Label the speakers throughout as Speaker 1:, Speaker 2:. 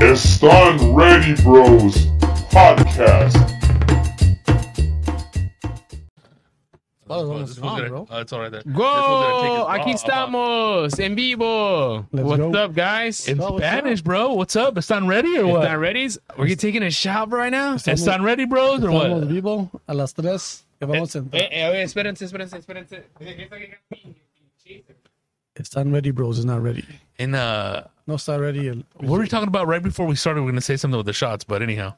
Speaker 1: Están Ready Bros podcast.
Speaker 2: Oh,
Speaker 3: this fool's gonna- oh, it's all right there. This fool's gonna take his
Speaker 2: Go!
Speaker 3: bra
Speaker 2: Aquí
Speaker 3: off.
Speaker 2: estamos en vivo.
Speaker 4: Let's
Speaker 2: what's
Speaker 4: go.
Speaker 2: up, guys?
Speaker 3: In Spanish, bro. What's up? Están ready or what?
Speaker 2: Están ready? We're you taking a shot right now?
Speaker 3: Están ready, bros, or
Speaker 4: Estamos
Speaker 3: what?
Speaker 4: vivo a las 3 que vamos a entrar.
Speaker 2: Eh, eh, oye, espérense, espérense, espérense.
Speaker 3: eh.
Speaker 4: Están ready, bros. Is not ready. Oh,
Speaker 3: In uh,
Speaker 4: No está ready. El,
Speaker 3: what were we talking about right before we started? We are gonna say something with the shots, but anyhow.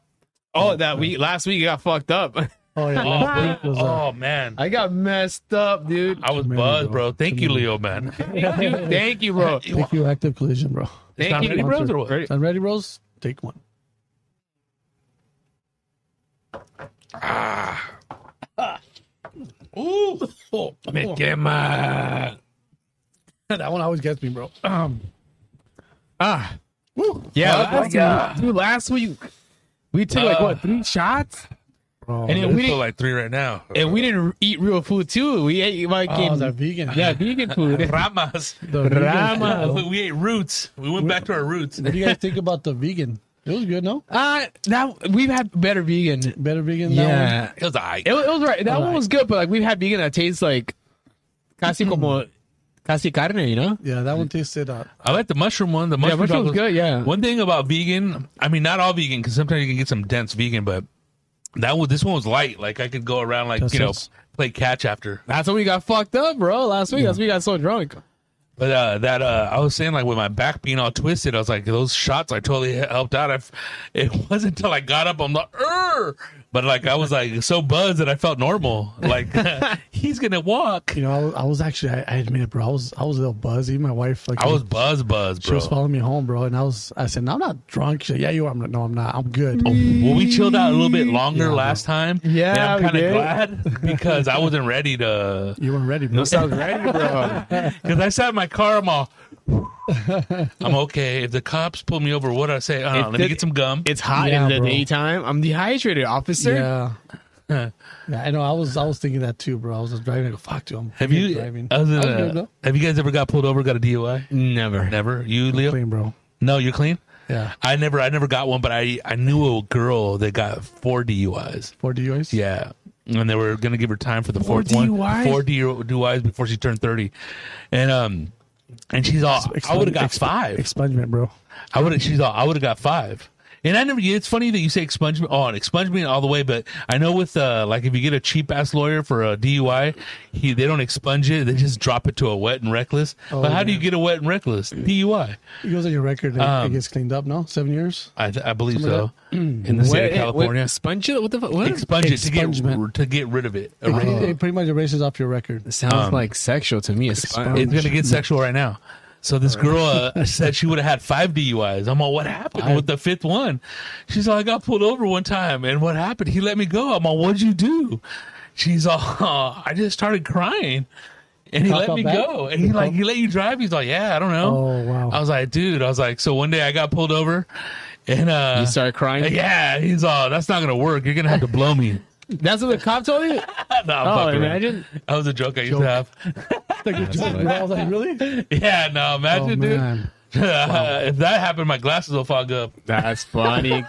Speaker 2: Oh, that week last week I got fucked up.
Speaker 4: oh, yeah.
Speaker 3: Oh,
Speaker 4: last week was, uh,
Speaker 3: oh, man,
Speaker 2: I got messed up, dude.
Speaker 3: I was
Speaker 4: man,
Speaker 3: buzzed, bro.
Speaker 4: bro.
Speaker 3: Thank you, Leo, man.
Speaker 2: Dude, thank you, bro.
Speaker 4: Thank you, active collision, bro.
Speaker 2: Thank
Speaker 3: Están
Speaker 2: you,
Speaker 3: ready, bros, or what?
Speaker 2: Ready?
Speaker 4: Están ready, bros. Take one.
Speaker 3: Ooh,
Speaker 4: Oh,
Speaker 3: me quema.
Speaker 4: that one always gets me, bro. Um,
Speaker 2: Ah,
Speaker 4: woo.
Speaker 2: yeah,
Speaker 3: Oh,
Speaker 2: last
Speaker 3: yeah.
Speaker 2: Week, dude. Last week we took like
Speaker 3: Uh,
Speaker 2: what three shots,
Speaker 4: Bro,
Speaker 2: and
Speaker 3: I
Speaker 2: then we
Speaker 3: feel
Speaker 2: didn't,
Speaker 3: like three right now.
Speaker 2: and we didn't eat real food too. We ate like
Speaker 4: oh, that vegan.
Speaker 2: yeah, vegan food.
Speaker 3: Ramas.
Speaker 4: The vegan
Speaker 2: Rama.
Speaker 4: food, bro.
Speaker 3: We ate roots. We went back to our roots.
Speaker 4: What do you guys think about the vegan? It was good, no?
Speaker 2: Uh, that we've had better vegan.
Speaker 4: Better vegan than that one?
Speaker 2: Yeah,
Speaker 3: It was I.
Speaker 2: it, wa- it was right. That one
Speaker 4: Alright.
Speaker 2: was good, but like we've had vegan that tastes like casi como casi carne, you know?
Speaker 4: Yeah, that one tasted uh, out.
Speaker 3: I like the mushroom one. The
Speaker 2: Yeah,
Speaker 3: mushroom,
Speaker 2: which was
Speaker 3: tacos.
Speaker 2: good. Yeah,
Speaker 3: One thing about vegan, I mean, not all vegan, because sometimes you can get some dense vegan, but that was this one was light. Like I could go around, like
Speaker 4: That
Speaker 3: you know,
Speaker 4: sounds-
Speaker 3: play catch after.
Speaker 2: that's when we got fucked up, bro. Last week, that's when we got so drunk.
Speaker 3: But uh, that uh, I was saying, like with my back being all twisted, I was like, those shots, I totally helped out. I, f- it wasn't until I got up, I'm like, er, but like I was like so buzzed that I felt normal. Like he's gonna walk.
Speaker 4: You know, I was, I was actually, I, I admit it, bro. I was, I was a little buzzy. My wife, like,
Speaker 3: I was buzz, buzz,
Speaker 4: She
Speaker 3: bro.
Speaker 4: was following me home, bro, and I was. I said, "No, I'm not drunk." She said, "Yeah, you are." I'm like, "No, I'm not. I'm good."
Speaker 3: Well, we chilled out a little bit longer last time.
Speaker 2: Yeah,
Speaker 3: and I'm
Speaker 2: we
Speaker 3: kind of
Speaker 2: did.
Speaker 3: glad because I wasn't ready to.
Speaker 4: You weren't ready, bro.
Speaker 2: was ready, bro.
Speaker 3: Because I sat in my car, I'm all, I'm okay. If the cops pull me over, what do I say? Uh,
Speaker 2: It
Speaker 3: let me
Speaker 2: did-
Speaker 3: get some gum.
Speaker 2: It's hot
Speaker 4: Yeah,
Speaker 2: in the
Speaker 4: bro.
Speaker 2: daytime. I'm dehydrated, officer.
Speaker 4: yeah. yeah, I know. I was. I was thinking that too, bro. I was just driving. I go, "Fuck, dude, I'm
Speaker 3: have you
Speaker 4: driving."
Speaker 3: other than
Speaker 4: I was
Speaker 3: that,
Speaker 4: good, though.
Speaker 3: have you guys ever got pulled over, got a DUI?
Speaker 2: Never.
Speaker 3: Never. You, Leo?
Speaker 4: clean, bro.
Speaker 3: No, you're clean.
Speaker 4: Yeah,
Speaker 3: I never, I never got one, but I, I knew a girl that got four DUIs.
Speaker 4: four DUIs.
Speaker 3: Yeah. And they were going to give her time for the
Speaker 2: Four
Speaker 3: fourth one,
Speaker 2: DUIs?
Speaker 3: four DUIs before she turned 30. And, um, and she's all, I would have got
Speaker 4: Expunge-
Speaker 3: five.
Speaker 4: expungement, bro.
Speaker 3: I would have. She's all. I would have got five. And I never. It's funny that you say expungement. Oh, and expungement all the way. But I know with uh, like if you get a cheap ass lawyer for a DUI, he they don't expunge it. They just drop it to a wet and reckless. but how do you get a wet and reckless DUI?
Speaker 4: It goes on your record. and
Speaker 3: Um,
Speaker 4: it gets cleaned up. No, seven years.
Speaker 3: I, th- I believe so. In the state of California,
Speaker 2: sponge it? What the fuck? What?
Speaker 3: expunge it to get
Speaker 4: Expungement.
Speaker 3: to get rid of it.
Speaker 4: It,
Speaker 3: Erase
Speaker 4: it,
Speaker 3: it.
Speaker 4: it pretty much erases off your record.
Speaker 2: Sounds like sexual to me. A sponge.
Speaker 3: It's gonna get sexual right now. So this girl uh, said she would have had five DUIs. I'm all, what happened with the fifth one? She's all, I got pulled over one time, and what happened? He let me go. I'm all, what'd you do? She's all, I just started crying, and he
Speaker 4: Cop
Speaker 3: let
Speaker 4: felt
Speaker 3: me
Speaker 4: bad?
Speaker 3: go. And he like, he let you drive? He's like, yeah, I don't know.
Speaker 4: Oh, wow.
Speaker 3: I was like, dude, I was like, so one day I got pulled over, and uh,
Speaker 2: you start crying.
Speaker 3: yeah, he's all, that's not gonna work. You're gonna have to blow me.
Speaker 2: That's what the cop told you.
Speaker 3: no, I'm
Speaker 2: Oh,
Speaker 3: fucking around.
Speaker 2: imagine.
Speaker 3: That was a joke I used to have.
Speaker 4: Bro, I was like, really?
Speaker 3: Yeah, no,
Speaker 4: Oh
Speaker 3: imagine, dude.
Speaker 4: man,
Speaker 3: if that happened, my glasses will fog up.
Speaker 2: That's funny.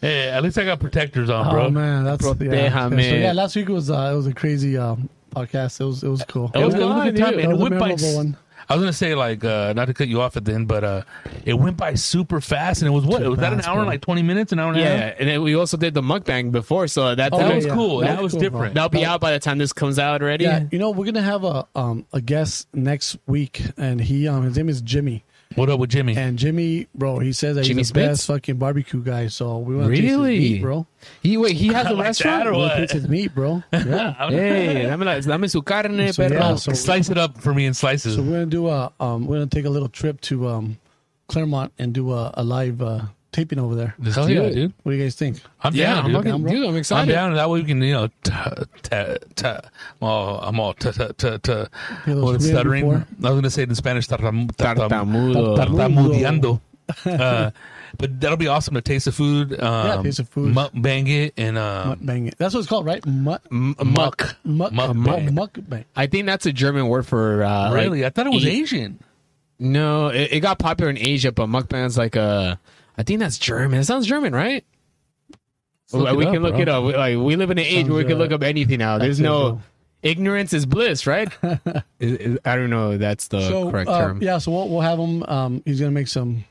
Speaker 3: Hey, at least I got protectors on, bro.
Speaker 4: oh man, that's yeah. So,
Speaker 2: Protejame.
Speaker 4: yeah, last week was uh, it was a crazy um, podcast. It was it was cool.
Speaker 3: It was, it was a
Speaker 2: fun,
Speaker 3: good time.
Speaker 2: dude.
Speaker 3: And
Speaker 4: That
Speaker 3: it
Speaker 4: was a
Speaker 3: went by.
Speaker 4: memorable
Speaker 3: s-
Speaker 4: one.
Speaker 3: I was gonna say like uh, not to cut you off at the end, but uh, it went by super fast, and it was what was that an
Speaker 4: fast,
Speaker 3: hour, and
Speaker 4: bro.
Speaker 3: like twenty minutes, an hour and a half.
Speaker 2: Yeah, and then we also did the mukbang before, so that,
Speaker 3: Oh, That
Speaker 4: yeah,
Speaker 3: was
Speaker 4: yeah.
Speaker 3: cool. That,
Speaker 4: That
Speaker 3: was
Speaker 4: was cool, bro.
Speaker 3: different.
Speaker 2: that'll be out by the time this comes out already.
Speaker 4: Yeah, you know we're gonna have a um a guest next week, and he um his name is Jimmy,
Speaker 3: What up with Jimmy?
Speaker 4: and Jimmy, bro, he says that
Speaker 2: Jimmy
Speaker 4: he's the
Speaker 2: Spitz?
Speaker 4: best fucking barbecue guy. So we want to taste his
Speaker 2: Really?
Speaker 4: meat, Oh, bro.
Speaker 2: He wait, he has a
Speaker 3: Like
Speaker 2: restaurant.
Speaker 3: that or
Speaker 4: We
Speaker 3: what?
Speaker 4: want to taste his meat, bro. Yeah.
Speaker 2: Hey, dame, la, dame su carne,
Speaker 4: So, yeah,
Speaker 2: perro.
Speaker 4: so-
Speaker 3: Slice it up for me in slices.
Speaker 4: so we're gonna do a um we're gonna take a little trip to um Claremont and do a, a live uh, taping over there.
Speaker 3: Just
Speaker 2: Hell
Speaker 3: do
Speaker 2: yeah,
Speaker 3: it.
Speaker 2: dude.
Speaker 4: What do you guys think?
Speaker 3: I'm
Speaker 2: yeah,
Speaker 3: down,
Speaker 2: I'm
Speaker 3: dude.
Speaker 2: fucking, dude, I'm
Speaker 3: I'm
Speaker 2: excited.
Speaker 3: down. That way we can, you know, t- t- t- oh, I'm all t- t- t- t-
Speaker 4: those
Speaker 3: what is
Speaker 4: three
Speaker 3: stuttering.
Speaker 4: before.
Speaker 3: I was gonna say it in Spanish, tartam- tartam-
Speaker 2: Tartamudo.
Speaker 3: tartamudeando. uh, but that'll be awesome to taste the food. Um,
Speaker 4: Yeah, taste the food.
Speaker 3: Muck bang it and um,
Speaker 4: Mutt bang it. That's what it's called, right? Mutt
Speaker 2: M-
Speaker 3: muck.
Speaker 4: mutt
Speaker 2: muck.
Speaker 3: Mukbang.
Speaker 4: mutt- mukbang.
Speaker 2: I think that's a German word for uh,
Speaker 3: Really,
Speaker 2: Like,
Speaker 3: I thought it was
Speaker 2: eat.
Speaker 3: Asian.
Speaker 2: No, it, it got popular in Asia, but mukbang's like a. I think that's German. It sounds German, right?
Speaker 3: Let's look
Speaker 2: we
Speaker 3: it up,
Speaker 2: can look
Speaker 3: bro.
Speaker 2: it up. We, like we live in an age where we
Speaker 4: Sounds,
Speaker 2: can
Speaker 4: uh,
Speaker 2: look up anything now. There's no
Speaker 4: accidental.
Speaker 2: ignorance is bliss, right? Is- is- I don't know. If that's the
Speaker 4: so
Speaker 2: correct
Speaker 4: uh,
Speaker 2: term.
Speaker 4: yeah, so we'll, we'll have him. Um, he's gonna make some,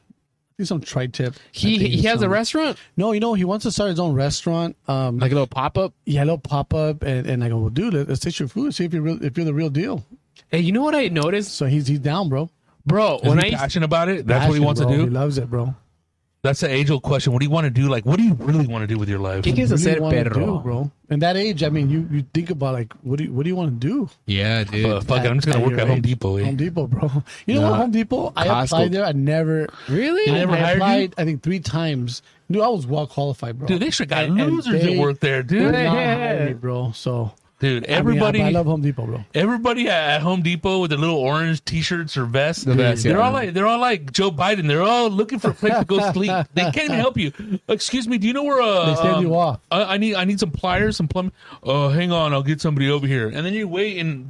Speaker 4: do some tri-tip. I
Speaker 2: he
Speaker 4: think
Speaker 2: he
Speaker 4: it's
Speaker 2: has a
Speaker 4: some-
Speaker 2: restaurant,
Speaker 4: No, you know he wants to start his own restaurant. Um,
Speaker 2: like a little pop up.
Speaker 4: yeah, they'll pop up and, and I go, well, dude, let's taste your food, see if you're real, if you're the real deal.
Speaker 2: Hey, you know what I noticed,
Speaker 4: So he's he's down, bro.
Speaker 2: bro?
Speaker 3: Is
Speaker 2: when I
Speaker 3: he
Speaker 2: used-
Speaker 3: passionate about it? That's what he
Speaker 4: Passion,
Speaker 3: wants
Speaker 4: bro.
Speaker 3: to
Speaker 4: He
Speaker 3: do.
Speaker 4: loves it, bro.
Speaker 3: That's the age old question. What do you want to do? Like, what do you really want to do with your life?
Speaker 2: ¿Qué quieres
Speaker 4: Really
Speaker 2: hacer,
Speaker 4: wanna
Speaker 2: perro?
Speaker 4: do, bro? In that age, I mean, you you think about like, what do you, what do you want to do?
Speaker 2: Yeah, dude.
Speaker 3: Uh, fuck it, I'm just gonna
Speaker 4: at
Speaker 3: work
Speaker 4: your
Speaker 3: at Home
Speaker 4: age.
Speaker 3: Depot. eh?
Speaker 4: Home Depot, bro. You know
Speaker 2: Nah.
Speaker 4: what? Home Depot. I
Speaker 2: Costco.
Speaker 4: applied there. I never.
Speaker 2: Really?
Speaker 4: I,
Speaker 3: never
Speaker 4: I
Speaker 3: hired you?
Speaker 4: applied. I think three times. Dude, I was well qualified, bro.
Speaker 3: Dude, they should got
Speaker 4: And- and
Speaker 3: losers
Speaker 4: they-
Speaker 3: that work there,
Speaker 4: They
Speaker 3: dude.
Speaker 4: did not
Speaker 2: Yeah.
Speaker 4: hire me, bro. So
Speaker 3: Dude,
Speaker 4: I mean,
Speaker 3: everybody,
Speaker 4: I, I love Home Depot, bro.
Speaker 3: everybody at at Home Depot with their little orange T-shirts or vests.
Speaker 2: The vest,
Speaker 3: they're
Speaker 2: yeah.
Speaker 3: all like, they're all like Joe Biden. They're all looking for a place to go sleep. They can't even help you. Excuse me, do you know where? Uh,
Speaker 4: They stand you
Speaker 3: um,
Speaker 4: off.
Speaker 3: I, I need, I need some pliers, some plumbing. Oh, hang on, I'll get somebody over here. And then you wait, and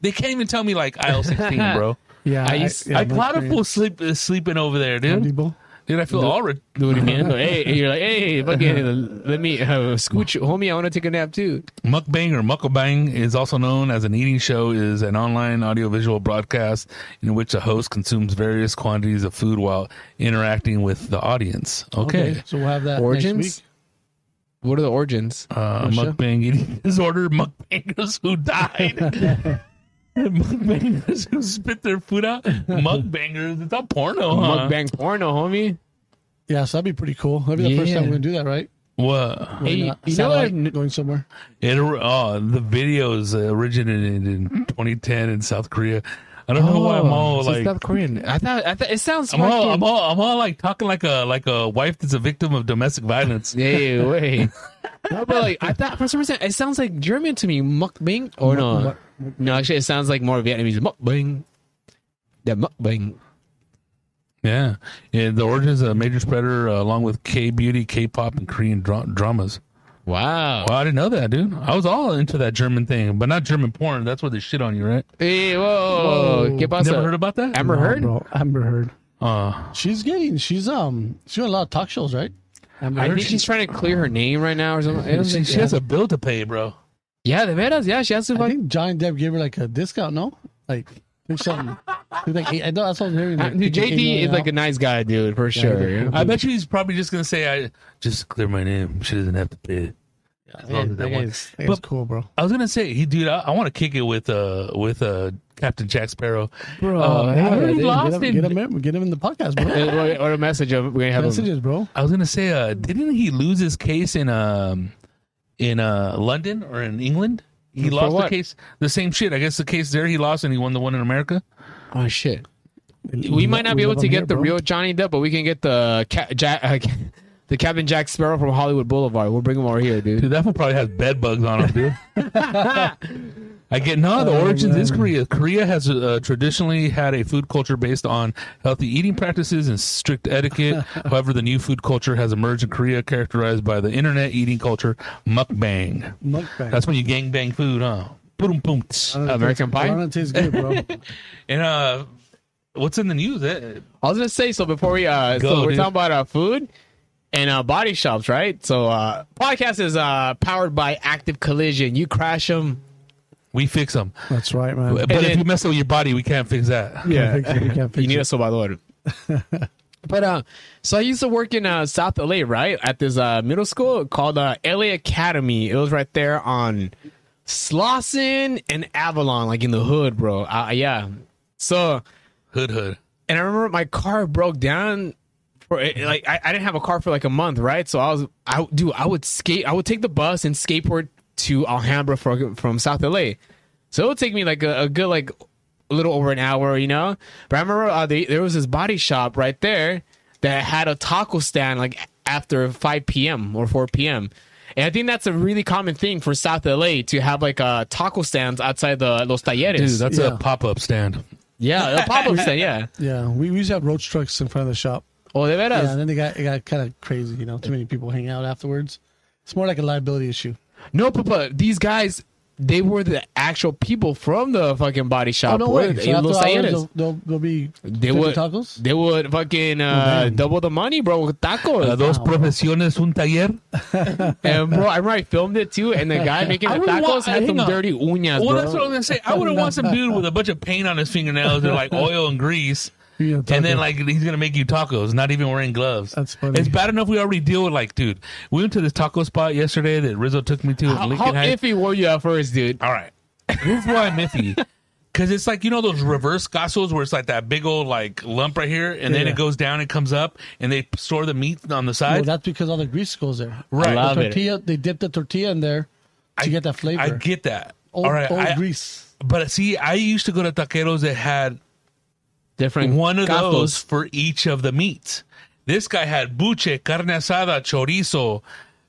Speaker 3: they can't even tell me like aisle sixteen, bro.
Speaker 4: Yeah,
Speaker 2: I used-
Speaker 4: yeah,
Speaker 3: I
Speaker 4: my
Speaker 3: platypus
Speaker 4: experience.
Speaker 3: sleep uh, sleeping over there, dude.
Speaker 4: Home Depot.
Speaker 3: Dude, I feel all re-
Speaker 2: Do it again. hey, and you're like, hey, fucking, let me uh, scooch, homie. I want to take a nap too.
Speaker 3: Mukbang or Mukbang is also known as an eating show is an online audiovisual broadcast in which the host consumes various quantities of food while interacting with the audience. Okay.
Speaker 4: Okay, so we'll have that
Speaker 2: Origins. What are the origins?
Speaker 3: Uh,
Speaker 4: Russia?
Speaker 3: mukbang eating disorder, mukbangers who died. mukbangers who spit their food out. Mukbangers, it's not porno, huh?
Speaker 2: Mukbang porno, homie.
Speaker 4: Next week. Yeah, so that'd be pretty cool. That'd be the first
Speaker 2: Yeah.
Speaker 4: time we're gonna do that, right?
Speaker 3: What?
Speaker 2: Hey,
Speaker 4: Why
Speaker 2: you
Speaker 4: not?
Speaker 2: know what?
Speaker 4: Satellite going somewhere.
Speaker 3: It, oh, the videos originated in 2010 in South Korea. I don't
Speaker 2: Oh,
Speaker 3: know why I'm all
Speaker 2: so
Speaker 3: like
Speaker 2: South Korean. I thought, I thought it sounds.
Speaker 3: I'm all,
Speaker 2: fucking-
Speaker 3: I'm all, I'm all like talking like a like a wife that's a victim of domestic violence.
Speaker 2: Hey, wait. no, but like I thought for some reason it sounds like German to me. Mukbang or no? No, actually, it sounds like more Vietnamese. Mukbang. The mukbang.
Speaker 3: yeah, and the origins of a major spreader, uh, along with K beauty, K-pop, and Korean dra- dramas.
Speaker 2: Wow.
Speaker 3: Well, I didn't know that, dude. I was all into that German thing, but not German porn. That's where they shit on you, right?
Speaker 2: Hey, whoa.
Speaker 4: Whoa.
Speaker 2: Get
Speaker 3: Never
Speaker 2: past
Speaker 3: heard about that.
Speaker 2: Amber Heard.
Speaker 4: bro. Amber Heard.
Speaker 3: Uh,
Speaker 4: She's getting. She's um. She's doing a lot of talk shows, right? Amber
Speaker 2: I
Speaker 4: Heard.
Speaker 2: think she's trying to clear her name right now or something. I don't
Speaker 3: she,
Speaker 2: think-
Speaker 3: she has a bill to pay, bro.
Speaker 2: yeah, the veras. Yeah, she has to.
Speaker 4: I
Speaker 2: Fucking,
Speaker 4: think Johnny Depp gave her like a discount. No, like think something. I think, like, eight- I know that's what I'm hearing.
Speaker 2: Uh,
Speaker 4: Like,
Speaker 2: dude,
Speaker 4: think eight
Speaker 2: JD
Speaker 4: million
Speaker 2: is like a
Speaker 4: now.
Speaker 2: nice guy, dude, for sure.
Speaker 4: yeah.
Speaker 3: I bet you he's probably just gonna say, "I just clear my name. She doesn't have to pay." As long
Speaker 4: Yeah,
Speaker 3: as they
Speaker 4: that
Speaker 3: want.
Speaker 4: guy's, that guy's
Speaker 3: But-
Speaker 4: cool, bro.
Speaker 3: I was gonna say, he, dude, I, I want to kick it with uh with uh Captain Jack Sparrow,
Speaker 4: Bro,
Speaker 3: Uh, I already
Speaker 4: dude,
Speaker 3: lost
Speaker 4: get him,
Speaker 3: him.
Speaker 4: Get him, in, get him in the podcast, bro.
Speaker 2: Uh, Or or a message. of- We're gonna have him.
Speaker 4: Messages, bro.
Speaker 3: I was gonna say, uh, didn't he lose his case in um in uh London or in England? He
Speaker 2: For
Speaker 3: lost the
Speaker 2: what?
Speaker 3: case. The same shit. I guess the case there he lost and he won the one in America.
Speaker 2: Oh shit. We might not be able
Speaker 4: love
Speaker 2: to
Speaker 4: him
Speaker 2: get
Speaker 4: here,
Speaker 2: the
Speaker 4: bro.
Speaker 2: real Johnny Depp, but we can get the Ca- Jack, uh, the Captain Jack Sparrow from Hollywood Boulevard. We'll bring him over here, dude.
Speaker 3: Dude, that one probably has bed bugs on him, dude. I get no.
Speaker 2: Oh,
Speaker 3: The origins is Korea. Korea has uh, traditionally had a food culture based on healthy eating practices and strict etiquette. However, the new food culture has emerged in Korea, characterized by the internet eating culture mukbang.
Speaker 4: Mukbang.
Speaker 3: That's when you gangbang food, huh? Boom, boom. tss.
Speaker 4: I don't know if
Speaker 2: American
Speaker 4: it's-
Speaker 2: Pie?
Speaker 4: I don't know if it tastes good, bro.
Speaker 3: And uh, what's in the news? Eh,
Speaker 2: I was gonna say so before we uh,
Speaker 3: Go,
Speaker 2: so we're
Speaker 3: dude.
Speaker 2: talking about uh, food and uh, body shops, right? So uh, podcast is uh, powered by Active Collision. You crash them,
Speaker 3: We fix them,
Speaker 4: That's right, man.
Speaker 3: but
Speaker 2: And
Speaker 3: if
Speaker 2: then-
Speaker 3: you mess up with your body, we can't fix that.
Speaker 4: Can't fix it, we can't
Speaker 2: you
Speaker 4: fix
Speaker 2: need a
Speaker 4: it.
Speaker 2: Salvador. but uh, so I used to work in uh, South LA, right, at this uh, middle school called uh, LA Academy. It was right there on Slauson and Avalon, like in the hood, bro. Uh, yeah. So,
Speaker 3: Hood, hood.
Speaker 2: and I remember my car broke down. For, it- like I, I didn't have a car for like a month, right? So I was, I do, I would skate, I would take the bus and skateboard to Alhambra from from South LA. So it would take me like a, a good like a little over an hour, you know. But I remember uh, they, there was this body shop right there that had a taco stand like after 5 p.m. or 4 p.m. And I think that's a really common thing for South LA to have like uh, taco stands outside the Los Talleres.
Speaker 3: Dude, that's
Speaker 4: Yeah.
Speaker 3: a pop up stand.
Speaker 2: yeah, a pop-up stand. Yeah.
Speaker 4: Yeah, we, we used to have roach trucks in front of the shop.
Speaker 2: Oh, de veras.
Speaker 4: Yeah, and then they got it got kind of crazy. Oh, You know, too many people hang out afterwards. It's more like a liability issue.
Speaker 2: No, but, but these guys they were the actual people from the fucking body shop.
Speaker 4: oh no
Speaker 2: were
Speaker 4: way!
Speaker 2: they?
Speaker 4: So after
Speaker 2: Los
Speaker 4: hours,
Speaker 2: Angeles.
Speaker 4: they'll, they'll, they'll be
Speaker 2: They
Speaker 4: chicken
Speaker 2: would
Speaker 4: tacos.
Speaker 2: They would fucking
Speaker 3: Oh,
Speaker 2: uh,
Speaker 4: damn.
Speaker 2: double the money, bro. With tacos.
Speaker 3: Uh, Dos profesiones, un taller.
Speaker 2: and bro, I remember I filmed it too, and the guy making
Speaker 3: I
Speaker 2: the
Speaker 3: would
Speaker 2: tacos
Speaker 3: want-
Speaker 2: had
Speaker 3: hang
Speaker 2: some
Speaker 3: on.
Speaker 2: dirty uñas,
Speaker 3: Well,
Speaker 2: bro.
Speaker 3: that's what I was gonna say. I would have want some dude with a bunch of paint on his fingernails and like oil and grease,
Speaker 4: Yeah,
Speaker 3: and
Speaker 4: tacos.
Speaker 3: then like he's gonna make you tacos, not even wearing gloves.
Speaker 4: That's funny.
Speaker 3: It's bad enough we already deal with like, dude. We went to this taco spot yesterday that Rizzo took me to. in
Speaker 2: how,
Speaker 3: Lincoln
Speaker 2: how
Speaker 3: Heights.
Speaker 2: iffy were you at first, dude?
Speaker 3: All right. Here's why I'm iffy. Because it's like, you know, those reverse gossels where it's like that big old like lump right here, and then
Speaker 4: Yeah.
Speaker 3: it goes down and comes up, and they store the meat on the
Speaker 4: Well,
Speaker 3: side.
Speaker 4: that's because all the grease goes there.
Speaker 3: Right. I
Speaker 4: The
Speaker 2: love it.
Speaker 4: tortilla. They dip the tortilla in there to get that flavor.
Speaker 3: I get that.
Speaker 4: old,
Speaker 3: All right.
Speaker 4: old
Speaker 3: I-
Speaker 4: grease.
Speaker 3: but see, I used to go to taqueros that had
Speaker 2: Different
Speaker 3: one of
Speaker 2: tacos.
Speaker 3: those for each of the meats. This guy had buche, carne asada, chorizo,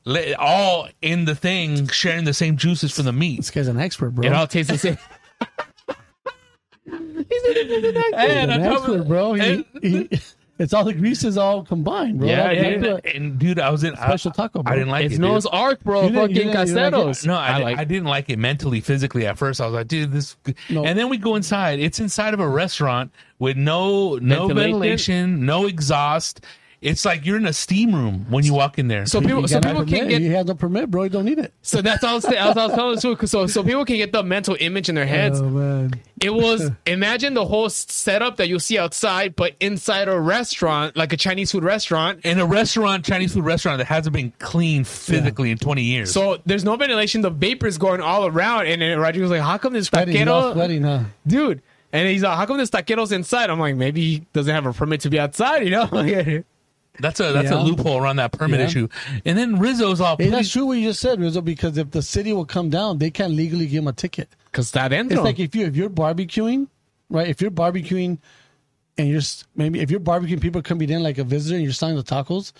Speaker 3: le- all in the thing, sharing the same juices from the meat.
Speaker 4: This guy's an expert, bro.
Speaker 2: It all tastes the same.
Speaker 4: He's
Speaker 3: And
Speaker 4: an
Speaker 3: I told
Speaker 4: expert,
Speaker 3: him-
Speaker 4: bro. He-
Speaker 3: and-
Speaker 4: he- it's all the greases all combined, bro.
Speaker 2: Yeah,
Speaker 4: That-
Speaker 2: yeah,
Speaker 4: that's
Speaker 2: yeah.
Speaker 4: what-
Speaker 3: and dude, I was in I-
Speaker 4: Special taco, bro.
Speaker 3: I didn't like
Speaker 2: it's
Speaker 3: it. dude.
Speaker 2: Noah's Ark, bro.
Speaker 4: You didn't-
Speaker 2: fucking
Speaker 4: you didn't- you didn't like
Speaker 2: caseros.
Speaker 3: No, I,
Speaker 2: I
Speaker 3: di-
Speaker 2: like.
Speaker 3: I didn't like it mentally, physically at first. I was like, dude, this.
Speaker 4: No.
Speaker 3: And then we go inside. It's inside of a restaurant with no no
Speaker 2: Ventilation?
Speaker 3: ventilation, no exhaust. It's like you're in a steam room when you walk in there.
Speaker 2: so people,
Speaker 4: You
Speaker 2: so
Speaker 4: got no
Speaker 2: people can
Speaker 4: permit.
Speaker 2: get.
Speaker 4: You have no permit, bro. You don't need it.
Speaker 2: So that's all. I was, I was, I was telling too. 'cause So so people can get the mental image in their heads.
Speaker 4: man.
Speaker 2: It was imagine the whole s- setup that you see outside, but inside a restaurant, like a Chinese food restaurant.
Speaker 3: in a restaurant, Chinese food restaurant that hasn't been cleaned physically in 20 years.
Speaker 2: So there's no ventilation. The vapor's going all around, and then Rodrigo was like, "How come this
Speaker 4: Sweating, you're all
Speaker 2: taquero,
Speaker 4: sweating, huh?
Speaker 2: dude?" And he's like, "How come this taquero's inside?" I'm like, "Maybe he doesn't have a permit to be outside, you know?"
Speaker 3: that's a that's a
Speaker 4: Yeah.
Speaker 3: loophole around that permit
Speaker 4: Yeah.
Speaker 3: issue. And then Rizzo's all.
Speaker 4: Hey,
Speaker 3: "Please
Speaker 4: that's true what you just said, Rizzo. Because if the city will come down, they can't legally give him a ticket.
Speaker 2: Because that
Speaker 4: It's
Speaker 2: ends.
Speaker 4: like if you if you're barbecuing, right? If you're barbecuing, and you're s- maybe if you're barbecuing, people coming in like a visitor, and you're selling the tacos,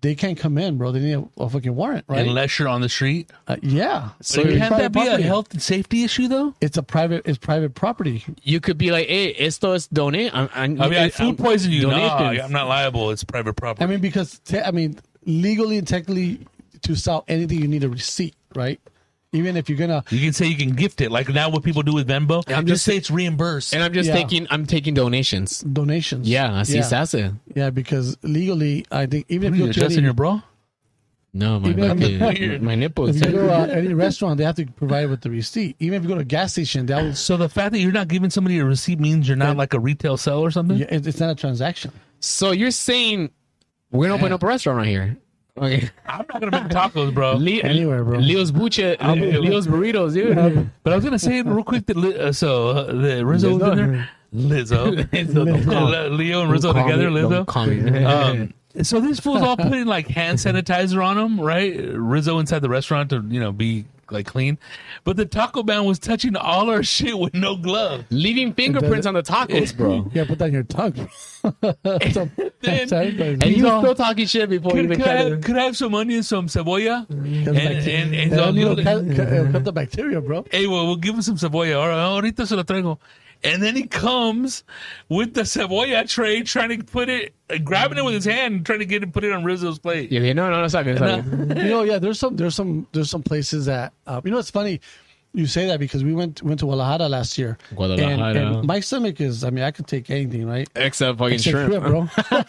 Speaker 4: they can't come in, bro. They need a, a fucking warrant, right?
Speaker 3: Unless you're on the street,
Speaker 4: Uh, yeah.
Speaker 2: So
Speaker 4: It's
Speaker 2: you
Speaker 3: can't
Speaker 4: private
Speaker 3: that be
Speaker 4: property.
Speaker 3: a health and safety issue though?
Speaker 4: It's a private. It's private property.
Speaker 2: you could be like, "Hey, esto es donate." I'm, I'm,
Speaker 3: I mean, I food poison you? No,
Speaker 2: donations.
Speaker 3: I'm not liable. It's private property.
Speaker 4: I mean, because te- I mean, legally and technically, to sell anything, you need a receipt, right? Even if you're gonna,
Speaker 3: You can say you can gift it, like now what people do with Venmo.
Speaker 2: I'm
Speaker 3: just
Speaker 2: just-
Speaker 3: say it's reimbursed.
Speaker 2: and I'm just
Speaker 4: Yeah.
Speaker 2: taking. I'm taking donations.
Speaker 4: donations.
Speaker 2: Yeah, así
Speaker 4: yeah.
Speaker 2: se hace.
Speaker 4: Yeah, because legally, I think even
Speaker 3: What
Speaker 4: if
Speaker 3: are you
Speaker 4: you go to
Speaker 3: adjusting
Speaker 4: any,
Speaker 3: your bra?
Speaker 2: No, my
Speaker 4: You know,
Speaker 2: fucking, my nipples.
Speaker 4: if you go to uh, any restaurant, they have to provide with the receipt. Even if you go to a gas station, that was
Speaker 3: So the fact that you're not giving somebody a receipt means you're not like a retail seller or something.
Speaker 4: yeah, it- it's not a transaction.
Speaker 2: So you're saying we're gonna open up a restaurant right here? Okay.
Speaker 3: I'm not gonna make tacos, Oh, bro.
Speaker 2: Le-
Speaker 4: Anywhere, bro.
Speaker 2: Leo's bucha, Leo's burritos, dude.
Speaker 3: but I was gonna say real quick that Li- uh, so uh, the Rizzo was in there, Lizzo,
Speaker 2: Lizzo, don't call-
Speaker 3: Le- Leo and Rizzo
Speaker 2: don't call
Speaker 3: together,
Speaker 2: me-
Speaker 3: Lizzo.
Speaker 2: don't call me.
Speaker 3: Um, so these fools all putting like hand sanitizer on them, right? Rizzo inside the restaurant to you know be like clean, but the taco man was touching all our shit with no glove.
Speaker 2: Leaving fingerprints on the tacos, bro.
Speaker 4: Yeah, put that in your tongue. so,
Speaker 3: Then-
Speaker 4: sorry, but-
Speaker 2: And you
Speaker 3: He's all-
Speaker 2: were still talking shit before you
Speaker 3: Could,
Speaker 2: even
Speaker 3: could, I have,
Speaker 2: tried to.
Speaker 3: could I have some onions, some cebolla? And,
Speaker 4: like-
Speaker 3: and, and,
Speaker 4: They
Speaker 3: so
Speaker 4: don't need to
Speaker 3: little-
Speaker 4: cut, cut, uh, cut the bacteria, bro.
Speaker 3: hey, well, we'll give him some cebolla. All right, ahorita se lo traigo. And then he comes with the cebolla tray, trying to put it, uh, grabbing it with his hand, trying to get it, put it on Rizzo's plate.
Speaker 2: Yeah, yeah, no, no, no, sorry, man, sorry.
Speaker 4: you know, yeah. There's some, there's some, there's some places that uh, you know. It's funny you say that because we went went to Guadalajara last year. and-
Speaker 2: Guadalajara.
Speaker 4: And, my stomach is. I mean, I could take anything, right?
Speaker 2: Except fucking
Speaker 4: Except
Speaker 2: shrimp.
Speaker 4: bro.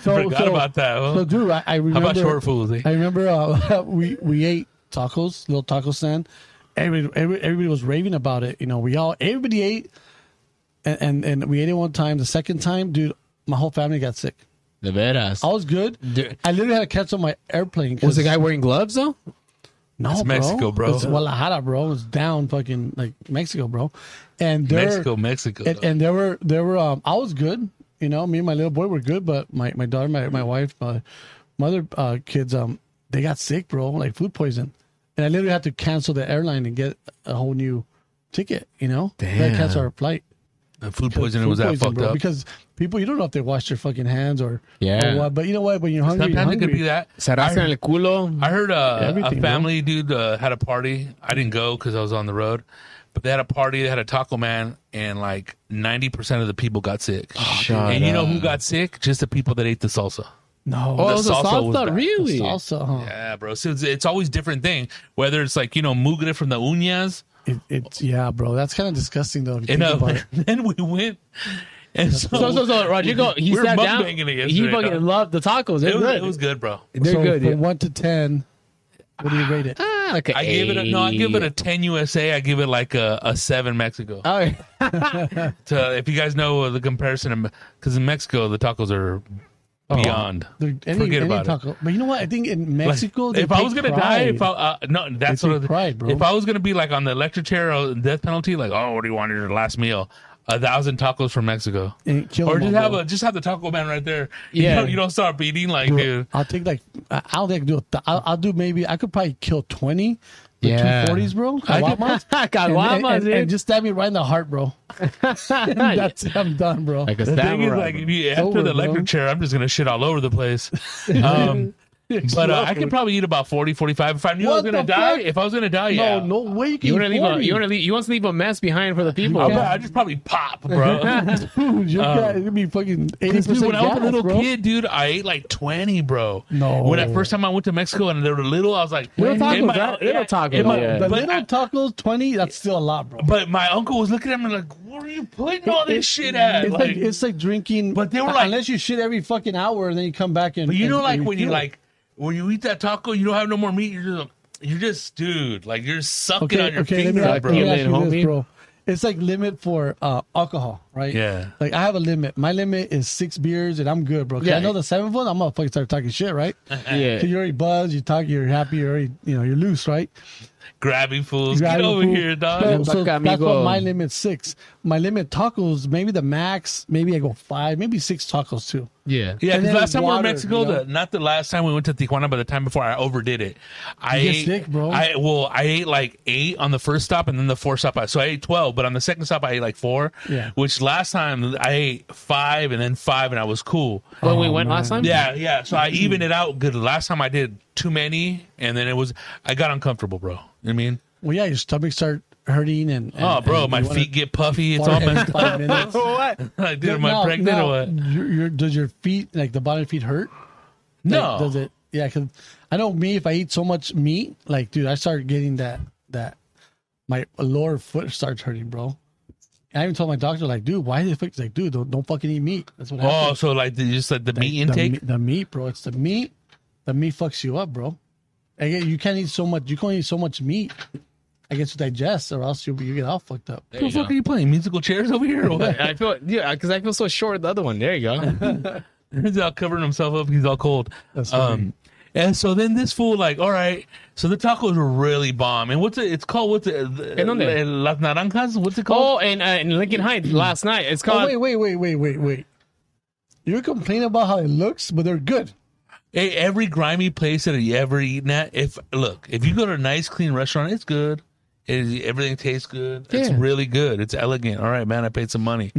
Speaker 4: so,
Speaker 3: Forgot about that. huh?
Speaker 4: So, dude, I, I
Speaker 3: How
Speaker 4: remember.
Speaker 3: about short fools? eh?
Speaker 4: I remember uh, we we ate tacos, little taco stand. Everybody, every, everybody was raving about it. You know, we all everybody ate, and, and and we ate it one time. The second time, dude, my whole family got sick.
Speaker 2: The badass.
Speaker 4: I was good.
Speaker 2: Dude.
Speaker 4: I literally had to catch on my airplane. 'cause-
Speaker 2: Oh, Was the guy wearing gloves though?
Speaker 4: No,
Speaker 3: It's Mexico, bro.
Speaker 4: It's Guadalajara, bro. It's down fucking like Mexico, bro. And there,
Speaker 3: Mexico, Mexico.
Speaker 4: and, and there were there were um, I was good. You know, me and my little boy were good, but my my daughter, my my wife, my mother, uh, kids, um, they got sick, bro, like food poison, and I literally had to cancel the airline and get a whole new ticket. You know, We had to
Speaker 2: Damn.
Speaker 4: cancel our flight.
Speaker 3: The food
Speaker 4: Food
Speaker 3: poisoning was that
Speaker 4: poison,
Speaker 3: fucked
Speaker 4: bro,
Speaker 3: up.
Speaker 4: because people you don't know if they washed their fucking hands or
Speaker 2: Yeah.
Speaker 4: or what, but you know what? When you're hungry,
Speaker 3: Sometimes
Speaker 4: you're
Speaker 3: it could
Speaker 4: hungry.
Speaker 3: be that.
Speaker 2: Sarasa en el culo.
Speaker 3: I heard uh, a
Speaker 4: Everything,
Speaker 3: family dude uh, had a party. I didn't go because I was on the road, but they had a party. They had a taco man, and like ninety percent of the people got sick.
Speaker 4: Oh,
Speaker 2: Shut
Speaker 3: and you know who got sick? Just the people that ate the salsa.
Speaker 4: No.
Speaker 3: Oh, The
Speaker 2: was a
Speaker 3: salsa was
Speaker 2: salsa,
Speaker 3: bad.
Speaker 2: really?
Speaker 4: salsa, huh?
Speaker 3: Yeah, bro. So it's, it's always different thing. Whether it's like you know mugre from the uñas,
Speaker 4: It, it's yeah, bro. That's kind of disgusting though. If you
Speaker 3: and
Speaker 4: think
Speaker 3: uh,
Speaker 4: about it.
Speaker 3: then we went. And so,
Speaker 2: So, so, so, Rodrigo, he
Speaker 3: We were
Speaker 2: sat down.
Speaker 3: mukbanging it
Speaker 2: he
Speaker 3: yesterday,
Speaker 2: fucking
Speaker 3: dog.
Speaker 2: loved the tacos. They're
Speaker 3: it, was,
Speaker 2: good.
Speaker 3: it was good, bro.
Speaker 2: They're
Speaker 4: so
Speaker 2: good.
Speaker 4: From
Speaker 2: yeah.
Speaker 4: one to ten, what do you rate it?
Speaker 2: Ah, like a
Speaker 3: I gave it a, no. I give it a ten USA. I give it like a, a seven Mexico.
Speaker 2: Oh, yeah.
Speaker 3: To, if you guys know the comparison, because in Mexico the tacos are beyond.
Speaker 4: There- Oh, any,
Speaker 3: Forget
Speaker 4: any
Speaker 3: about it.
Speaker 4: taco. But you know what? I think in
Speaker 3: Like,
Speaker 4: Mexico, they
Speaker 3: if I
Speaker 4: take
Speaker 3: was gonna die,
Speaker 4: pride.
Speaker 3: if I uh, no, that's
Speaker 4: They
Speaker 3: what
Speaker 4: take
Speaker 3: I-
Speaker 4: pride, bro.
Speaker 3: If I was gonna be like on the electric chair, or death penalty, like oh, what do you want your last meal? A thousand tacos from Mexico,
Speaker 4: And kill
Speaker 3: or
Speaker 4: them
Speaker 3: just
Speaker 4: all,
Speaker 3: have
Speaker 4: bro.
Speaker 3: a just have the taco man right there.
Speaker 2: Yeah.
Speaker 3: you don't, you don't start beating like
Speaker 4: Bro,
Speaker 3: dude.
Speaker 4: I'll take like I- I'll like do a th- I'll, I'll do maybe I could probably kill twenty. The
Speaker 2: Yeah.
Speaker 4: 240s, bro. Caguamas.
Speaker 2: Caguamas,
Speaker 4: and, and,
Speaker 2: dude.
Speaker 4: and just stab me right in the heart, bro. That's I'm done, bro.
Speaker 2: like a
Speaker 3: The thing is,
Speaker 2: samurai.
Speaker 3: like, if you,
Speaker 4: It's
Speaker 3: after
Speaker 4: over,
Speaker 3: the electric
Speaker 4: bro.
Speaker 3: chair, I'm just gonna shit all over the place. Um, but uh, I could probably eat about 40, 45. If I knew I was
Speaker 4: What
Speaker 3: gonna
Speaker 4: the
Speaker 3: die,
Speaker 4: fuck?
Speaker 3: if I was gonna die,
Speaker 4: no,
Speaker 3: yeah.
Speaker 4: no way. You,
Speaker 2: you
Speaker 4: can
Speaker 2: want to leave? A,
Speaker 4: afford
Speaker 2: you
Speaker 4: it.
Speaker 2: want to leave? You want to leave a mess behind for the people?
Speaker 3: I'll,
Speaker 4: Yeah.
Speaker 3: I'd just probably pop, bro.
Speaker 4: Dude, you're gonna it'd be fucking eighty
Speaker 3: Oh. Dude,
Speaker 4: percent
Speaker 3: when I was
Speaker 4: gas,
Speaker 3: a little
Speaker 4: bro.
Speaker 3: kid, dude, I ate like twenty, bro.
Speaker 4: No.
Speaker 3: When I first time I went to Mexico and they were little, I was like,
Speaker 2: Little
Speaker 3: in
Speaker 2: tacos,
Speaker 3: my-
Speaker 2: right? Little
Speaker 3: yeah,
Speaker 2: tacos,
Speaker 3: in my-
Speaker 2: yeah.
Speaker 4: The
Speaker 3: But,
Speaker 4: little tacos, twenty. That's still a lot, bro.
Speaker 3: but my uncle was looking at me like, "What are you putting all this
Speaker 4: It-
Speaker 3: shit at?"
Speaker 4: It's like,
Speaker 3: Like,
Speaker 4: it's like drinking.
Speaker 3: But they were like-
Speaker 4: unless you shit every fucking hour and then you come back and.
Speaker 3: but you
Speaker 4: and-
Speaker 3: know, like
Speaker 4: and
Speaker 3: when you
Speaker 4: refuel.
Speaker 3: like when you eat that taco, you don't have no more meat. You're just, you're just, dude, like you're sucking on your
Speaker 4: let me
Speaker 3: fingers,
Speaker 4: ask-
Speaker 3: bro.
Speaker 4: let me ask
Speaker 2: Feeling,
Speaker 4: you
Speaker 2: homie.
Speaker 4: this, bro. It's like limit for uh, alcohol, right?
Speaker 3: Yeah.
Speaker 4: Like I have a limit. My limit is six beers, and I'm good, bro. 'Cause
Speaker 2: Yeah.
Speaker 4: I know the seventh one, I'm gonna fucking start talking shit, right?
Speaker 2: yeah.
Speaker 4: So you're already buzzed, you talk, you're happy, you're already, you know, you're loose, right?
Speaker 3: Grabbing fools,
Speaker 4: Grabbing
Speaker 3: get over
Speaker 4: food.
Speaker 3: here, dog.
Speaker 4: So,
Speaker 2: Fuck,
Speaker 4: so that's
Speaker 2: amigo.
Speaker 4: what my limit six. My limit tacos, maybe the max, maybe I go five, maybe six tacos too.
Speaker 2: yeah.
Speaker 3: Yeah, because
Speaker 4: And then
Speaker 3: last time we were in
Speaker 4: water,
Speaker 3: Mexico,
Speaker 4: you know?
Speaker 3: the, not the last time we went to Tijuana, but the time before, I overdid it. I
Speaker 4: You get
Speaker 3: ate,
Speaker 4: sick, bro.
Speaker 3: I well, I ate like eight on the first stop, and then the fourth stop, I so I ate twelve. But on the second stop, I ate like four.
Speaker 4: Yeah.
Speaker 3: Which last time I ate five, and then five, and I was cool.
Speaker 2: When we went last time.
Speaker 3: Oh, Yeah, yeah. So I evened it out. Good. Last time I did too many, and then it was I got uncomfortable, bro. You know what I mean,
Speaker 4: Well, yeah, your stomach start hurting and, and
Speaker 3: oh, bro,
Speaker 4: and
Speaker 3: my
Speaker 4: you wanna
Speaker 3: feet get puffy. It's all
Speaker 4: fart every
Speaker 3: messed
Speaker 4: five minutes.
Speaker 2: What?
Speaker 3: up. Dude, am
Speaker 4: No,
Speaker 3: I pregnant
Speaker 4: no,
Speaker 3: or what?
Speaker 4: Your, your, does your feet, like the bottom of your feet, hurt?
Speaker 3: No.
Speaker 4: Like, does it? Yeah, because I know me. If I eat so much meat, like dude, I start getting that that my lower foot starts hurting, bro. And I even told my doctor, like, dude, why the fuck? He's like, dude, don't, don't fucking eat meat. That's what
Speaker 3: Oh,
Speaker 4: happens.
Speaker 3: so like the, just like the meat
Speaker 4: The
Speaker 3: intake.
Speaker 4: me- the, meat, bro. It's the meat. The meat fucks you up, bro. I get, you can't eat so much. You can't eat so much meat. I guess to digest, or else you you get all fucked up. Oh,
Speaker 3: What the fuck are you playing? Musical chairs over here or what?
Speaker 2: I feel yeah, because I feel so short. The other one. There you go.
Speaker 3: He's all covering himself up. He's all cold.
Speaker 4: That's
Speaker 3: um, and so then this fool, like, all right. So the tacos were really bomb. And what's it? It's called what's it?
Speaker 2: En donde?
Speaker 3: Las naranjas. What's it called?
Speaker 2: oh, and uh, in Lincoln Heights last night. It's
Speaker 4: Oh
Speaker 2: called.
Speaker 4: wait, wait, wait, wait, wait, wait. You're complaining about how it looks, but they're good.
Speaker 3: Hey, E, every grimy place that you ever eaten at. If look, if you go to a nice clean restaurant, it's good. It, everything tastes good. It's
Speaker 2: Yeah. Mm-hmm.
Speaker 3: really good. It's elegant. All right, man. I paid some money.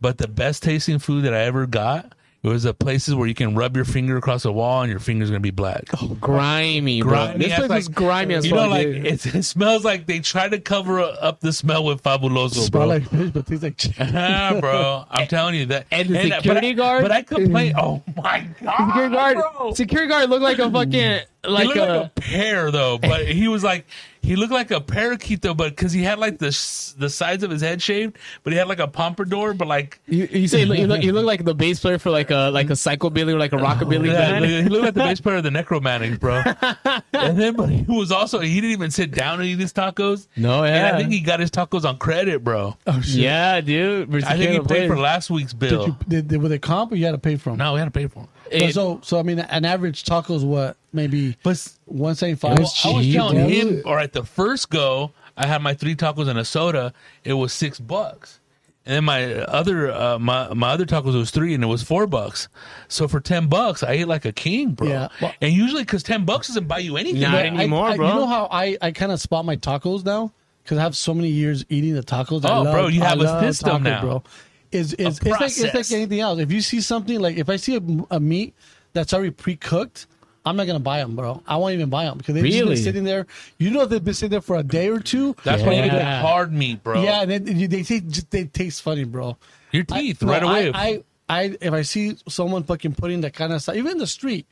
Speaker 3: But the best tasting food that I ever got. was the places where you can rub your finger across the wall and your finger's gonna be black.
Speaker 2: Oh, grimy, bro.
Speaker 3: Grimy
Speaker 2: this
Speaker 3: as
Speaker 2: place
Speaker 3: like-
Speaker 2: was grimy as
Speaker 3: You know,
Speaker 2: fuck.
Speaker 3: like
Speaker 2: dude.
Speaker 3: it, it smells like they try to cover up the smell with Fabuloso,
Speaker 4: Smell
Speaker 3: bro.
Speaker 4: like fish, but tastes like chicken.
Speaker 3: Ah, bro, I'm telling you that.
Speaker 2: and the
Speaker 3: but I-
Speaker 2: security guard?
Speaker 3: but I complain. Oh my god,
Speaker 2: security guard.
Speaker 3: Oh, bro.
Speaker 2: Security guard looked like a fucking
Speaker 3: He
Speaker 2: like uh,
Speaker 3: looked like a
Speaker 2: a.
Speaker 3: pear though, but he was like he looked like a parakeet though, but because he had like the s- the sides of his head shaved, but he had like a pompadour, but like
Speaker 2: You, you say you look, you look like the bass player for like a like a psychobilly or like a rockabilly
Speaker 3: Oh, Yeah,
Speaker 2: band.
Speaker 3: he looked like the bass player of the Necromantic, bro. and then, but he was also he didn't even sit down and eat his tacos.
Speaker 2: No,
Speaker 3: and
Speaker 2: yeah.
Speaker 3: I think he got his tacos on credit, bro.
Speaker 4: Oh shit!
Speaker 2: Yeah, dude.
Speaker 3: I think he paid for last week's bill.
Speaker 4: Did you did, did, with a comp, or you had to pay for them?
Speaker 3: No, we had to pay for them.
Speaker 2: It-
Speaker 4: so so I mean, an average taco's what maybe
Speaker 3: But s-
Speaker 4: one seventy
Speaker 3: well,
Speaker 4: five.
Speaker 3: I was telling
Speaker 4: bro.
Speaker 3: him, all right, the first go, I had my three tacos and a soda. It was six bucks. And then my other uh, my my other tacos was three and it was four bucks. So for ten bucks, I ate like a king, bro.
Speaker 4: Yeah, well-
Speaker 3: and usually because ten bucks doesn't buy you anything.
Speaker 2: Nah,
Speaker 3: bro.
Speaker 2: Not anymore,
Speaker 4: I, I,
Speaker 2: bro.
Speaker 4: You know how I I kind of spot my tacos now because I have so many years eating the tacos. I
Speaker 3: Oh,
Speaker 4: love-
Speaker 3: bro, you
Speaker 4: I
Speaker 3: have a
Speaker 4: love
Speaker 3: system now.
Speaker 4: bro. Is is it's like it's like
Speaker 3: process.
Speaker 4: anything else. If you see something like if I see a, a meat that's already pre cooked. I'm not gonna buy them, bro. I won't even buy them because they've just
Speaker 2: Really?
Speaker 4: been sitting there. You know they've been sitting there for a day or two.
Speaker 3: That's why you
Speaker 2: Yeah.
Speaker 3: get hard meat, bro.
Speaker 4: Yeah, and then you- they taste they taste funny, bro.
Speaker 3: your teeth
Speaker 4: No,
Speaker 3: right
Speaker 4: I-
Speaker 3: away.
Speaker 4: I, I if I see someone fucking putting that kind of stuff, even in the street,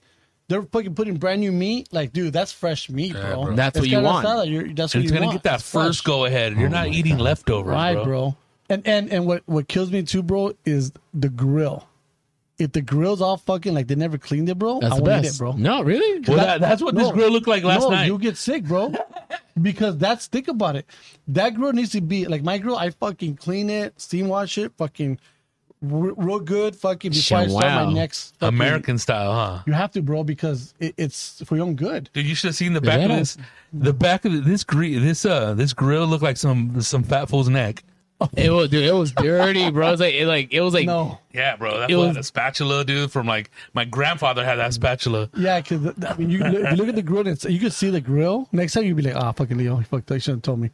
Speaker 4: they're fucking putting brand new meat. Like, dude, that's fresh meat, bro.
Speaker 3: bro.
Speaker 2: That's what you
Speaker 4: carne
Speaker 2: want.
Speaker 4: asada, you're- that's what
Speaker 3: It's
Speaker 4: you
Speaker 3: gonna
Speaker 4: want.
Speaker 3: get that
Speaker 4: It's Oh fresh.
Speaker 3: first go ahead. You're not eating leftovers,
Speaker 4: right,
Speaker 3: bro.
Speaker 4: bro. And and and what what kills me too, bro, is the grill. If the grill's all fucking like they never cleaned it, bro,
Speaker 2: That's
Speaker 4: I
Speaker 2: the
Speaker 4: won't
Speaker 2: best,
Speaker 4: eat it, bro.
Speaker 2: No, really.
Speaker 3: Well, that, that's what this
Speaker 4: No.
Speaker 3: grill looked like last
Speaker 4: no,
Speaker 3: night.
Speaker 4: You get sick, bro. because that's think about it. That grill needs to be like my grill. I fucking clean it, steam wash it, fucking re- real good, fucking before I start
Speaker 2: Wow.
Speaker 4: my next fucking-
Speaker 3: American style, huh?
Speaker 4: You have to, bro, because it, it's for your own good.
Speaker 3: Dude, you should have seen the back of
Speaker 2: that
Speaker 3: this. The back of this grill. This uh, this grill looked like some some fat fool's neck.
Speaker 2: It was, dude. It was dirty, bro. It was like, it like, it was like.
Speaker 4: No,
Speaker 3: Yeah, bro. That's
Speaker 2: It
Speaker 3: what
Speaker 2: was-
Speaker 3: a spatula, dude. From like my grandfather had
Speaker 4: Mm.
Speaker 3: that spatula.
Speaker 4: yeah, because I mean, you, look- you look at the grill, and it's, you can see the grill. Next time you'll be like, ah, fucking Leo, he fucked up. You shouldn't have told me.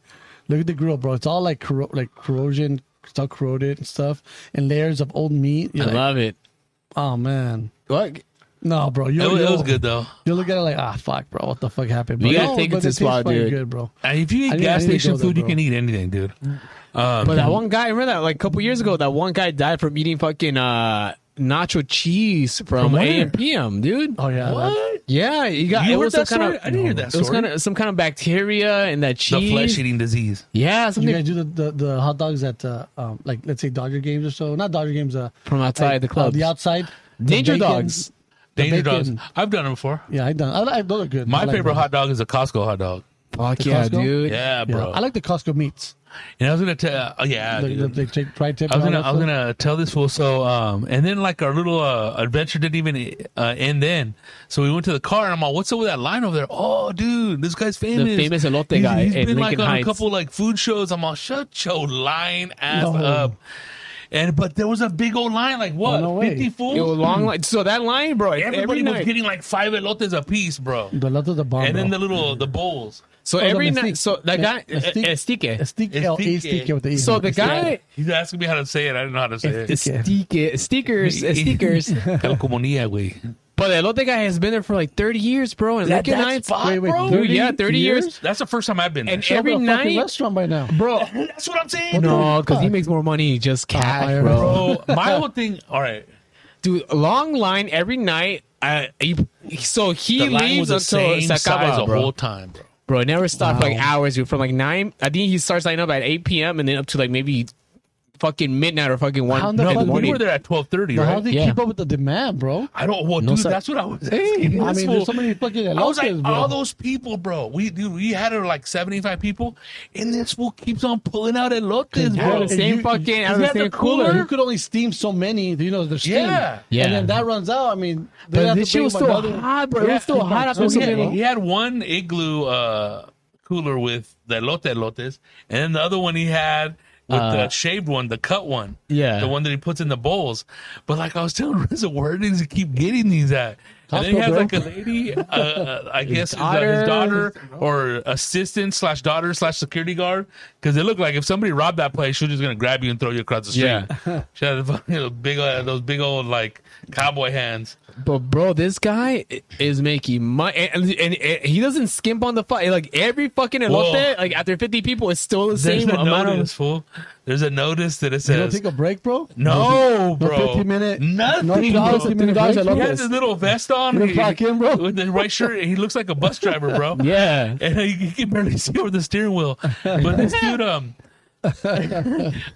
Speaker 4: Look at the grill, bro. It's all like corro- like corrosion, it's all corroded and stuff, and layers of old meat. You're
Speaker 2: I
Speaker 4: like,
Speaker 2: love it.
Speaker 4: oh man,
Speaker 2: What?
Speaker 4: no, bro. You
Speaker 3: It, was- it was
Speaker 4: you-
Speaker 3: good though.
Speaker 4: You look at it like, ah, fuck, bro, what the fuck happened? Bro?
Speaker 2: You gotta
Speaker 4: No,
Speaker 2: take it
Speaker 4: but
Speaker 2: to
Speaker 4: tastes
Speaker 2: spot,
Speaker 4: fucking
Speaker 2: dude.
Speaker 4: Good, bro.
Speaker 3: And if you eat
Speaker 4: I need- I
Speaker 3: gas
Speaker 4: need to
Speaker 3: station
Speaker 4: go there,
Speaker 3: food, you
Speaker 4: bro.
Speaker 3: can eat anything, dude. Um,
Speaker 2: But that one guy, remember that like a couple years ago, that one guy died from eating fucking uh nacho cheese
Speaker 3: From
Speaker 2: from
Speaker 3: where?
Speaker 2: AM PM, um, dude.
Speaker 4: Oh yeah, that-
Speaker 3: what?
Speaker 2: Yeah, you got
Speaker 3: You
Speaker 2: it
Speaker 3: heard
Speaker 2: was some
Speaker 3: that
Speaker 2: kind
Speaker 3: story?
Speaker 2: of
Speaker 3: I didn't hear that
Speaker 2: It was
Speaker 3: story.
Speaker 2: kind of some kind of bacteria in that
Speaker 3: The
Speaker 2: cheese.
Speaker 3: flesh eating disease.
Speaker 2: Yeah,
Speaker 4: you
Speaker 2: something
Speaker 4: guys do the, the, the hot dogs at uh, um, like let's say Dodger games or so, not Dodger games, uh,
Speaker 2: from outside
Speaker 4: like,
Speaker 2: the
Speaker 4: uh,
Speaker 2: club.
Speaker 4: the outside, the
Speaker 2: Danger
Speaker 4: bacon.
Speaker 2: dogs.
Speaker 3: Danger dogs.
Speaker 4: bacon.
Speaker 3: I've done them before.
Speaker 4: Yeah, I done. I, I, those are good.
Speaker 3: My
Speaker 4: I like
Speaker 3: favorite
Speaker 4: those.
Speaker 3: hot dog is a Costco hot dog.
Speaker 2: Fuck
Speaker 4: The
Speaker 2: yeah,
Speaker 4: Costco?
Speaker 2: dude.
Speaker 3: Yeah,
Speaker 4: Yeah,
Speaker 3: bro.
Speaker 4: I like the Costco meats.
Speaker 3: and I was gonna tell. Oh yeah,
Speaker 4: The, the,
Speaker 3: dude.
Speaker 4: they take pride tip.
Speaker 3: I was
Speaker 4: and
Speaker 3: gonna,
Speaker 4: all
Speaker 3: I was
Speaker 4: that
Speaker 3: gonna tell this fool. So, um, and then like our little uh, adventure didn't even uh, end then. So we went to the car, and I'm like, "What's up with that line over there?" Oh, dude, this guy's famous.
Speaker 2: famous elote
Speaker 3: He's-
Speaker 2: guy
Speaker 3: He's
Speaker 2: in
Speaker 3: been like
Speaker 2: Lincoln
Speaker 3: on a
Speaker 2: Heights.
Speaker 3: couple like food shows. I'm all, "Shut your line ass
Speaker 4: No.
Speaker 3: up." And but there was a big old line, like what,
Speaker 4: no way.
Speaker 3: fifty fools?
Speaker 2: It was long line. So that line, bro.
Speaker 3: Everybody
Speaker 2: every
Speaker 3: was
Speaker 2: night.
Speaker 3: getting like five elotes a piece, bro.
Speaker 4: stuff. The lot of the bomb.
Speaker 3: And then the
Speaker 4: bro.
Speaker 3: little the bowls.
Speaker 2: so
Speaker 4: the
Speaker 2: every night.
Speaker 4: mystique.
Speaker 2: So that
Speaker 4: Me-
Speaker 2: guy, eh,
Speaker 4: mystique. Estique,
Speaker 2: Estique.
Speaker 3: Estique.
Speaker 4: L- Estique with the E.
Speaker 2: So the guy,
Speaker 3: He's asking me how to say it. I didn't know how to say it.
Speaker 2: Estique, stickers, stickers.
Speaker 3: Calcomanía, güey.
Speaker 2: But the elote guy has been there for like 30 years, bro. And
Speaker 3: That-
Speaker 2: Lincoln
Speaker 3: that's
Speaker 2: Heights,
Speaker 3: fucked, Wait, wait,
Speaker 2: bro.
Speaker 4: 30
Speaker 2: yeah, 30 years,
Speaker 4: years?
Speaker 3: That's the first time I've been there.
Speaker 2: and
Speaker 4: Every
Speaker 2: every
Speaker 4: a fucking
Speaker 2: night,
Speaker 4: restaurant by now.
Speaker 2: bro.
Speaker 3: That's what I'm saying.
Speaker 2: No,
Speaker 4: the
Speaker 2: because he
Speaker 4: fuck?
Speaker 2: makes more money just cash,
Speaker 4: I-
Speaker 2: bro.
Speaker 3: Bro, my whole thing. All right.
Speaker 2: Dude, long line every night. I, I- so he
Speaker 3: The line was
Speaker 2: leaves
Speaker 3: the
Speaker 2: until
Speaker 3: same size
Speaker 2: Sacaba,
Speaker 3: the whole
Speaker 2: bro.
Speaker 3: time, bro.
Speaker 2: Bro, it never stopped like hours, dude. From like nine, I think he starts lining up at eight p.m. and then up to like maybe fucking midnight or fucking
Speaker 4: How
Speaker 2: one
Speaker 4: the
Speaker 2: in
Speaker 4: fuck
Speaker 2: the
Speaker 4: do
Speaker 3: We
Speaker 2: morning.
Speaker 3: were there at twelve thirty,
Speaker 4: Now, How
Speaker 3: right?
Speaker 4: do they
Speaker 2: Yeah.
Speaker 4: keep up with the demand, bro?
Speaker 3: I don't. Well, dude,
Speaker 2: sir.
Speaker 3: that's what I was saying.
Speaker 4: I
Speaker 3: This
Speaker 4: mean,
Speaker 3: fool-
Speaker 4: there's so many fucking
Speaker 3: I was like,
Speaker 4: elotes, bro.
Speaker 3: all those people, bro. We dude, we had her like seventy five people, and this fool keeps on pulling out elotes,
Speaker 2: Out
Speaker 3: bro.
Speaker 2: of the same
Speaker 4: you-
Speaker 2: fucking, out
Speaker 3: you
Speaker 2: of the
Speaker 3: had the
Speaker 2: same cooler.
Speaker 4: You could only steam so many, you know, there's steam.
Speaker 3: Yeah.
Speaker 2: Yeah.
Speaker 4: And then that runs out. I mean, they
Speaker 2: But
Speaker 4: have
Speaker 2: this
Speaker 4: to
Speaker 2: shit
Speaker 4: bring
Speaker 2: was
Speaker 4: them
Speaker 2: still
Speaker 4: another-
Speaker 2: hot, bro. It was still hot after
Speaker 4: Oh,
Speaker 2: so
Speaker 4: yeah.
Speaker 2: many.
Speaker 3: Yeah, he had one igloo uh, cooler with the elote elotes, and then the other one he had with the
Speaker 2: Uh,
Speaker 3: shaved one, the cut one.
Speaker 2: Yeah.
Speaker 3: The one that he puts in the bowls. But like I was telling Rizzo, where does he keep getting these at? And then he
Speaker 4: Costco,
Speaker 3: has
Speaker 4: bro.
Speaker 3: like a lady, uh, uh, I guess his uh, his
Speaker 2: daughter.
Speaker 3: daughter or assistant slash daughter slash security guard, because it looked like if somebody robbed that place, she was just gonna grab you and throw you across the street.
Speaker 2: Yeah.
Speaker 3: she had those big, uh, those big old like cowboy hands.
Speaker 2: But bro, this guy i- is making money, and, and, and he doesn't skimp on the fuck. Like every fucking elote, like after fifty people, it's still the
Speaker 3: There's
Speaker 2: same
Speaker 3: a
Speaker 2: amount
Speaker 3: notice,
Speaker 2: of.
Speaker 3: fool. There's a notice that it
Speaker 4: You don't
Speaker 3: says
Speaker 4: take a break, bro?
Speaker 3: no, bro.
Speaker 4: 15 minute-
Speaker 3: Nothing.
Speaker 4: No,
Speaker 3: bro.
Speaker 4: $15
Speaker 3: He
Speaker 4: minute
Speaker 2: $15
Speaker 4: break?
Speaker 2: I love
Speaker 3: has his little vest on.
Speaker 4: You clock in, bro?
Speaker 3: With the right shirt, he looks like a bus driver, bro.
Speaker 2: Yeah,
Speaker 3: And you, you can barely see over the steering wheel. But this dude, um, I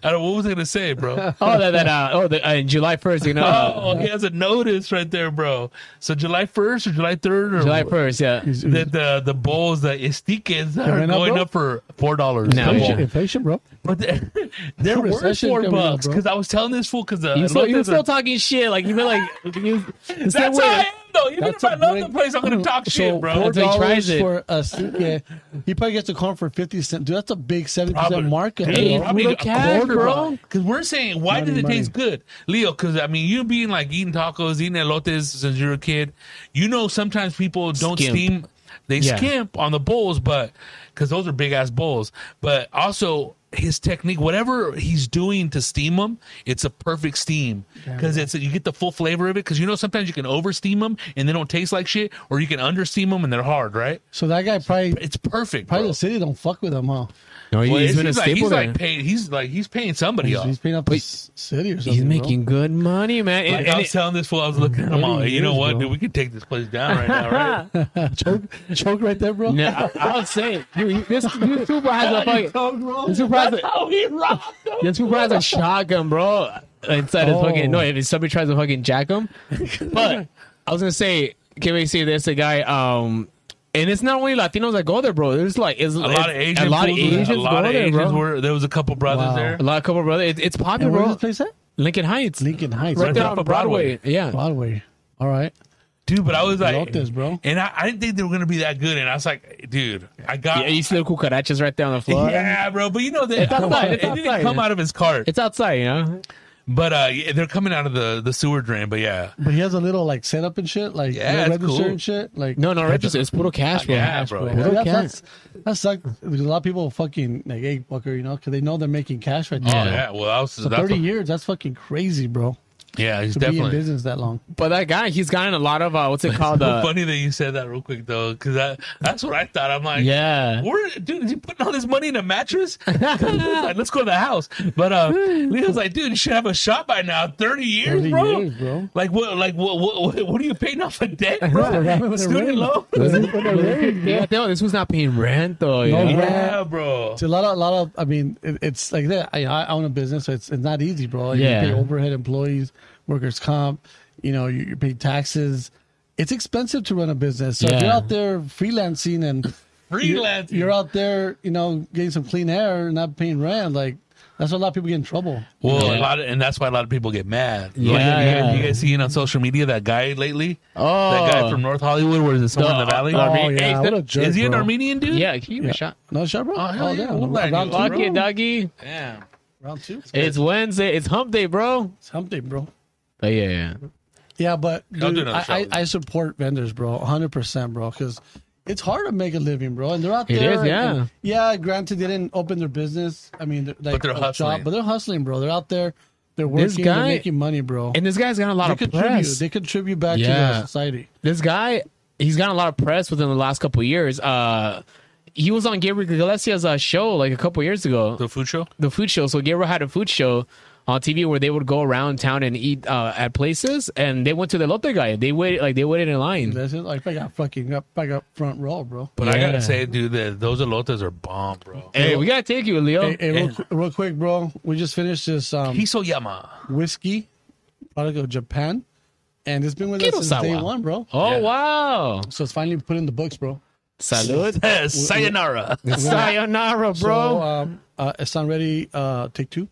Speaker 3: don't. What was I gonna say, bro?
Speaker 2: Oh, that, that uh, oh, the, uh, July first, you know,
Speaker 3: Oh, he has a notice right there, bro. So July first or July third or
Speaker 2: July first, yeah.
Speaker 3: That the the bowls, the estiques are
Speaker 4: went up,
Speaker 3: going
Speaker 4: bro?
Speaker 3: up for four dollars.
Speaker 2: No.
Speaker 4: Inflation,
Speaker 2: Yeah.
Speaker 4: inflation, bro.
Speaker 3: But there, there were
Speaker 4: Recession
Speaker 3: four
Speaker 4: coming up,
Speaker 3: bucks
Speaker 4: bro.
Speaker 3: because I was telling this fool because the
Speaker 2: You still,
Speaker 3: elotes
Speaker 2: you
Speaker 3: are-
Speaker 2: still talking shit, like you were like, you, the same
Speaker 3: that's how I am
Speaker 2: way.
Speaker 3: though. Even
Speaker 4: That's
Speaker 3: if I
Speaker 4: a
Speaker 3: love
Speaker 4: great-
Speaker 3: the place, I'm gonna talk shit, bro.
Speaker 4: Four
Speaker 2: Until he tries
Speaker 4: dollars
Speaker 2: it.
Speaker 4: for a stick. Yeah. He probably gets the corn for fifty cents. Dude, that's a big seventy
Speaker 3: Probably-
Speaker 4: percent markup.
Speaker 2: Hey,
Speaker 4: bro.
Speaker 2: I mean, a quarter, bro.
Speaker 3: Because we're saying, why
Speaker 4: Money,
Speaker 3: did it
Speaker 4: money.
Speaker 3: taste good, Leo? Because I mean, you being like eating tacos, eating elotes since you're a kid, you know, sometimes people don't
Speaker 2: Skimp.
Speaker 3: steam, they
Speaker 2: Yeah.
Speaker 3: skimp on the bowls, but because those are big ass bowls. But also his technique, whatever he's doing to steam them, it's a perfect steam because it's you get the full flavor of it. Because you know, sometimes you can over steam them and they don't taste like shit, or you can under steam them and they're hard, right?
Speaker 4: So that guy probably
Speaker 3: It's perfect.
Speaker 4: probably
Speaker 3: bro.
Speaker 4: the city don't fuck with him, huh?
Speaker 2: No, he-
Speaker 3: Well, it's-
Speaker 2: he's been a
Speaker 3: he's like,
Speaker 2: staple
Speaker 3: he's
Speaker 2: there.
Speaker 3: like paying. He's like he's paying somebody
Speaker 4: He's,
Speaker 3: off.
Speaker 4: he's paying up
Speaker 2: Wait.
Speaker 4: the s- city or something.
Speaker 2: he's
Speaker 4: bro.
Speaker 2: making good money, man. And-
Speaker 3: Like,
Speaker 2: and
Speaker 3: I was
Speaker 2: it-
Speaker 3: telling this fool, I was looking at him. all,
Speaker 4: Thirty
Speaker 3: you know
Speaker 4: years,
Speaker 3: what,
Speaker 4: bro.
Speaker 3: dude? We could take this place down right now, right?
Speaker 4: choke, choke right there, bro.
Speaker 2: No, I, I was saying, dude, he- this this super has a fucking, this super has a,
Speaker 3: oh, he robbed him.
Speaker 2: this super has a shotgun, bro. Inside his fucking
Speaker 3: Oh.
Speaker 2: no, if somebody tries to fucking jack him. But I was gonna say, can we see this? A guy, um, and it's not only Latinos that go there, bro. There's like it's,
Speaker 3: A lot of Asian
Speaker 2: a lot of
Speaker 3: fools were-
Speaker 2: Asians
Speaker 3: a lot
Speaker 2: go
Speaker 3: of
Speaker 2: there,
Speaker 3: Asians
Speaker 2: bro.
Speaker 3: were there was a couple brothers
Speaker 4: Wow.
Speaker 3: there.
Speaker 2: a lot of couple brother. It, it's popular,
Speaker 4: And where is
Speaker 2: bro.
Speaker 4: this place at?
Speaker 2: Lincoln Heights,
Speaker 4: Lincoln Heights.
Speaker 2: right there
Speaker 3: off
Speaker 2: on
Speaker 3: of
Speaker 2: Broadway.
Speaker 3: Broadway.
Speaker 2: Yeah,
Speaker 4: Broadway. All right.
Speaker 3: Dude, but I was like,
Speaker 4: Love this, bro.
Speaker 3: and I, I didn't think they were gonna be that good. And I was like, dude, I got
Speaker 2: yeah. You see the cucarachas right there on the floor.
Speaker 3: Yeah, bro. But you know that
Speaker 2: It's outside,
Speaker 3: it
Speaker 2: it's
Speaker 3: didn't
Speaker 2: outside.
Speaker 3: come out of his cart.
Speaker 2: It's outside, you know.
Speaker 3: But uh, yeah, they're coming out of the the sewer drain. But yeah, Oh,
Speaker 4: But he has a little like setup and shit, like
Speaker 3: Yeah,
Speaker 4: little
Speaker 3: it's
Speaker 4: register
Speaker 3: cool.
Speaker 4: and shit. Like
Speaker 2: No, no, register. It's puro cash, bro.
Speaker 3: Yeah, bro.
Speaker 4: Yeah,
Speaker 3: Yeah.
Speaker 4: that's,
Speaker 2: cash.
Speaker 4: that's, that sucked. Because a lot of people fucking like, hey, fucker, you know, because they know they're making cash right
Speaker 3: oh
Speaker 4: now.
Speaker 3: yeah. Well, I was
Speaker 4: So
Speaker 3: that's
Speaker 4: 30
Speaker 3: what-
Speaker 4: years, that's fucking crazy, bro.
Speaker 3: Yeah, he's
Speaker 4: To be in
Speaker 3: definitely.
Speaker 4: business that long.
Speaker 2: But that guy, he's gotten a lot of uh, what's it called?
Speaker 3: So
Speaker 2: Uh,
Speaker 3: funny that you said that real quick though, because that, that's what I thought. I'm like,
Speaker 2: yeah.
Speaker 3: Where, dude, is he putting all this money in a mattress? Like, Let's go to the house. But uh, Leo's like, dude, you should have a shot by now. Thirty years,
Speaker 4: 30
Speaker 3: bro.
Speaker 4: years, bro.
Speaker 3: Like what? Like what? What, what are you paying off a debt, bro? Student loan.
Speaker 2: Yeah, no, this was not paying rent though. you
Speaker 4: No,
Speaker 2: know?
Speaker 4: bro.
Speaker 3: Yeah, bro.
Speaker 4: It's a lot of, a lot of. I mean, it, it's like that. I, I own a business, so it's, it's not easy, bro. Like,
Speaker 2: Yeah.
Speaker 4: you pay overhead employees, workers' comp. You know, you, you pay taxes. It's expensive to run a business. So if you're
Speaker 2: Yeah.
Speaker 4: out there freelancing and
Speaker 3: Freelance.
Speaker 4: you're out there, you know, getting some clean air and not paying rent, like that's why a lot of people get in trouble.
Speaker 3: Well, a
Speaker 2: Yeah.
Speaker 3: lot, of, and that's why a lot of people get mad.
Speaker 2: Yeah,
Speaker 3: Like, have you, have
Speaker 2: yeah.
Speaker 3: you guys seen on social media that guy lately?
Speaker 2: Oh,
Speaker 3: That guy from North Hollywood, where is it? Somewhere in the
Speaker 2: The-
Speaker 3: valley.
Speaker 2: uh, Arme-
Speaker 4: oh yeah,
Speaker 2: Hey,
Speaker 4: what
Speaker 2: that-
Speaker 4: a jerk,
Speaker 3: is he an
Speaker 4: bro.
Speaker 3: Armenian dude?
Speaker 2: Yeah, can you give me a shot?
Speaker 4: No shot, bro.
Speaker 3: Oh, hell yeah.
Speaker 4: damn.
Speaker 3: What about
Speaker 4: round,
Speaker 3: you,
Speaker 4: two,
Speaker 2: Fuck
Speaker 3: Lucky
Speaker 4: bro.
Speaker 2: it, doggy.
Speaker 3: Damn.
Speaker 4: round two.
Speaker 2: It's Wednesday. It's hump day, bro.
Speaker 4: It's hump day, bro.
Speaker 2: But yeah, yeah.
Speaker 4: Yeah, but
Speaker 3: I'll do
Speaker 4: dude,
Speaker 3: another
Speaker 4: I,
Speaker 3: shot
Speaker 4: I,
Speaker 3: with
Speaker 4: I support vendors, bro, 100%, bro, because it's hard to make a living, bro. And they're out
Speaker 2: It
Speaker 4: there.
Speaker 2: is,
Speaker 4: and-
Speaker 2: yeah.
Speaker 4: and- yeah, granted, they didn't open their business. I mean, they're, like,
Speaker 3: they're
Speaker 4: a
Speaker 3: hustling.
Speaker 4: but they're hustling, bro. They're out there. They're working.
Speaker 2: guy-
Speaker 4: they're making money, bro.
Speaker 2: and this guy's got a lot
Speaker 4: they
Speaker 2: of
Speaker 4: contribute.
Speaker 2: press.
Speaker 4: They contribute back to
Speaker 2: Yeah.
Speaker 4: the society.
Speaker 2: This guy, he's gotten a lot of press within the last couple years. Uh, he was on Gabriel Iglesias' uh, show like a couple years ago.
Speaker 3: The food show.
Speaker 2: the food show. So Gabriel had a food show on TV where they would go around town and eat uh, at places, and they went to the lotte guy. They waited like they waited in line.
Speaker 4: That's it. Like, I got fucking up, I got front row, bro.
Speaker 3: But I
Speaker 2: Yeah.
Speaker 3: gotta say, dude, that those elotes are bomb, bro.
Speaker 2: Hey, we gotta take you, Leo.
Speaker 4: Hey, hey, real, qu- real quick, bro. We just finished this um,
Speaker 3: Hiso Yama.
Speaker 4: whiskey product of Japan, and it's been with us since day
Speaker 2: Kirosawa.
Speaker 4: one, bro.
Speaker 2: oh
Speaker 3: yeah.
Speaker 2: wow!
Speaker 4: So it's finally put in the books, bro.
Speaker 2: Salud,
Speaker 3: Sayonara.
Speaker 2: sayonara,
Speaker 4: So,
Speaker 2: bro.
Speaker 4: um, uh, it's not ready. Uh, take two.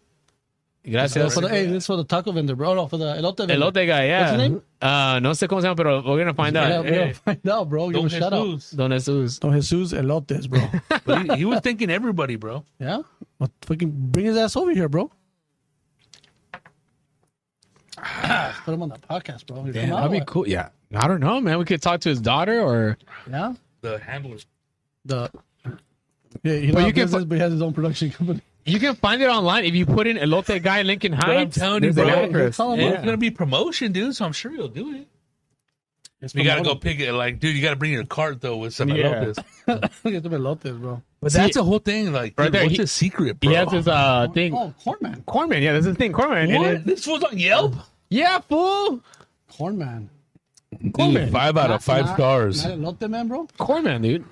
Speaker 2: Gracias.
Speaker 4: For the, hey, this is for the taco vendor, bro. No, for the elote vendor.
Speaker 2: El lotte guy, yeah.
Speaker 4: What's his name?
Speaker 2: Uh, no sé cómo se llama, pero we're gonna find
Speaker 4: Yeah,
Speaker 2: out.
Speaker 4: we
Speaker 3: hey.
Speaker 4: gotta find out, bro. Give him a
Speaker 3: Don
Speaker 4: shout out.
Speaker 3: Jesus.
Speaker 2: Don eh. Jesus.
Speaker 4: Don Jesus Elotes, bro.
Speaker 3: But he, he was thinking everybody, bro.
Speaker 4: yeah? Well, fucking bring his ass over here, bro. Put him on the podcast, bro. He'll come out,
Speaker 2: that'd be
Speaker 4: what?
Speaker 2: cool. Yeah, I don't know, man. We could talk to his daughter or
Speaker 4: Yeah?
Speaker 3: The handlers.
Speaker 4: The, yeah, you know,
Speaker 2: you
Speaker 4: you
Speaker 2: can
Speaker 4: business,
Speaker 2: fu-
Speaker 4: but he has his own production company.
Speaker 2: you can find it online if you put in elote guy Lincoln Heights.
Speaker 3: I'm telling you,
Speaker 2: there's an
Speaker 3: bro,
Speaker 2: address.
Speaker 4: call him
Speaker 2: Yeah.
Speaker 4: up.
Speaker 3: It's gonna be promotion, dude. So I'm sure you'll do it.
Speaker 4: It's
Speaker 3: You gotta go
Speaker 4: promoted.
Speaker 3: pick it. Like, dude, you gotta bring your cart though with some
Speaker 2: Yeah.
Speaker 3: elotes.
Speaker 4: Get them elotes, bro.
Speaker 3: But
Speaker 2: See-
Speaker 3: that's the whole thing. Like,
Speaker 2: Right
Speaker 3: dude,
Speaker 2: there,
Speaker 3: what's
Speaker 2: he-
Speaker 3: his secret, bro?
Speaker 2: He has his uh thing.
Speaker 4: Oh, Cornman.
Speaker 2: Corman, yeah, that's his thing. Corman. and
Speaker 3: What?
Speaker 2: then-
Speaker 3: This was on Yelp.
Speaker 2: yeah, fool.
Speaker 4: Cornman.
Speaker 2: Corman.
Speaker 3: five out of five
Speaker 4: Not-
Speaker 3: stars.
Speaker 4: Not elote man, bro.
Speaker 2: Corman, dude.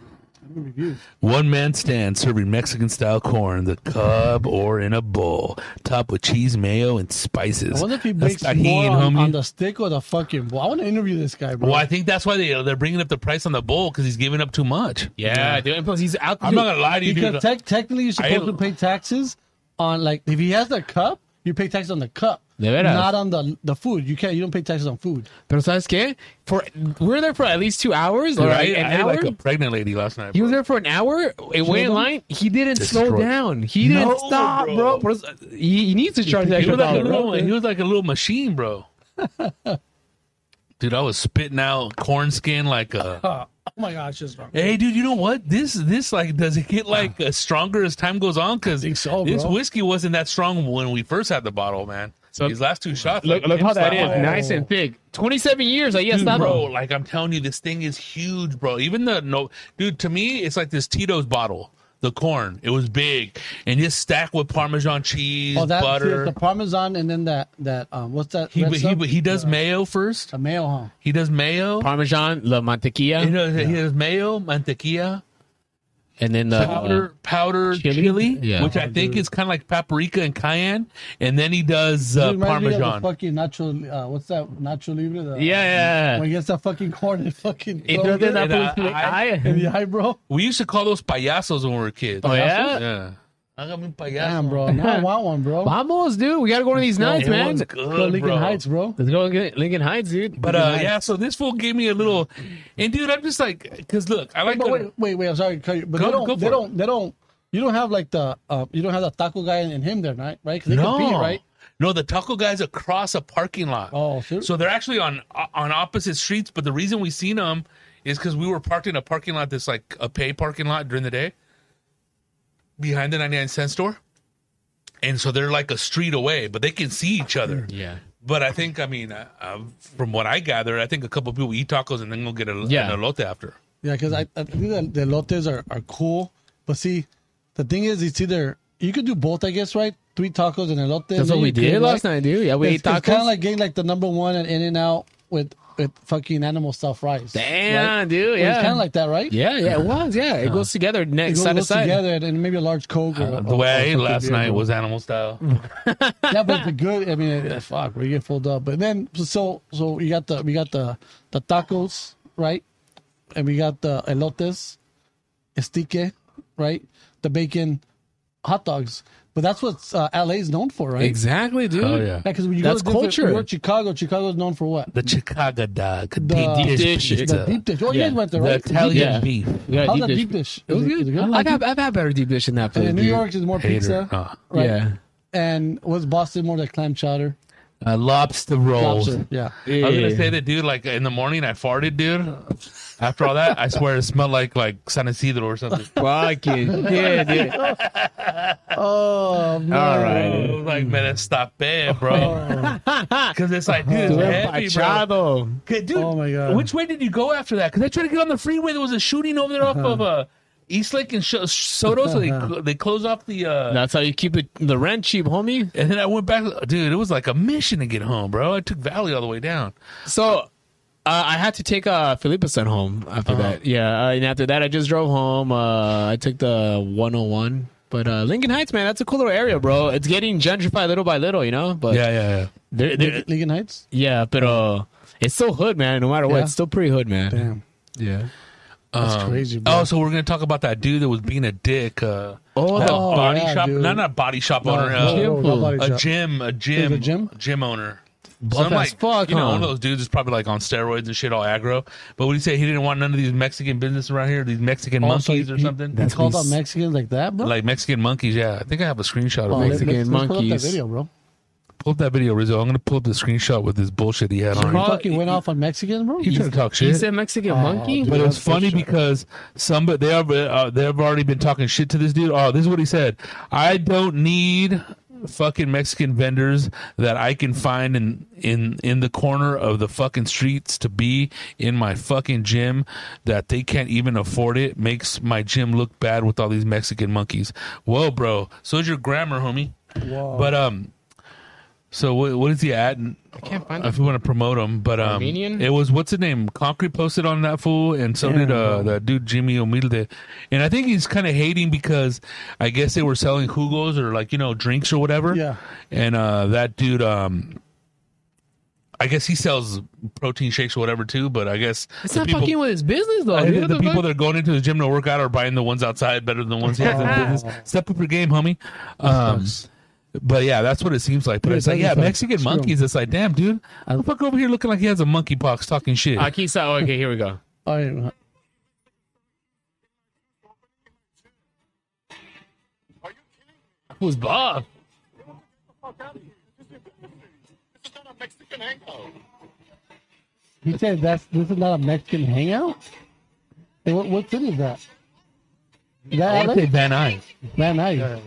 Speaker 4: I'm gonna review.
Speaker 3: One man stand serving Mexican style corn, the cub or in a bowl, topped with cheese, mayo, and
Speaker 4: I
Speaker 3: spices.
Speaker 4: wonder if he
Speaker 3: That's
Speaker 4: makes more on,
Speaker 3: homie.
Speaker 4: on the stick or the fucking. Well, I want to interview this guy, bro.
Speaker 3: well, I think that's why they they're bringing up the price on the bowl because he's giving up too much.
Speaker 2: Yeah, dude. And plus, he's out.
Speaker 3: I'm not gonna lie to you,
Speaker 4: Because
Speaker 3: dude.
Speaker 4: tec- technically, you're supposed
Speaker 3: I-
Speaker 4: to pay taxes on like if he has the cup, you pay taxes on the cup,
Speaker 2: De veras.
Speaker 4: not on the the food. You can't. You don't pay taxes on food.
Speaker 2: Pero sabes qué? For we're there for at least two hours,
Speaker 3: Dude,
Speaker 2: or
Speaker 3: I,
Speaker 2: an
Speaker 3: I ate
Speaker 2: hour.
Speaker 3: like a pregnant lady last night.
Speaker 2: he was
Speaker 3: bro.
Speaker 2: there for an hour. It went in
Speaker 4: him?
Speaker 2: line. He didn't slow
Speaker 3: Destroyed.
Speaker 2: down. He didn't
Speaker 3: No,
Speaker 2: stop,
Speaker 3: bro.
Speaker 2: bro. Por eso- He, he needs to charge the
Speaker 3: He
Speaker 2: extra
Speaker 3: was like a
Speaker 2: dollar.
Speaker 3: little,
Speaker 2: bro.
Speaker 3: he was like a little machine, bro. dude, I was spitting out corn skin like a.
Speaker 4: Oh my gosh, just wrong.
Speaker 3: Hey, dude, you know what? This this like does it get like uh, stronger as time goes on? Because
Speaker 4: think so,
Speaker 3: this
Speaker 4: bro.
Speaker 3: whiskey wasn't that strong when we first had the bottle, man.
Speaker 2: So-
Speaker 3: These last two shots,
Speaker 2: Look,
Speaker 3: like,
Speaker 2: look how
Speaker 3: it's
Speaker 2: that
Speaker 3: like-
Speaker 2: is, nice and thick. Twenty-seven years. I yes,
Speaker 3: Dude,
Speaker 2: that
Speaker 3: bro, like I'm telling you, this thing is huge, bro. Even the no, dude. To me, it's like this Tito's bottle. the corn. It was big and just stacked with Parmesan cheese,
Speaker 4: Oh, that
Speaker 3: butter.
Speaker 4: the parmesan and then that that um, what's that?
Speaker 3: he,
Speaker 4: red
Speaker 3: he,
Speaker 4: stuff?
Speaker 3: he does mayo first.
Speaker 4: the mayo, huh?
Speaker 3: He does mayo.
Speaker 2: Parmesan, la mantequilla,
Speaker 3: He does, he does mayo, mantequilla,
Speaker 2: and then
Speaker 4: Uh,
Speaker 2: the
Speaker 3: powder, powder
Speaker 2: chili?
Speaker 3: chili,
Speaker 2: Yeah.
Speaker 3: which I think is kind of like paprika and cayenne, and then he does
Speaker 4: It
Speaker 3: uh,
Speaker 4: reminds me of the
Speaker 3: parmesan.
Speaker 4: fucking nacho. Uh, what's that? Nacho libre. The,
Speaker 2: Yeah,
Speaker 4: When
Speaker 2: yeah.
Speaker 4: he gets that fucking corn and fucking.
Speaker 2: It doesn't
Speaker 3: And I-
Speaker 2: happen.
Speaker 3: I-
Speaker 4: in the eye, bro.
Speaker 3: We used to call those payasos when we were kids.
Speaker 2: Oh yeah.
Speaker 3: Yeah. Hágame un payaso.
Speaker 4: Damn, bro. Now I want one, bro.
Speaker 2: Vamos, dude. We gotta go to these nights,
Speaker 3: It
Speaker 2: man.
Speaker 3: was
Speaker 2: Let's
Speaker 3: good,
Speaker 4: Go Lincoln
Speaker 3: bro.
Speaker 4: Heights, bro.
Speaker 2: go to Lincoln Heights, dude.
Speaker 3: But uh, yeah, so this fool gave me a little, and dude, I'm just like, cause look, I like.
Speaker 4: But
Speaker 3: going-
Speaker 4: wait, wait, wait. I'm sorry, to cut you, but
Speaker 3: Go-
Speaker 4: they
Speaker 3: go
Speaker 4: don't,
Speaker 3: for
Speaker 4: they
Speaker 3: it.
Speaker 4: don't, they don't. You don't have like the, uh, you don't have the taco guy and him there, right? Right? 'Cause they
Speaker 3: no,
Speaker 4: compete, right?
Speaker 3: no, the taco guys across a parking lot.
Speaker 4: Oh, shoot.
Speaker 3: so they're actually on on opposite streets. But the reason we seen them is because we were parked in a parking lot that's like a pay parking lot during the day, behind the 99 cent store, and so they're like a street away, but they can see each other.
Speaker 2: yeah.
Speaker 3: But I think, I mean, uh, uh, from what I gathered, I think a couple people eat tacos and then go get a,
Speaker 2: Yeah.
Speaker 3: an elote after.
Speaker 4: Yeah, because I, I think that the elotes are, are cool, but see, the thing is, it's either you could do both, I guess, right? Three tacos and elote.
Speaker 2: That's what we did last night, dude. Yeah, we
Speaker 4: it's
Speaker 2: ate tacos.
Speaker 4: kind of like getting like the number one at In and Out with with fucking animal stuff rice.
Speaker 2: Damn,
Speaker 4: right?
Speaker 2: dude.
Speaker 4: Well,
Speaker 2: Yeah.
Speaker 4: it's kind of like that, right?
Speaker 2: yeah, yeah, it was. Yeah,
Speaker 3: Uh-huh.
Speaker 2: it goes together
Speaker 4: it
Speaker 2: next
Speaker 4: goes,
Speaker 2: side to
Speaker 4: goes
Speaker 2: side.
Speaker 4: together and, and maybe a large coke.
Speaker 3: The
Speaker 4: or, or-
Speaker 3: way
Speaker 4: or
Speaker 3: I ate
Speaker 4: something
Speaker 3: last
Speaker 4: beer,
Speaker 3: night
Speaker 4: bro.
Speaker 3: was animal style.
Speaker 4: yeah, but the good. I mean, eh, fuck, we get filled up. But then, so so we got the we got the the tacos, right? And we got the elotes, estique, right? The bacon, hot dogs. But that's what uh, LA is known for, right?
Speaker 2: Exactly, dude.
Speaker 3: Oh, yeah.
Speaker 4: Because when you
Speaker 2: That's
Speaker 4: go to different-
Speaker 2: culture.
Speaker 4: You go to Chicago. Chicago is known for what?
Speaker 3: The Chicago dog,
Speaker 4: The-
Speaker 3: deep,
Speaker 2: Deep
Speaker 3: dish
Speaker 2: dish.
Speaker 3: pizza,
Speaker 4: The deep dish. Oh,
Speaker 2: Yeah.
Speaker 4: you guys went there,
Speaker 3: the
Speaker 4: right?
Speaker 3: Italian
Speaker 2: Yeah.
Speaker 3: beef.
Speaker 2: We got
Speaker 4: How's
Speaker 2: deep
Speaker 4: that
Speaker 2: dish.
Speaker 4: deep dish?
Speaker 2: It was
Speaker 4: Is it-
Speaker 2: good.
Speaker 4: is it good?
Speaker 2: I
Speaker 4: Like
Speaker 2: have, I've had better deep dish than that.
Speaker 4: And
Speaker 2: place,
Speaker 4: in New
Speaker 2: dude.
Speaker 4: York is more
Speaker 3: Hater.
Speaker 4: pizza,
Speaker 3: Huh.
Speaker 4: right?
Speaker 2: Uh, Yeah.
Speaker 4: And was Boston more like clam chowder?
Speaker 3: Uh, lobster rolls.
Speaker 4: Lobster, yeah.
Speaker 3: I was gonna
Speaker 2: Yeah.
Speaker 3: say that, dude. Like in the morning, I farted, dude. After all that, I swear it smelled like like San Isidro or something.
Speaker 2: Fucking yeah, dude. All
Speaker 4: Oh man.
Speaker 3: It
Speaker 2: right.
Speaker 3: was like, man, it stop it, bro. Because it's like, dude, it's heavy, bro.
Speaker 2: Machado.
Speaker 3: Okay, dude.
Speaker 4: Oh, my God.
Speaker 3: Which way did you go after that? Because I tried to get on the freeway. There was a shooting over there off of uh, East Lake and Sh- Soto, so they they closed off the. Uh,
Speaker 2: That's how you keep the, the rent cheap, homie.
Speaker 3: And then I went back, dude. It was like a mission to get home, bro. I took Valley all the way down.
Speaker 2: So uh, I had to take uh, Felipe's son home after that. Yeah, uh, and after that, I just drove home. Uh, I took the 101. But uh, Lincoln Heights, man, that's a cool little area, bro. It's getting gentrified little by little, you know. But yeah,
Speaker 3: yeah, yeah.
Speaker 2: they're, they're,
Speaker 4: Lincoln Heights.
Speaker 2: yeah, but uh, it's still hood, man. No matter what,
Speaker 4: Yeah.
Speaker 2: it's still pretty hood, man.
Speaker 4: Damn,
Speaker 2: Yeah.
Speaker 4: that's
Speaker 3: Um,
Speaker 4: crazy, bro.
Speaker 3: Oh, so we're gonna talk about that dude that was being a dick. Uh,
Speaker 2: Oh,
Speaker 3: that
Speaker 2: the-
Speaker 3: body
Speaker 4: yeah,
Speaker 3: shop,
Speaker 4: dude.
Speaker 3: not not body shop
Speaker 4: No,
Speaker 3: owner,
Speaker 4: no,
Speaker 3: uh,
Speaker 4: no, no, body
Speaker 3: a
Speaker 4: shop.
Speaker 3: gym, a gym,
Speaker 4: a gym?
Speaker 3: owner.
Speaker 2: Buff as fuck,
Speaker 3: you know,
Speaker 2: huh?
Speaker 3: one of those dudes is probably like on steroids and shit, all aggro. But what he say? He didn't want none of these Mexican business around here, these Mexican
Speaker 4: Also,
Speaker 3: monkeys or
Speaker 4: he-
Speaker 3: something.
Speaker 4: He called out
Speaker 2: That's-
Speaker 4: Mexicans like that, bro.
Speaker 3: like Mexican monkeys, yeah. I think I have a screenshot
Speaker 4: Oh,
Speaker 3: of
Speaker 4: let-
Speaker 3: it.
Speaker 4: let's-
Speaker 2: Mexican
Speaker 4: let's pull up
Speaker 2: monkeys.
Speaker 4: that video, bro.
Speaker 3: Pull up that video, Rizzo. I'm gonna pull up the screenshot with this bullshit he had on.
Speaker 4: He
Speaker 3: He,
Speaker 4: fucking went off on Mexicans, bro.
Speaker 3: he tried to talk shit.
Speaker 2: He's a Mexican
Speaker 3: Oh,
Speaker 2: monkey.
Speaker 4: dude.
Speaker 3: But it was
Speaker 4: That's
Speaker 3: funny
Speaker 4: bullshit.
Speaker 3: because some but they are uh, they've already been talking shit to this dude. Oh, this is what he said: I don't need fucking Mexican vendors that I can find in in in the corner of the fucking streets to be in my fucking gym that they can't even afford it. Makes my gym look bad with all these Mexican monkeys. Whoa, bro! So is your grammar, homie.
Speaker 4: Whoa.
Speaker 3: But um. So what, what is he at? I
Speaker 2: can't find
Speaker 3: if we want to promote him, but um,
Speaker 2: Armenian?
Speaker 3: it was what's the name? Concrete posted on that fool, and so did uh, that dude Jimmy Omilde, and I think he's kind of hating because I guess they were selling jugos or like you know drinks or whatever.
Speaker 4: Yeah.
Speaker 3: and uh, that dude, um, I guess he sells protein shakes or whatever too, but I guess
Speaker 2: It's
Speaker 3: the
Speaker 2: not
Speaker 3: people-
Speaker 2: fucking with his business though.
Speaker 3: I
Speaker 2: dude.
Speaker 3: think
Speaker 2: What
Speaker 3: the people
Speaker 2: fuck?
Speaker 3: that are going into the gym to work out are buying the ones outside better than the ones in the business. Step up your game, homie. Um, but yeah, that's what it seems like. But
Speaker 4: Yeah,
Speaker 3: it's like,
Speaker 4: that
Speaker 3: yeah,
Speaker 4: is like-
Speaker 3: Mexican
Speaker 4: screw 'em.
Speaker 3: monkeys. It's like, damn, dude, the fuck over here looking like he has a monkey pox talking shit.
Speaker 2: Ah, Keith Sa- okay, here we go.
Speaker 4: All right,
Speaker 2: Who's Bob?
Speaker 4: he said that's this is not a Mexican hangout. Hey, what, what city is that? Is that
Speaker 3: I
Speaker 4: LA?
Speaker 3: would say Van Nuys.
Speaker 4: Man, nice.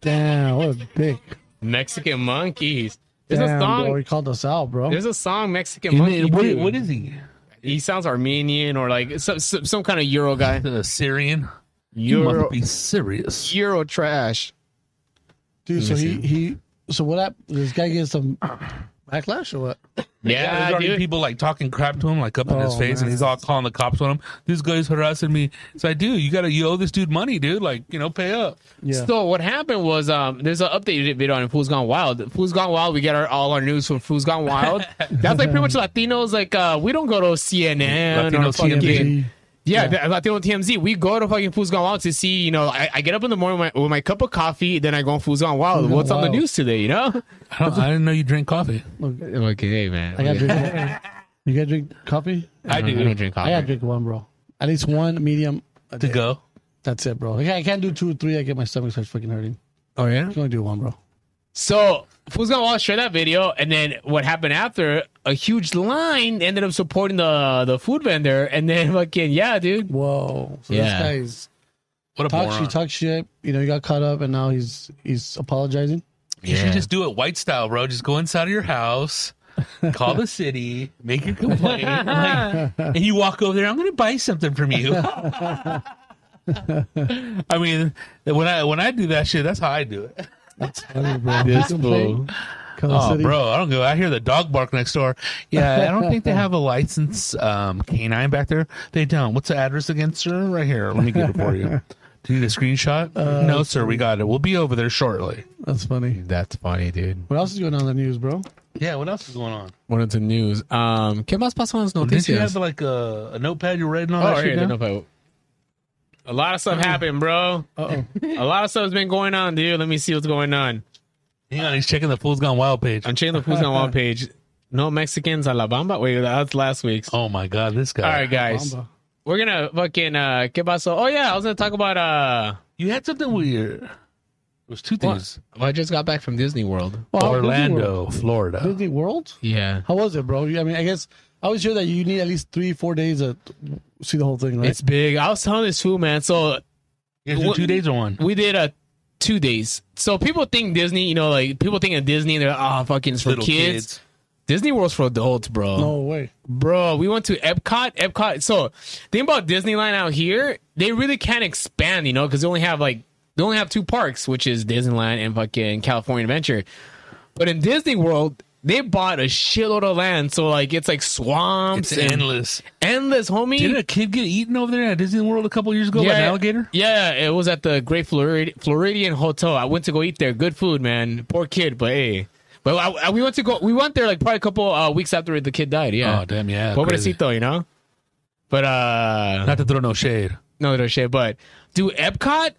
Speaker 4: Damn, what a dick.
Speaker 2: Mexican monkeys. There's
Speaker 4: Damn,
Speaker 2: a song.
Speaker 4: bro, he called us out, bro.
Speaker 2: There's a song Mexican
Speaker 3: Isn't
Speaker 2: monkey.
Speaker 3: it- What,
Speaker 2: dude.
Speaker 3: what is he?
Speaker 2: He sounds Armenian or like some some, some kind of Euro guy.
Speaker 3: The Syrian. You
Speaker 2: Euro
Speaker 3: must be serious.
Speaker 2: Euro trash.
Speaker 4: Dude, so he, he so what hap- this guy gets some backlash or what?
Speaker 3: there's
Speaker 2: Yeah,
Speaker 3: already
Speaker 2: dude.
Speaker 3: people like talking crap to him, like up in his
Speaker 4: Oh,
Speaker 3: face,
Speaker 4: man.
Speaker 3: and he's all calling the cops on him. This guy's harassing me. So I do. You gotta, you owe this dude money, dude. Like, you know, pay up.
Speaker 4: Yeah.
Speaker 2: So what happened was um, there's an updated video on Fool's Gone Wild. Fool's Gone Wild, we get our all our news from Fool's Gone Wild. That's like pretty much Latinos. Like uh, we don't go to CNN
Speaker 3: Latino
Speaker 2: or fucking
Speaker 3: TMZ.
Speaker 2: yeah, the- Latino TMZ. We go to fucking Fool's Gone Wild to see. You know, I, I get up in the morning with my, with my cup of coffee, then I go on Fool's Gone Wild.
Speaker 4: Fool's Gone
Speaker 2: What's on
Speaker 4: Wild.
Speaker 2: the news today? You know?
Speaker 3: I, don't, I didn't know you drink coffee.
Speaker 4: Look,
Speaker 2: I'm like, hey man,
Speaker 4: I
Speaker 3: Oh,
Speaker 4: gotta
Speaker 2: okay.
Speaker 4: drink You gotta drink coffee?
Speaker 3: I
Speaker 2: I
Speaker 3: do
Speaker 2: don't drink
Speaker 4: I
Speaker 2: coffee.
Speaker 4: gotta drink one, bro. At least one medium. a
Speaker 3: to
Speaker 4: day.
Speaker 3: go.
Speaker 4: That's it, bro. Like, I can't do two or three. I get my stomach starts fucking hurting.
Speaker 2: oh yeah.
Speaker 4: I can only do one, bro.
Speaker 2: So Fool's Gone Wild shared that video, and then what happened after? A huge line ended up supporting the the food vendor, and then fucking yeah, dude.
Speaker 4: Whoa. So this
Speaker 2: Yeah.
Speaker 4: guy's
Speaker 3: What a
Speaker 4: talk
Speaker 3: moron.
Speaker 4: shit, talk shit. You know, he got caught up, and now he's he's apologizing.
Speaker 3: You should just do it white style, bro. Just go inside of your house, call the city, make your complaint, like, and you walk over there. I'm going to buy something from you. I mean, when I when I do that shit, that's how I do it.
Speaker 4: That's funny, bro.
Speaker 2: This
Speaker 4: Complaint.
Speaker 2: fool.
Speaker 4: Call the
Speaker 3: Oh,
Speaker 4: city.
Speaker 3: bro, I don't go. I hear the dog bark next door. Yeah, I don't think they have a license um, canine back there. They don't. What's the address again, sir? Right here. Let me get it for you. Do you need a screenshot? no, sir. We got it. We'll be over there shortly.
Speaker 4: That's funny.
Speaker 2: That's funny, dude.
Speaker 4: What else is going on in the news, bro?
Speaker 3: Yeah. What else is going on?
Speaker 2: One of the news. Um, ¿Qué más pasó en las
Speaker 3: Did you
Speaker 2: noticias?
Speaker 3: have like a, a notepad you were writing on?
Speaker 2: oh,
Speaker 3: that
Speaker 2: right,
Speaker 3: shit
Speaker 2: I
Speaker 3: down?
Speaker 2: didn't know if I- A lot of stuff happened, bro.
Speaker 4: Uh oh.
Speaker 2: A lot of stuff's been going on, dude. Let me see what's going on.
Speaker 3: Hang on, he's checking the Fool's Gone Wild page.
Speaker 2: I'm checking the Fool's Gone Wild page. No Mexicans, Alabama. Wait, that's last week's.
Speaker 3: Oh my god, this guy.
Speaker 2: All right, guys.
Speaker 4: Bomba.
Speaker 2: We're gonna fucking uh, ¿Qué pasó? Oh yeah, I was gonna talk about uh.
Speaker 3: You had something weird. It was two things.
Speaker 2: I just got back from Disney World.
Speaker 4: Well, how-
Speaker 3: Orlando, Florida.
Speaker 4: Disney World? Disney World?
Speaker 2: Yeah.
Speaker 4: How was it, bro? You- I mean, I guess I was sure that you need at least three, four days to see the whole thing, right?
Speaker 2: It's big. I was telling this fool, man. So
Speaker 3: You guys do
Speaker 2: What-
Speaker 3: two days or one?
Speaker 2: we did a two days. So people think Disney, you know, like people think of Disney and they're ah fucking it's for
Speaker 3: Little
Speaker 2: kids. Disney World's for adults, bro.
Speaker 4: no way.
Speaker 2: Bro, we went to Epcot. Epcot. So thing about Disneyland out here, they really can't expand, you know, because they only have like they only have two parks, which is Disneyland and fucking California Adventure. But in Disney World, they bought a shitload of land, so like it's like swamps
Speaker 3: It's
Speaker 2: and
Speaker 3: endless.
Speaker 2: endless, homie.
Speaker 3: Didn't a kid get eaten over there at Disney World a couple years ago by an alligator?
Speaker 2: Yeah, it was at the Great Florid- Floridian Hotel. I went to go eat there. Good food, man. Poor kid, but hey. But I, I- we went to go. We went there like probably a couple uh, weeks after the kid died. Yeah.
Speaker 3: Oh damn, yeah. crazy.
Speaker 2: Pobrecito, you know. But uh,
Speaker 3: Not to throw no shade.
Speaker 2: no, no shit. But do Epcot,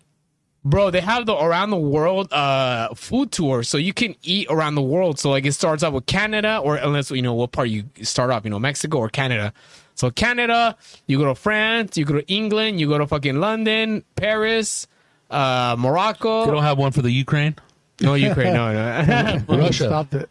Speaker 2: bro? They have the around the world uh food tour, so you can eat around the world. So like it starts off with Canada, or unless you know what part you start off, you know Mexico or Canada. So Canada, you go to France, you go to England, you go to fucking London, Paris, uh,
Speaker 3: They
Speaker 2: Morocco.
Speaker 3: don't have one for the Ukraine.
Speaker 2: No Ukraine, no, no,
Speaker 4: You
Speaker 3: Russia.
Speaker 4: Stopped it.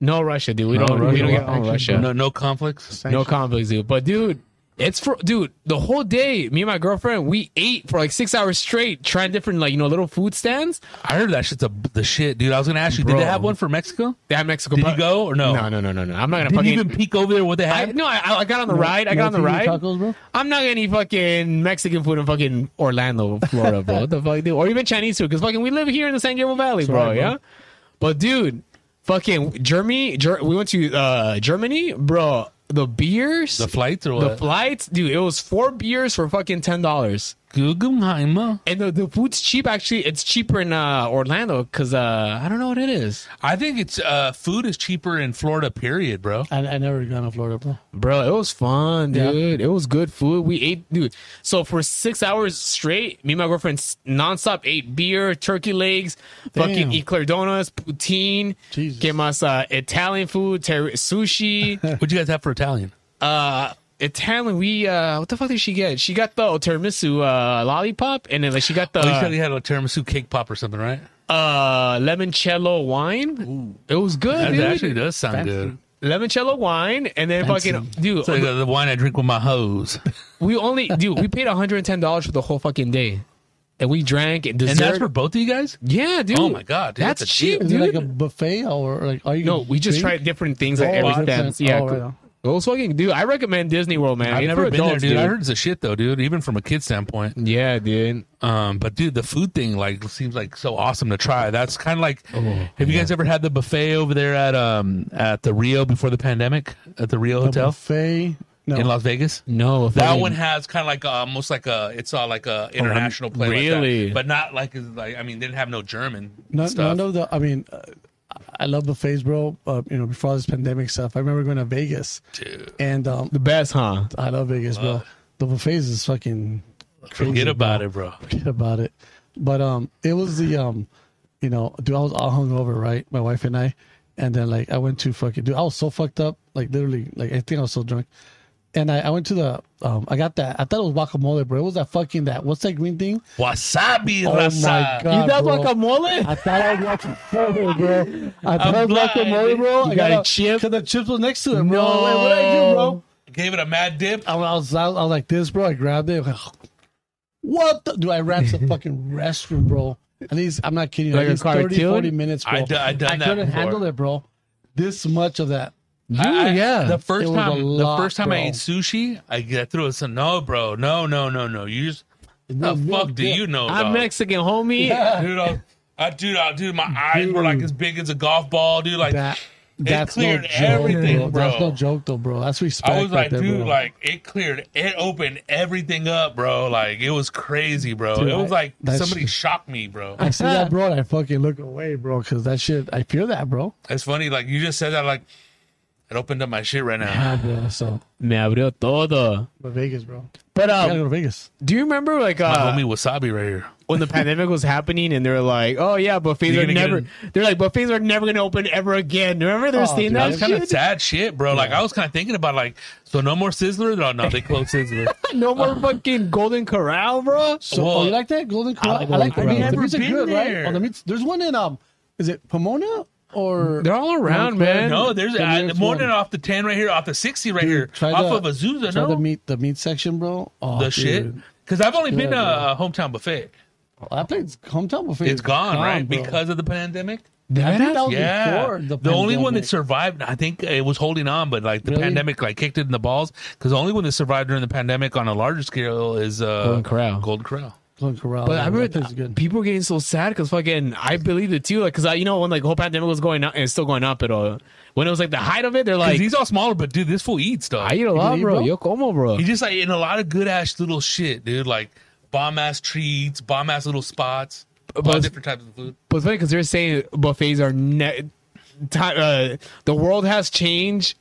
Speaker 2: no Russia, dude. We don't, we
Speaker 3: Russia.
Speaker 2: don't get on
Speaker 4: Actually,
Speaker 2: Russia.
Speaker 3: No, no conflicts.
Speaker 2: No conflicts, dude. But dude, it's for dude. The whole day, me and my girlfriend, we ate for like six hours straight, trying different like you know little food stands.
Speaker 3: I heard that shit's a, the shit, dude. I was gonna ask you,
Speaker 2: Bro.
Speaker 3: did they have one for Mexico?
Speaker 2: They have Mexico.
Speaker 3: Did
Speaker 2: but-
Speaker 3: you go or no?
Speaker 2: No, no, no, no, no. I'm not gonna
Speaker 3: Didn't
Speaker 2: fucking.
Speaker 3: you even peek over there what they
Speaker 2: I,
Speaker 3: had?
Speaker 2: no, I, I got on the ride. I
Speaker 4: No
Speaker 2: got on the
Speaker 4: TV
Speaker 2: ride.
Speaker 4: Tacos, bro.
Speaker 2: I'm not gonna eat fucking Mexican food in fucking Orlando, Florida, bro. What the fuck, dude? Or even Chinese food, because fucking we live here in the San Diego Valley, bro,
Speaker 4: right, bro.
Speaker 2: Yeah. But dude, fucking Germany. Ger- we went to uh Germany, bro. The beers,
Speaker 3: The flights or
Speaker 2: the
Speaker 3: what?
Speaker 2: flights, dude. It was four beers for fucking ten dollars.
Speaker 3: Guggenheimer.
Speaker 2: And the, the food's cheap. Actually, it's cheaper in uh, Orlando because uh, I don't know what it is,
Speaker 3: I think it's uh, food is cheaper in Florida. Period, bro.
Speaker 4: I, I never gone to Florida, bro.
Speaker 2: bro. It was fun,
Speaker 4: Yeah.
Speaker 2: dude. It was good food. We ate, dude. So for six hours straight, me and my girlfriend s- nonstop ate beer, turkey legs,
Speaker 4: Damn.
Speaker 2: fucking eclair donuts, poutine,
Speaker 4: Jesus.
Speaker 2: gave us uh, Italian food, ter- sushi.
Speaker 3: What'd you guys have for Italian?
Speaker 2: uh, Italian, we uh, what the fuck did she get? She got the tiramisu uh, lollipop, and then like she got the
Speaker 3: Oh, you said you had a tiramisu cake pop or something, right?
Speaker 2: uh limoncello wine. It was good,
Speaker 3: That
Speaker 2: dude.
Speaker 3: actually does sound good.
Speaker 2: limoncello wine, and then
Speaker 4: Fancy.
Speaker 2: fucking dude,
Speaker 3: It's like uh, the wine I drink with my hose,
Speaker 2: we only dude we paid one hundred and ten dollars for the whole fucking day, and we drank and dessert.
Speaker 3: and that's for both of you guys.
Speaker 2: yeah, dude.
Speaker 3: Oh my God, dude,
Speaker 2: that's,
Speaker 3: that's a
Speaker 2: cheap,
Speaker 4: Is
Speaker 2: dude.
Speaker 4: it like a buffet or like? Are you
Speaker 2: no, we just tried different things at
Speaker 4: Oh,
Speaker 2: every
Speaker 4: I
Speaker 2: stand.
Speaker 4: understand.
Speaker 2: Yeah,
Speaker 4: Oh, right on.
Speaker 2: Volkswagen, dude. I recommend Disney World, man.
Speaker 3: I've
Speaker 2: It's
Speaker 3: never
Speaker 2: for
Speaker 3: been
Speaker 2: adults,
Speaker 3: there, dude. I heard it's a shit though, dude. Even from a kid standpoint.
Speaker 2: Yeah, dude.
Speaker 3: Um, but dude, the food thing like seems like so awesome to try. That's kind of like, have you guys ever had the buffet over there at um at the Rio before the pandemic at the Rio
Speaker 4: The
Speaker 3: Hotel
Speaker 4: buffet. No.
Speaker 3: in Las Vegas?
Speaker 2: No,
Speaker 3: That one has kind of like a, almost like a it's all like
Speaker 4: Oh,
Speaker 3: a international play, like that.
Speaker 2: really?
Speaker 3: but not like like I mean, they didn't have no German
Speaker 4: None,
Speaker 3: stuff.
Speaker 4: none of the. I mean, uh, I love buffets, bro. Uh, you know, before all this pandemic stuff, I remember going to Vegas,
Speaker 3: Dude.
Speaker 4: and um,
Speaker 2: the best, huh?
Speaker 4: I love Vegas, bro. The buffets is fucking crazy.
Speaker 3: Forget
Speaker 4: bro.
Speaker 3: about it, bro.
Speaker 4: Forget about it. But um, it was the um, you know, dude, I was all hungover, right? My wife and I, and then like I went to fucking dude, I was so fucked up, like literally, like I think I was so drunk. And I, I went to the um, I got that I thought it was guacamole, bro. It was that fucking that what's that green thing?
Speaker 3: Wasabi,
Speaker 4: Oh my
Speaker 3: raza.
Speaker 4: god,
Speaker 2: you got
Speaker 4: bro.
Speaker 2: guacamole?
Speaker 3: Oh,
Speaker 4: I thought I was guacamole, bro. I thought I was
Speaker 3: blind.
Speaker 4: guacamole, bro.
Speaker 2: You
Speaker 4: I
Speaker 2: got a
Speaker 4: got
Speaker 2: chip?
Speaker 4: Cause the chips was next to it, bro.
Speaker 2: No.
Speaker 4: Wait, what did I do, bro?
Speaker 3: Gave it a mad dip.
Speaker 4: I was, I was, I was like this, bro. I grabbed it. what the? Dude, I ran to the fucking restroom, bro. At least, I'm not kidding you.
Speaker 2: Like
Speaker 4: At
Speaker 2: a
Speaker 4: least 30,
Speaker 2: cartoon?
Speaker 4: 40 minutes, bro.
Speaker 3: I d- I done that
Speaker 4: couldn't
Speaker 3: before.
Speaker 4: handle it, bro. This much of that.
Speaker 3: I- I-
Speaker 2: yeah.
Speaker 3: The first
Speaker 4: It was a
Speaker 3: time,
Speaker 4: lot,
Speaker 3: the first time I
Speaker 4: bro.
Speaker 3: ate sushi, I get through it. So no, bro, no, no, no, no. You just the
Speaker 4: no
Speaker 3: fuck do
Speaker 4: dip.
Speaker 3: you know?
Speaker 2: I'm
Speaker 3: dog?
Speaker 2: Mexican, homie.
Speaker 3: dude. I, I dude, I dude. My eyes were like as big as a golf ball, dude. Like
Speaker 4: That, that's no
Speaker 3: cleared
Speaker 4: joke,
Speaker 3: everything,
Speaker 4: bro. That's
Speaker 3: bro.
Speaker 4: no joke, though, bro. That's respect.
Speaker 3: I was
Speaker 4: right
Speaker 3: like,
Speaker 4: there,
Speaker 3: dude,
Speaker 4: bro.
Speaker 3: like it cleared, it opened everything up, bro. Like it was crazy, bro.
Speaker 4: Dude,
Speaker 3: it was
Speaker 4: I-
Speaker 3: like
Speaker 4: that's-
Speaker 3: somebody shocked me, bro.
Speaker 4: I see that, bro, and I fucking look away, bro, because that shit, I feel that, bro.
Speaker 3: It's funny, like you just said that, like it opened up my shit right now.
Speaker 4: Yeah, bro. So,
Speaker 2: Me abrió todo.
Speaker 4: but Vegas, bro.
Speaker 2: But
Speaker 3: Oh.
Speaker 4: I gotta go
Speaker 2: um,
Speaker 4: to Vegas.
Speaker 2: do you remember like
Speaker 3: My
Speaker 2: uh,
Speaker 3: homie wasabi right here.
Speaker 2: when the pandemic was happening and they were like, "Oh yeah, buffets
Speaker 3: You're
Speaker 2: are
Speaker 3: gonna get
Speaker 2: never." They're like, "Buffets are never going to open ever again." Remember they're
Speaker 4: Oh,
Speaker 2: saying
Speaker 4: dude,
Speaker 3: That
Speaker 2: that
Speaker 3: was kind of
Speaker 2: shit?
Speaker 3: sad shit, bro. Like I was kind of thinking about like, so no more Sizzler. No, no, they closed Sizzler.
Speaker 2: No more fucking Golden Corral, bro.
Speaker 4: So
Speaker 3: Well,
Speaker 4: oh, you like that Golden Corral? I like,
Speaker 2: Golden Corral.
Speaker 4: the meats. The
Speaker 2: I've
Speaker 3: never
Speaker 4: meats are
Speaker 3: been
Speaker 4: good,
Speaker 3: there.
Speaker 4: right? Oh, the meats. There's one in um, is it Pomona or
Speaker 2: They're all around,
Speaker 4: Montclair?
Speaker 2: man.
Speaker 3: No, there's
Speaker 4: The
Speaker 3: uh,
Speaker 4: nearest
Speaker 3: more than
Speaker 4: one.
Speaker 3: off the ten right here, off the sixty right here,
Speaker 4: try
Speaker 3: off
Speaker 4: the-
Speaker 3: of Azusa.
Speaker 4: Try
Speaker 3: No,
Speaker 4: the
Speaker 3: the,
Speaker 4: meat, the meat section, bro. Oh, dude.
Speaker 3: shit. Because I've only been
Speaker 4: Yeah,
Speaker 3: a uh, hometown buffet.
Speaker 4: That place hometown buffet.
Speaker 3: It's
Speaker 4: is
Speaker 3: gone, right?
Speaker 4: bro.
Speaker 3: Because of the pandemic.
Speaker 4: I think
Speaker 2: That
Speaker 4: that
Speaker 2: is-
Speaker 4: was
Speaker 3: Yeah,
Speaker 4: before
Speaker 3: the,
Speaker 4: the,
Speaker 3: only one that
Speaker 4: pandemic.
Speaker 3: survived, I think it was holding on, but like the
Speaker 4: Really?
Speaker 3: pandemic, like kicked it in the balls. Because the only one that survived during the pandemic on a larger scale is uh,
Speaker 2: Golden Corral.
Speaker 3: Golden Corral.
Speaker 4: Golden Corral.
Speaker 2: But I
Speaker 4: remember
Speaker 2: remember
Speaker 4: good.
Speaker 2: people were getting so sad because fucking I believed it too. Like, cause I, you know, when like the whole pandemic was going up and it's still going up at all. When it was like the height of it, they're
Speaker 3: 'Cause
Speaker 2: like,
Speaker 3: he's all smaller, but dude, this fool eats though.
Speaker 2: I eat a lot,
Speaker 4: eat,
Speaker 2: bro.
Speaker 4: bro?
Speaker 2: Yo como, bro.
Speaker 3: He just like in a lot of good ass little shit, dude. Like bomb ass treats, bomb ass little spots, all
Speaker 2: But-
Speaker 3: different types of food.
Speaker 2: But it's funny because they're saying buffets are ne- ti uh, the world has changed.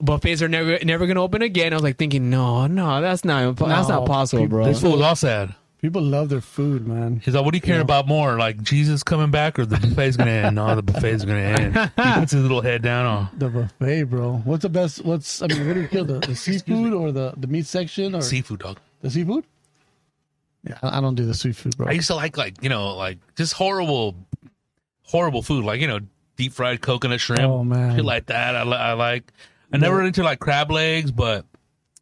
Speaker 2: Buffets are never never gonna open again. I was like thinking, no, no, that's not that's
Speaker 4: No,
Speaker 2: not possible,
Speaker 4: people-
Speaker 2: bro.
Speaker 3: This fool was all sad.
Speaker 4: People love their food, man.
Speaker 3: He's like, "What do you care about more, like Jesus coming back or the buffet's gonna end?" No, the buffet's gonna end. He puts his little head down on
Speaker 4: The buffet, bro. What's the best? What's I mean, what do you kill the, the seafood or the, the meat section or
Speaker 3: seafood dog.
Speaker 4: the seafood? Yeah, I I don't do the sweet food, bro.
Speaker 3: I used to like like you know like just horrible, horrible food like you know deep fried coconut shrimp,
Speaker 4: Oh, man.
Speaker 3: shit like that. I, li- I like. I never went into like crab legs, but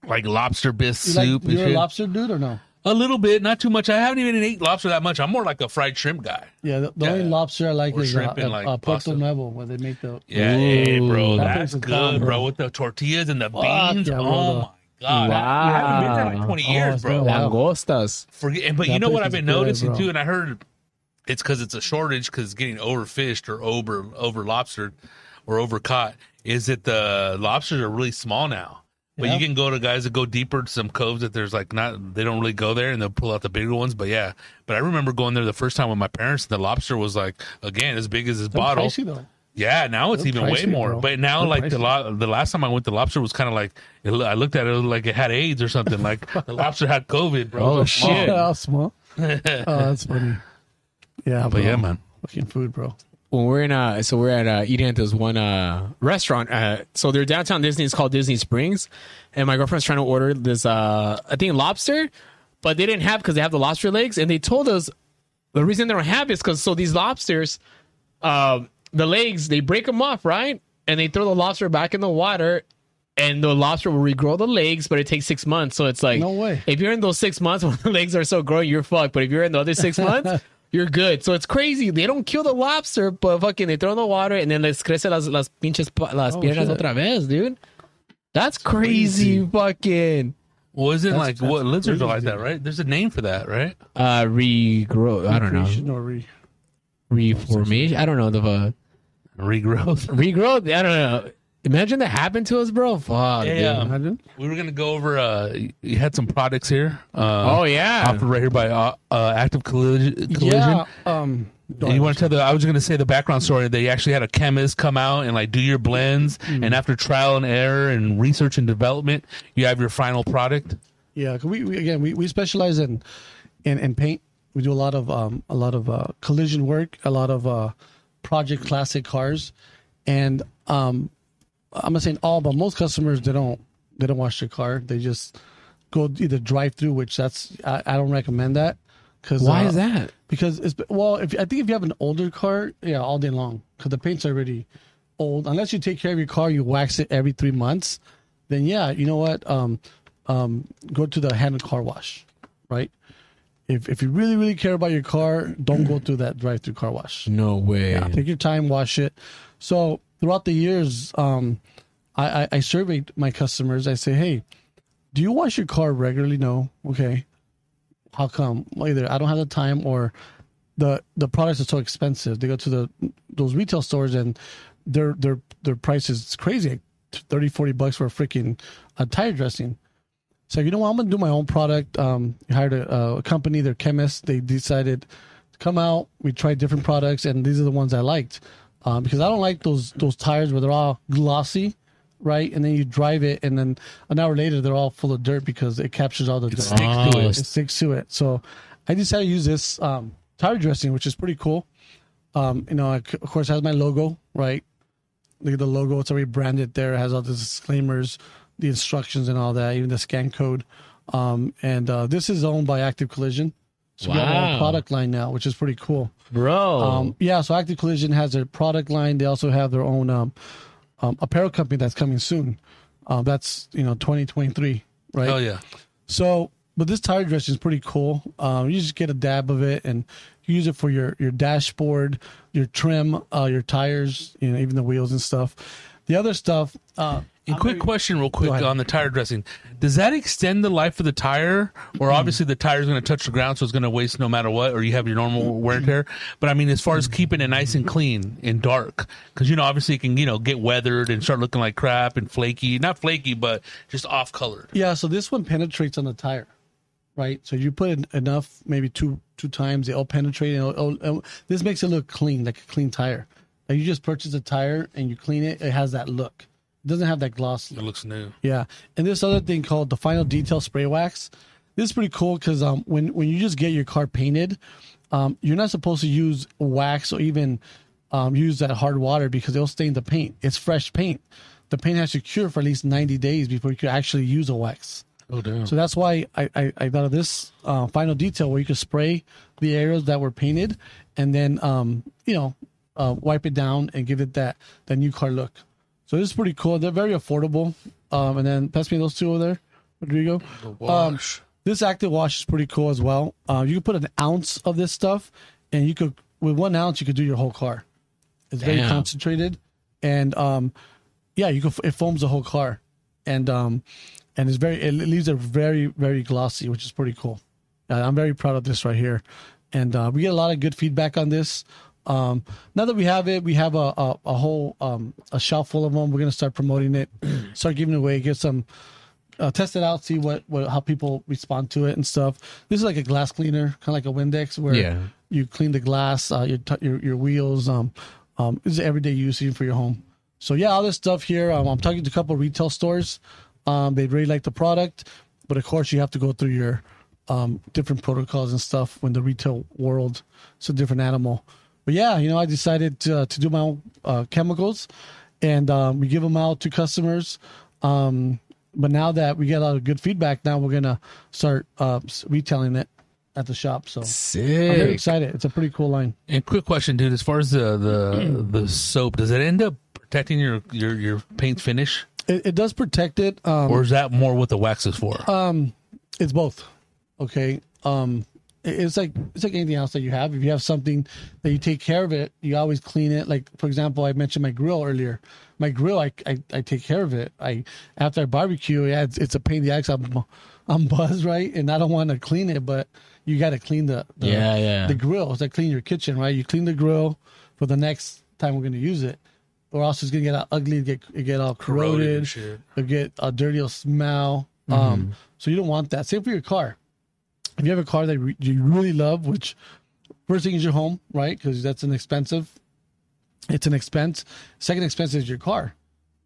Speaker 3: like lobster bisque
Speaker 4: You
Speaker 3: soup.
Speaker 4: Like,
Speaker 3: and
Speaker 4: you're a
Speaker 3: shit.
Speaker 4: lobster dude or no?
Speaker 3: A little bit, not too much. I haven't even ate lobster that much. I'm more like a fried shrimp guy.
Speaker 4: Yeah, the, the
Speaker 3: Yeah.
Speaker 4: only lobster I like
Speaker 3: Or
Speaker 4: is uh,
Speaker 3: shrimp and,
Speaker 4: uh,
Speaker 3: like,
Speaker 4: uh, Puerto
Speaker 3: pasta.
Speaker 4: Nuevo, where they make the.
Speaker 3: Yeah,
Speaker 2: Ooh,
Speaker 3: hey, bro,
Speaker 4: that
Speaker 3: that's
Speaker 4: place is
Speaker 3: good,
Speaker 4: bomb,
Speaker 3: bro.
Speaker 4: bro.
Speaker 3: With the tortillas and the
Speaker 4: Fuck
Speaker 3: beans.
Speaker 4: yeah, bro,
Speaker 3: oh
Speaker 4: the-
Speaker 3: my god, I haven't been there in like
Speaker 2: Wow.
Speaker 3: 20
Speaker 4: Oh,
Speaker 3: years,
Speaker 4: it's
Speaker 3: bro.
Speaker 4: been a while.
Speaker 2: Langostas.
Speaker 3: Forget, and, but
Speaker 4: That
Speaker 3: you know what
Speaker 4: place
Speaker 3: I've
Speaker 4: is
Speaker 3: been
Speaker 4: good,
Speaker 3: noticing
Speaker 4: bro.
Speaker 3: too, and I heard it's because it's a shortage because getting overfished or over over lobstered or overcaught is that the lobsters are really small now. But
Speaker 4: Yeah.
Speaker 3: you can go to guys that go deeper to some coves that there's like not they don't really go there and they'll pull out the bigger ones. But yeah, but I remember going there the first time with my parents and the lobster was like again as big as this
Speaker 4: They're
Speaker 3: bottle.
Speaker 4: pricey, though.
Speaker 3: Yeah, now it's
Speaker 4: They're
Speaker 3: even way
Speaker 4: pricey,
Speaker 3: more.
Speaker 4: bro.
Speaker 3: But now,
Speaker 4: They're
Speaker 3: like the
Speaker 4: pricey.
Speaker 3: lo- the last time I went, the lobster was kind of like it, lo- I looked at it, it was like it had AIDS or something. Like the lobster had COVID, bro.
Speaker 2: Oh,
Speaker 3: It was small.
Speaker 2: shit.
Speaker 4: Oh, small. oh, that's funny. Yeah,
Speaker 3: But yeah, man.
Speaker 4: Fucking food, bro.
Speaker 2: When we're in uh, so we're at uh, eating at this one uh restaurant. Uh, so they're downtown Disney. It's called Disney Springs, and my girlfriend's trying to order this uh I think lobster, but they didn't have because they have the lobster legs, and they told us the reason they don't have is because so these lobsters, um, the legs they break them off right, and they throw the lobster back in the water, and the lobster will regrow the legs, but it takes six months. So it's like
Speaker 4: No way.
Speaker 2: If you're in those six months when the legs are so growing, you're fucked. But if you're in the other six months, you're good. So it's crazy. They don't kill the lobster, but fucking they throw in the water and then les crece las, las pinches pa- las
Speaker 4: Oh,
Speaker 2: piernas
Speaker 4: shit.
Speaker 2: otra vez, dude. That's crazy, fucking
Speaker 3: Was it
Speaker 4: That's-
Speaker 3: like
Speaker 4: that's
Speaker 3: what lizards are like
Speaker 4: crazy.
Speaker 3: that, right? There's a name for that, right?
Speaker 2: uh regrow. I don't know
Speaker 4: Recreation Or re-
Speaker 2: reformation. I don't know the uh,
Speaker 3: Regrowth.
Speaker 2: regrowth. I don't know. Imagine that happened to us, bro.
Speaker 3: Yeah,
Speaker 2: Fuck. dude.
Speaker 3: yeah.
Speaker 4: imagine.
Speaker 3: We were gonna go over. Uh, you had some products here. Uh,
Speaker 2: Oh yeah.
Speaker 3: offered right here by uh, uh, Active Collision. collision.
Speaker 4: Yeah. Um,
Speaker 3: And you want to tell the? I was gonna say the background story. They actually had a chemist come out and like do your blends, and after trial and error and research and development, you have your final product.
Speaker 4: Yeah, 'cause we, we again we, we specialize in, in in paint. We do a lot of um a lot of uh, collision work, a lot of uh, project classic cars, and um I'm not saying all, but most customers they don't they don't wash their car. They just go either drive through, which that's I, I don't recommend that. Cause
Speaker 2: Why
Speaker 4: uh,
Speaker 2: is that?
Speaker 4: Because it's well, if I think if you have an older car, yeah, all day long because the paint's already old. Unless you take care of your car, you wax it every three months, then yeah, you know what? Um, um, go to the hand car wash, right? If if you really really care about your car, don't go through that drive through car wash.
Speaker 2: No way.
Speaker 4: Take your time, wash it. So throughout the years, um, I, I, I surveyed my customers. I say, hey, do you wash your car regularly? No. Okay. How come? Well, either I don't have the time, or the the products are so expensive. They go to the those retail stores and their their their price is crazy, 30, 40 bucks for a freaking uh, tire dressing. So you know what? I'm gonna do my own product. Um, I hired a, a company, their chemist. They decided to come out. We tried different products, and these are the ones I liked um, because I don't like those those tires where they're all glossy, right? And then you drive it, and then an hour later they're all full of dirt because it captures all the dirt.
Speaker 3: sticks to
Speaker 4: It
Speaker 3: it.
Speaker 4: sticks to it. So I decided to use this um, tire dressing, which is pretty cool. Um, you know, I c- of course, it has my logo, right? Look at the logo; it's already branded there. It has all the disclaimers, the instructions, and all that, even the scan code. Um, and uh, this is owned by Active Collision, so we have our own
Speaker 2: Wow.
Speaker 4: product line now, which is pretty cool.
Speaker 2: Bro.
Speaker 4: Um, yeah, so Active Collision has their product line. They also have their own um, um, apparel company that's coming soon. Uh, that's you know 2023, right?
Speaker 3: Oh yeah.
Speaker 4: So, but this tire dressing is pretty cool. Um, you just get a dab of it and you use it for your your dashboard, your trim, uh, your tires, you know, even the wheels and stuff. The other stuff, uh,
Speaker 3: And
Speaker 4: I'm
Speaker 3: quick
Speaker 4: very-
Speaker 3: question, real quick,
Speaker 4: ahead.
Speaker 3: on the tire dressing. Does that extend the life of the tire? Or obviously the tire is going to touch the ground, so it's going to waste no matter what, or you have your normal wear and tear. But I mean, as far as keeping it nice and clean and dark, because, you know, obviously it can, you know, get weathered and start looking like crap and flaky. Not flaky, but just off colored.
Speaker 4: Yeah, so this one penetrates on the tire, right? So you put in enough, maybe two two times, it'll penetrate. And it'll, it'll- this makes it look clean, like a clean tire. Like you just purchase a tire and you clean it, it has that look. It doesn't have that gloss
Speaker 3: It
Speaker 4: look.
Speaker 3: looks new.
Speaker 4: Yeah, and this other thing called the final detail spray wax. This is pretty cool because um, when when you just get your car painted, um, you're not supposed to use wax or even um, use that hard water because it'll stain the paint. It's fresh paint. The paint has to cure for at least 90 days before you can actually use a wax.
Speaker 3: Oh, damn.
Speaker 4: So that's why I, I, I thought of this uh, final detail where you could spray the areas that were painted and then, um, you know, uh, wipe it down and give it that, that new car look. So this is pretty cool. They're very affordable. Um, and then pass me those two over there, Rodrigo. Um,
Speaker 3: wash.
Speaker 4: this active wash is pretty cool as well. Uh, you can put an ounce of this stuff and you could, with one ounce, you could do your whole car. It's very
Speaker 2: Damn.
Speaker 4: concentrated, and um, yeah, you can. It foams the whole car, and um, and it's very. It leaves it very very glossy, which is pretty cool. Uh, I'm very proud of this right here, and uh, we get a lot of good feedback on this. Um, now that we have it, we have a a, a whole um, a shelf full of them. We're gonna start promoting it, start giving it away, get some. Uh, test it out, see what, what how people respond to it and stuff. This is like a glass cleaner, kind of like a Windex, where
Speaker 2: Yeah.
Speaker 4: you clean the glass, uh, your, t- your your wheels. Um, um, this is everyday use even for your home. So yeah, all this stuff here. Um, I'm talking to a couple of retail stores. Um, they really like the product, but of course you have to go through your um, different protocols and stuff when the retail world it's a different animal. But yeah, you know, I decided to, uh, to do my own uh, chemicals, and um, we give them out to customers. Um, but now that we get a lot of good feedback, now we're gonna start uh, s- retailing it at the shop. So I'm very
Speaker 2: Sick.
Speaker 4: excited. It's a pretty cool line.
Speaker 3: And quick question, dude. As far as the the the soap, does it end up protecting your your your paint finish,
Speaker 4: It, it does protect it. Um,
Speaker 3: Uh, or is that more what the wax is for?
Speaker 4: it's both. Okay. Um, it- it's like it's like anything else that you have. If you have something that you take care of it, you always clean it. Like for example, I mentioned my grill earlier. My grill, I I, I take care of it. I after I barbecue, yeah, it's, it's a pain in the ass. I'm I'm buzzed, right? And I don't want to clean it, but you got to clean the, the
Speaker 3: Yeah, yeah.
Speaker 4: the grill. It's like clean your kitchen, right? You clean the grill for the next time we're gonna use it, or else it's gonna get all ugly, get it get all
Speaker 3: Corroded and
Speaker 4: corroded,
Speaker 3: shit. Mm-hmm.
Speaker 4: it'll get a dirty will smell. Um, so you don't want that. Same for your car. If you have a car that re- you really love, which first thing is your home, right? Because that's an expensive. It's an expense. Second expense is your car.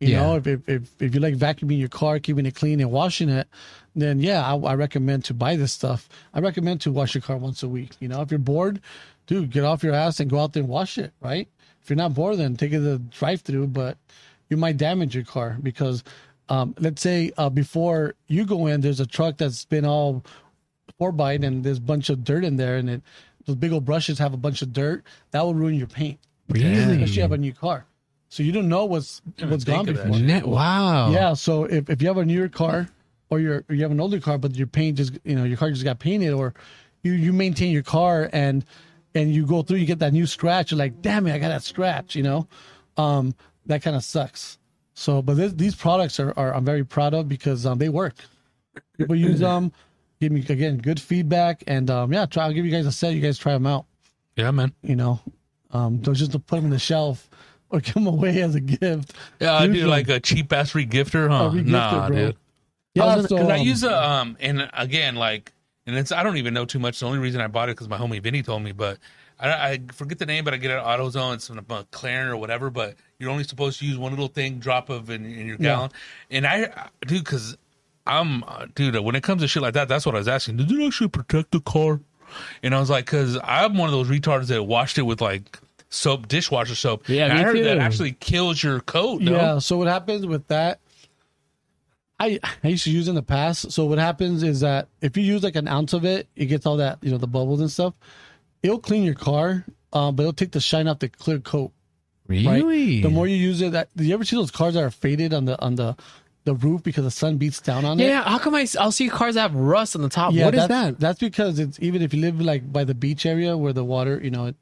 Speaker 4: You
Speaker 2: Yeah.
Speaker 4: know, if, if if if you like vacuuming your car, keeping it clean and washing it, then yeah, I, I recommend to buy this stuff. I recommend to wash your car once a week. You know, if you're bored, dude, get off your ass and go out there and wash it. Right? If you're not bored, then take it to the drive-through. But you might damage your car because, um, let's say uh, before you go in, there's a truck that's been all or bite and there's a bunch of dirt in there and it those big old brushes have a bunch of dirt that will ruin your paint
Speaker 2: Really?
Speaker 4: especially if you have a new car so you don't know what's what's gone
Speaker 3: think of that
Speaker 4: before
Speaker 2: Net-
Speaker 3: Oh.
Speaker 2: wow.
Speaker 4: yeah so if, if you have a newer car or you're or you have an older car but your paint just you know your car just got painted or you you maintain your car and and you go through you get that new scratch you're like damn it i got that scratch you know um that kind of sucks so but this, these products are, are i'm very proud of because um they work people use them give me again good feedback and um yeah try i'll give you guys a set you guys try them out
Speaker 3: Yeah, man.
Speaker 4: you know um don't just put them on the shelf or give them away as a gift
Speaker 3: Yeah, I do
Speaker 4: Usually-
Speaker 3: like a cheap ass regifter, huh?
Speaker 4: Oh, regifter,
Speaker 3: nah,
Speaker 4: bro.
Speaker 3: dude.
Speaker 4: yeah
Speaker 3: I was
Speaker 4: so,
Speaker 3: gonna- 'cause I
Speaker 4: um,
Speaker 3: use a um, and again, like, and it's I don't even know too much. The only reason I bought it because my homie Vinny told me, but I, I forget the name, but I get it at AutoZone. It's from uh, McLaren or whatever. But you're only supposed to use one little thing, drop of in, in your gallon. And I, uh, dude, because I'm, uh, dude, when it comes to shit like that, that's what I was asking. Did it actually protect the car? And I was like, because I'm one of those retards that washed it with like soap, dishwasher soap.
Speaker 2: Yeah,
Speaker 3: And I
Speaker 2: me
Speaker 3: heard that
Speaker 2: too.
Speaker 3: actually kills your coat. No?
Speaker 4: Yeah. So what happens with that? I I used to use in the past. So what happens is that if you use like an ounce of it, it gets all that you know the bubbles and stuff. It'll clean your car, um, but it'll take the shine off the clear coat. Right.
Speaker 2: Really?
Speaker 4: The more you use it, that do you ever see those cars that are faded on the on the the roof because the sun beats down on it?
Speaker 2: yeah. How come I, will see cars that have rust on the top? what is
Speaker 4: that's,
Speaker 2: that?
Speaker 4: That's because it's even if you live like by the beach area where the water, you know, it,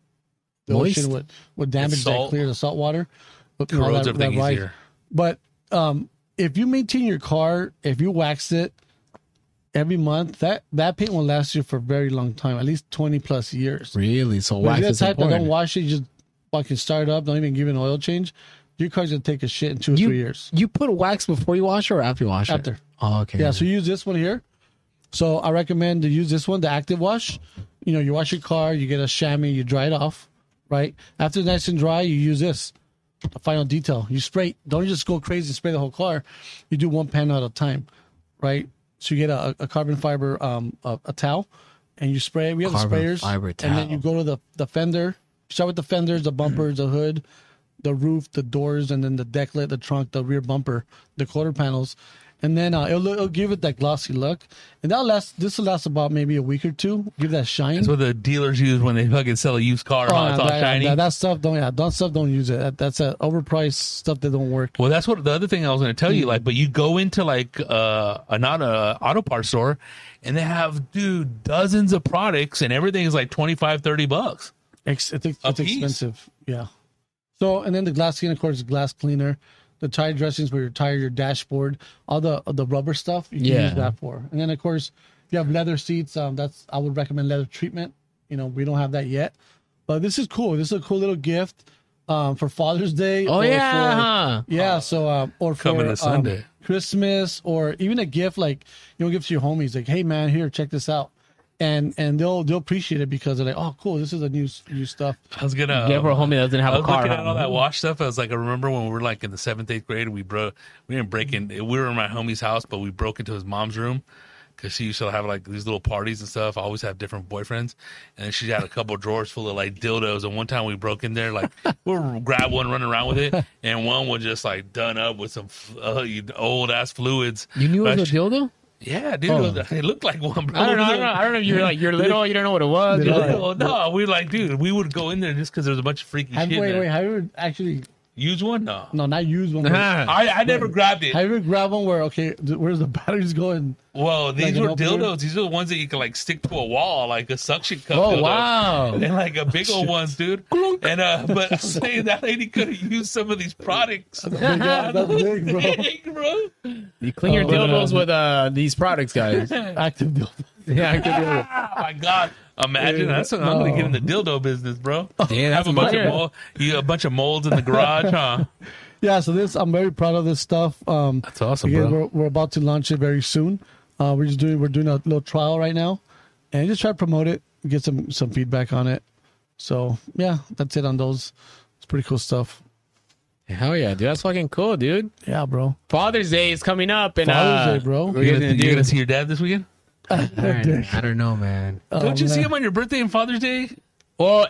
Speaker 4: the
Speaker 2: Moist.
Speaker 4: ocean would would damage that
Speaker 3: salt.
Speaker 4: clear the salt water. But, you know,
Speaker 3: Corrodes
Speaker 4: that-
Speaker 3: everything
Speaker 4: that rise.
Speaker 3: easier.
Speaker 4: But um, if you maintain your car, if you wax it every month, that that paint will last you for a very long time, at least twenty plus years.
Speaker 2: Really?
Speaker 4: But
Speaker 2: So
Speaker 4: if
Speaker 2: wax
Speaker 4: you're the
Speaker 2: is
Speaker 4: type that
Speaker 2: important.
Speaker 4: don't wash it, you just fucking start up, don't even give it an oil change. Your car's gonna take a shit in two or
Speaker 2: you,
Speaker 4: three years.
Speaker 2: You put wax before you wash it or after you wash it?
Speaker 4: After.
Speaker 2: Oh, okay.
Speaker 4: Yeah, so you use this one here. So I recommend to use this one, the active wash. You know, you wash your car, you get a chamois, you dry it off, right? After it's nice and dry, you use this. A final detail. You spray. Don't just go crazy and spray the whole car. You do one pan at a time, right? So you get a, a carbon fiber um a, a towel, and you spray. We have the
Speaker 2: Carbon
Speaker 4: sprayers,
Speaker 2: fiber
Speaker 4: and then you go to the the fender. Start with the fenders, the bumpers, the hood, the roof, the doors, and then the deck lid, the trunk, the rear bumper, the quarter panels, and then uh, it'll, it'll give it that glossy look. And that'll last. This will last about maybe a week or two. Give that shine.
Speaker 3: That's what the dealers use when they fucking sell a used car. huh?
Speaker 4: yeah,
Speaker 3: It's all
Speaker 4: Oh, that,
Speaker 3: shiny.
Speaker 4: that- that stuff don't yeah, that stuff don't use it. That, that's uh overpriced stuff that don't work.
Speaker 3: well, that's what the other thing I was going to tell you.
Speaker 4: Mm.
Speaker 3: Like, but you go into like uh, a not a auto parts store, and they have dude dozens of products, and everything is like 25, 30 bucks.
Speaker 4: Ex- it's it's
Speaker 3: A piece.
Speaker 4: expensive. Yeah. So and then the glass skin, of course, is glass cleaner. The tire dressings for your tire, your dashboard, all the the rubber stuff. You can
Speaker 2: Yeah.
Speaker 4: use that for. And then of course, if you have leather seats, um, that's I would recommend leather treatment. You know, we don't have that yet, but this is cool. This is a cool little gift um, for Father's Day.
Speaker 2: Oh,
Speaker 4: or
Speaker 2: yeah.
Speaker 4: for-
Speaker 2: huh?
Speaker 4: yeah. So, um, or for
Speaker 3: Uh, Coming to
Speaker 4: um,
Speaker 3: Sunday.
Speaker 4: Christmas, or even a gift like you know, give to your homies, like, hey man, here, check this out, and and they'll they'll appreciate it because they're like, oh, cool, this is a new new stuff.
Speaker 3: I was gonna
Speaker 2: Yeah, for a
Speaker 3: um,
Speaker 2: homie that doesn't have
Speaker 3: I
Speaker 2: a
Speaker 3: was
Speaker 2: car.
Speaker 3: looking at all
Speaker 2: huh?
Speaker 3: that wash stuff. I was like, I remember when we were like in the seventh, eighth grade, we broke, we didn't break in. We were in my homie's house, but we broke into his mom's room because she used to have like these little parties and stuff. I always have different boyfriends, and then she had a couple drawers full of like dildos. And one time we broke in there, like we'll grab one, run around with it, and one was just like done up with some uh, old ass fluids.
Speaker 2: You knew it
Speaker 3: But
Speaker 2: was a
Speaker 3: she-
Speaker 2: dildo?
Speaker 3: yeah, dude, it, was- it looked like one. Bro.
Speaker 2: I don't know. I don't know. I don't know if you're like you're little. You don't know what it was.
Speaker 4: Little.
Speaker 2: You're like,
Speaker 3: No, no, we like, dude, we would go in there just because there's a bunch of freaky
Speaker 4: Have,
Speaker 3: shit. in
Speaker 4: wait,
Speaker 3: there.
Speaker 4: wait, have you actually
Speaker 3: Use one? No.
Speaker 4: No, not used one. but-
Speaker 2: Uh-huh.
Speaker 3: I, I never grabbed it.
Speaker 4: Have you grabbed one where okay, th- where's the batteries going?
Speaker 3: Well, these
Speaker 4: Like an
Speaker 3: were
Speaker 4: opener?
Speaker 3: dildos. These are the ones that you can like stick to a wall, like a suction cup.
Speaker 4: Oh
Speaker 3: dildo.
Speaker 4: wow! Oh,
Speaker 3: And like a big old ones, dude. And uh, but I'm saying that lady could have used some of these products.
Speaker 4: Big ass, that's big, bro.
Speaker 3: Big, bro.
Speaker 2: You clean your
Speaker 4: Oh, no,
Speaker 2: dildos
Speaker 4: no.
Speaker 2: with uh, these products, guys.
Speaker 4: Active dildo.
Speaker 2: yeah, I could do it.
Speaker 3: Ah, my God. Imagine
Speaker 4: Dude,
Speaker 3: that's what I'm gonna
Speaker 4: no. Oh,
Speaker 3: get in the dildo business, bro.
Speaker 2: Yeah,
Speaker 3: Have
Speaker 2: that's
Speaker 3: a bunch
Speaker 2: mine.
Speaker 3: of mold, you a bunch of molds in the garage, huh?
Speaker 4: Yeah, so this I'm very proud of this stuff. Um,
Speaker 3: That's awesome,
Speaker 4: again,
Speaker 3: bro.
Speaker 4: We're, we're about to launch it very soon. Uh, we're just doing we're doing a little trial right now, and just try to promote it, get some some feedback on it. So yeah, that's it on those. It's pretty cool stuff.
Speaker 2: Hell yeah, dude. That's fucking cool, dude.
Speaker 4: Yeah, bro.
Speaker 2: Father's Day is coming up, and
Speaker 4: Father's
Speaker 2: uh,
Speaker 4: Day, bro.
Speaker 2: We're
Speaker 3: You
Speaker 2: gonna,
Speaker 3: gonna, you
Speaker 2: do
Speaker 3: gonna see your dad this weekend?
Speaker 2: Man, I don't know, man.
Speaker 3: Don't you see
Speaker 4: man.
Speaker 3: him on your birthday and Father's Day?
Speaker 2: Well,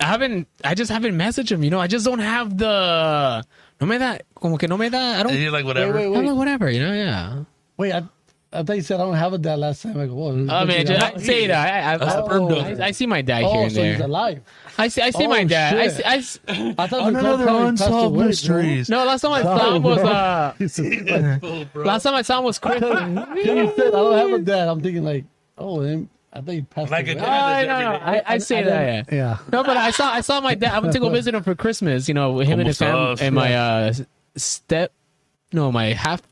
Speaker 2: I haven't. I just haven't messaged him. You know, I just don't have the. No me da. Como que no me da. I don't.
Speaker 3: And you're like, whatever.
Speaker 4: Wait, wait,
Speaker 2: I'm like, whatever. You know, yeah.
Speaker 4: Wait, I, I thought you said I don't have a dad last time. I go, whoa.
Speaker 2: Oh man, just, I say that. I,
Speaker 3: That's
Speaker 2: I,
Speaker 3: the sperm
Speaker 2: oh,
Speaker 3: donor.
Speaker 2: I, I see my dad here
Speaker 4: Oh,
Speaker 2: and
Speaker 4: so he's
Speaker 2: there.
Speaker 4: alive.
Speaker 2: I see. I see
Speaker 4: Oh,
Speaker 2: my dad. I
Speaker 4: shit.
Speaker 2: see, I s-
Speaker 4: I thought the girl probably passed away, bro.
Speaker 2: no, last time I saw him was uh.
Speaker 4: Jesus Christ.
Speaker 3: Oh, bro.
Speaker 2: Last time I saw him was Christmas.
Speaker 4: Yeah, you said I don't have a dad. I'm thinking like, oh, then I think he passed
Speaker 3: Like a
Speaker 4: away.
Speaker 3: dad.
Speaker 2: I,
Speaker 3: that's
Speaker 2: no, no,
Speaker 3: every day.
Speaker 2: I, I say that. Yeah.
Speaker 4: Yeah.
Speaker 2: No, but I saw I saw my dad. I went to go visit him for Christmas. You know, him and his
Speaker 3: Como
Speaker 2: family
Speaker 3: estás?
Speaker 2: and my uh s- step, no, my half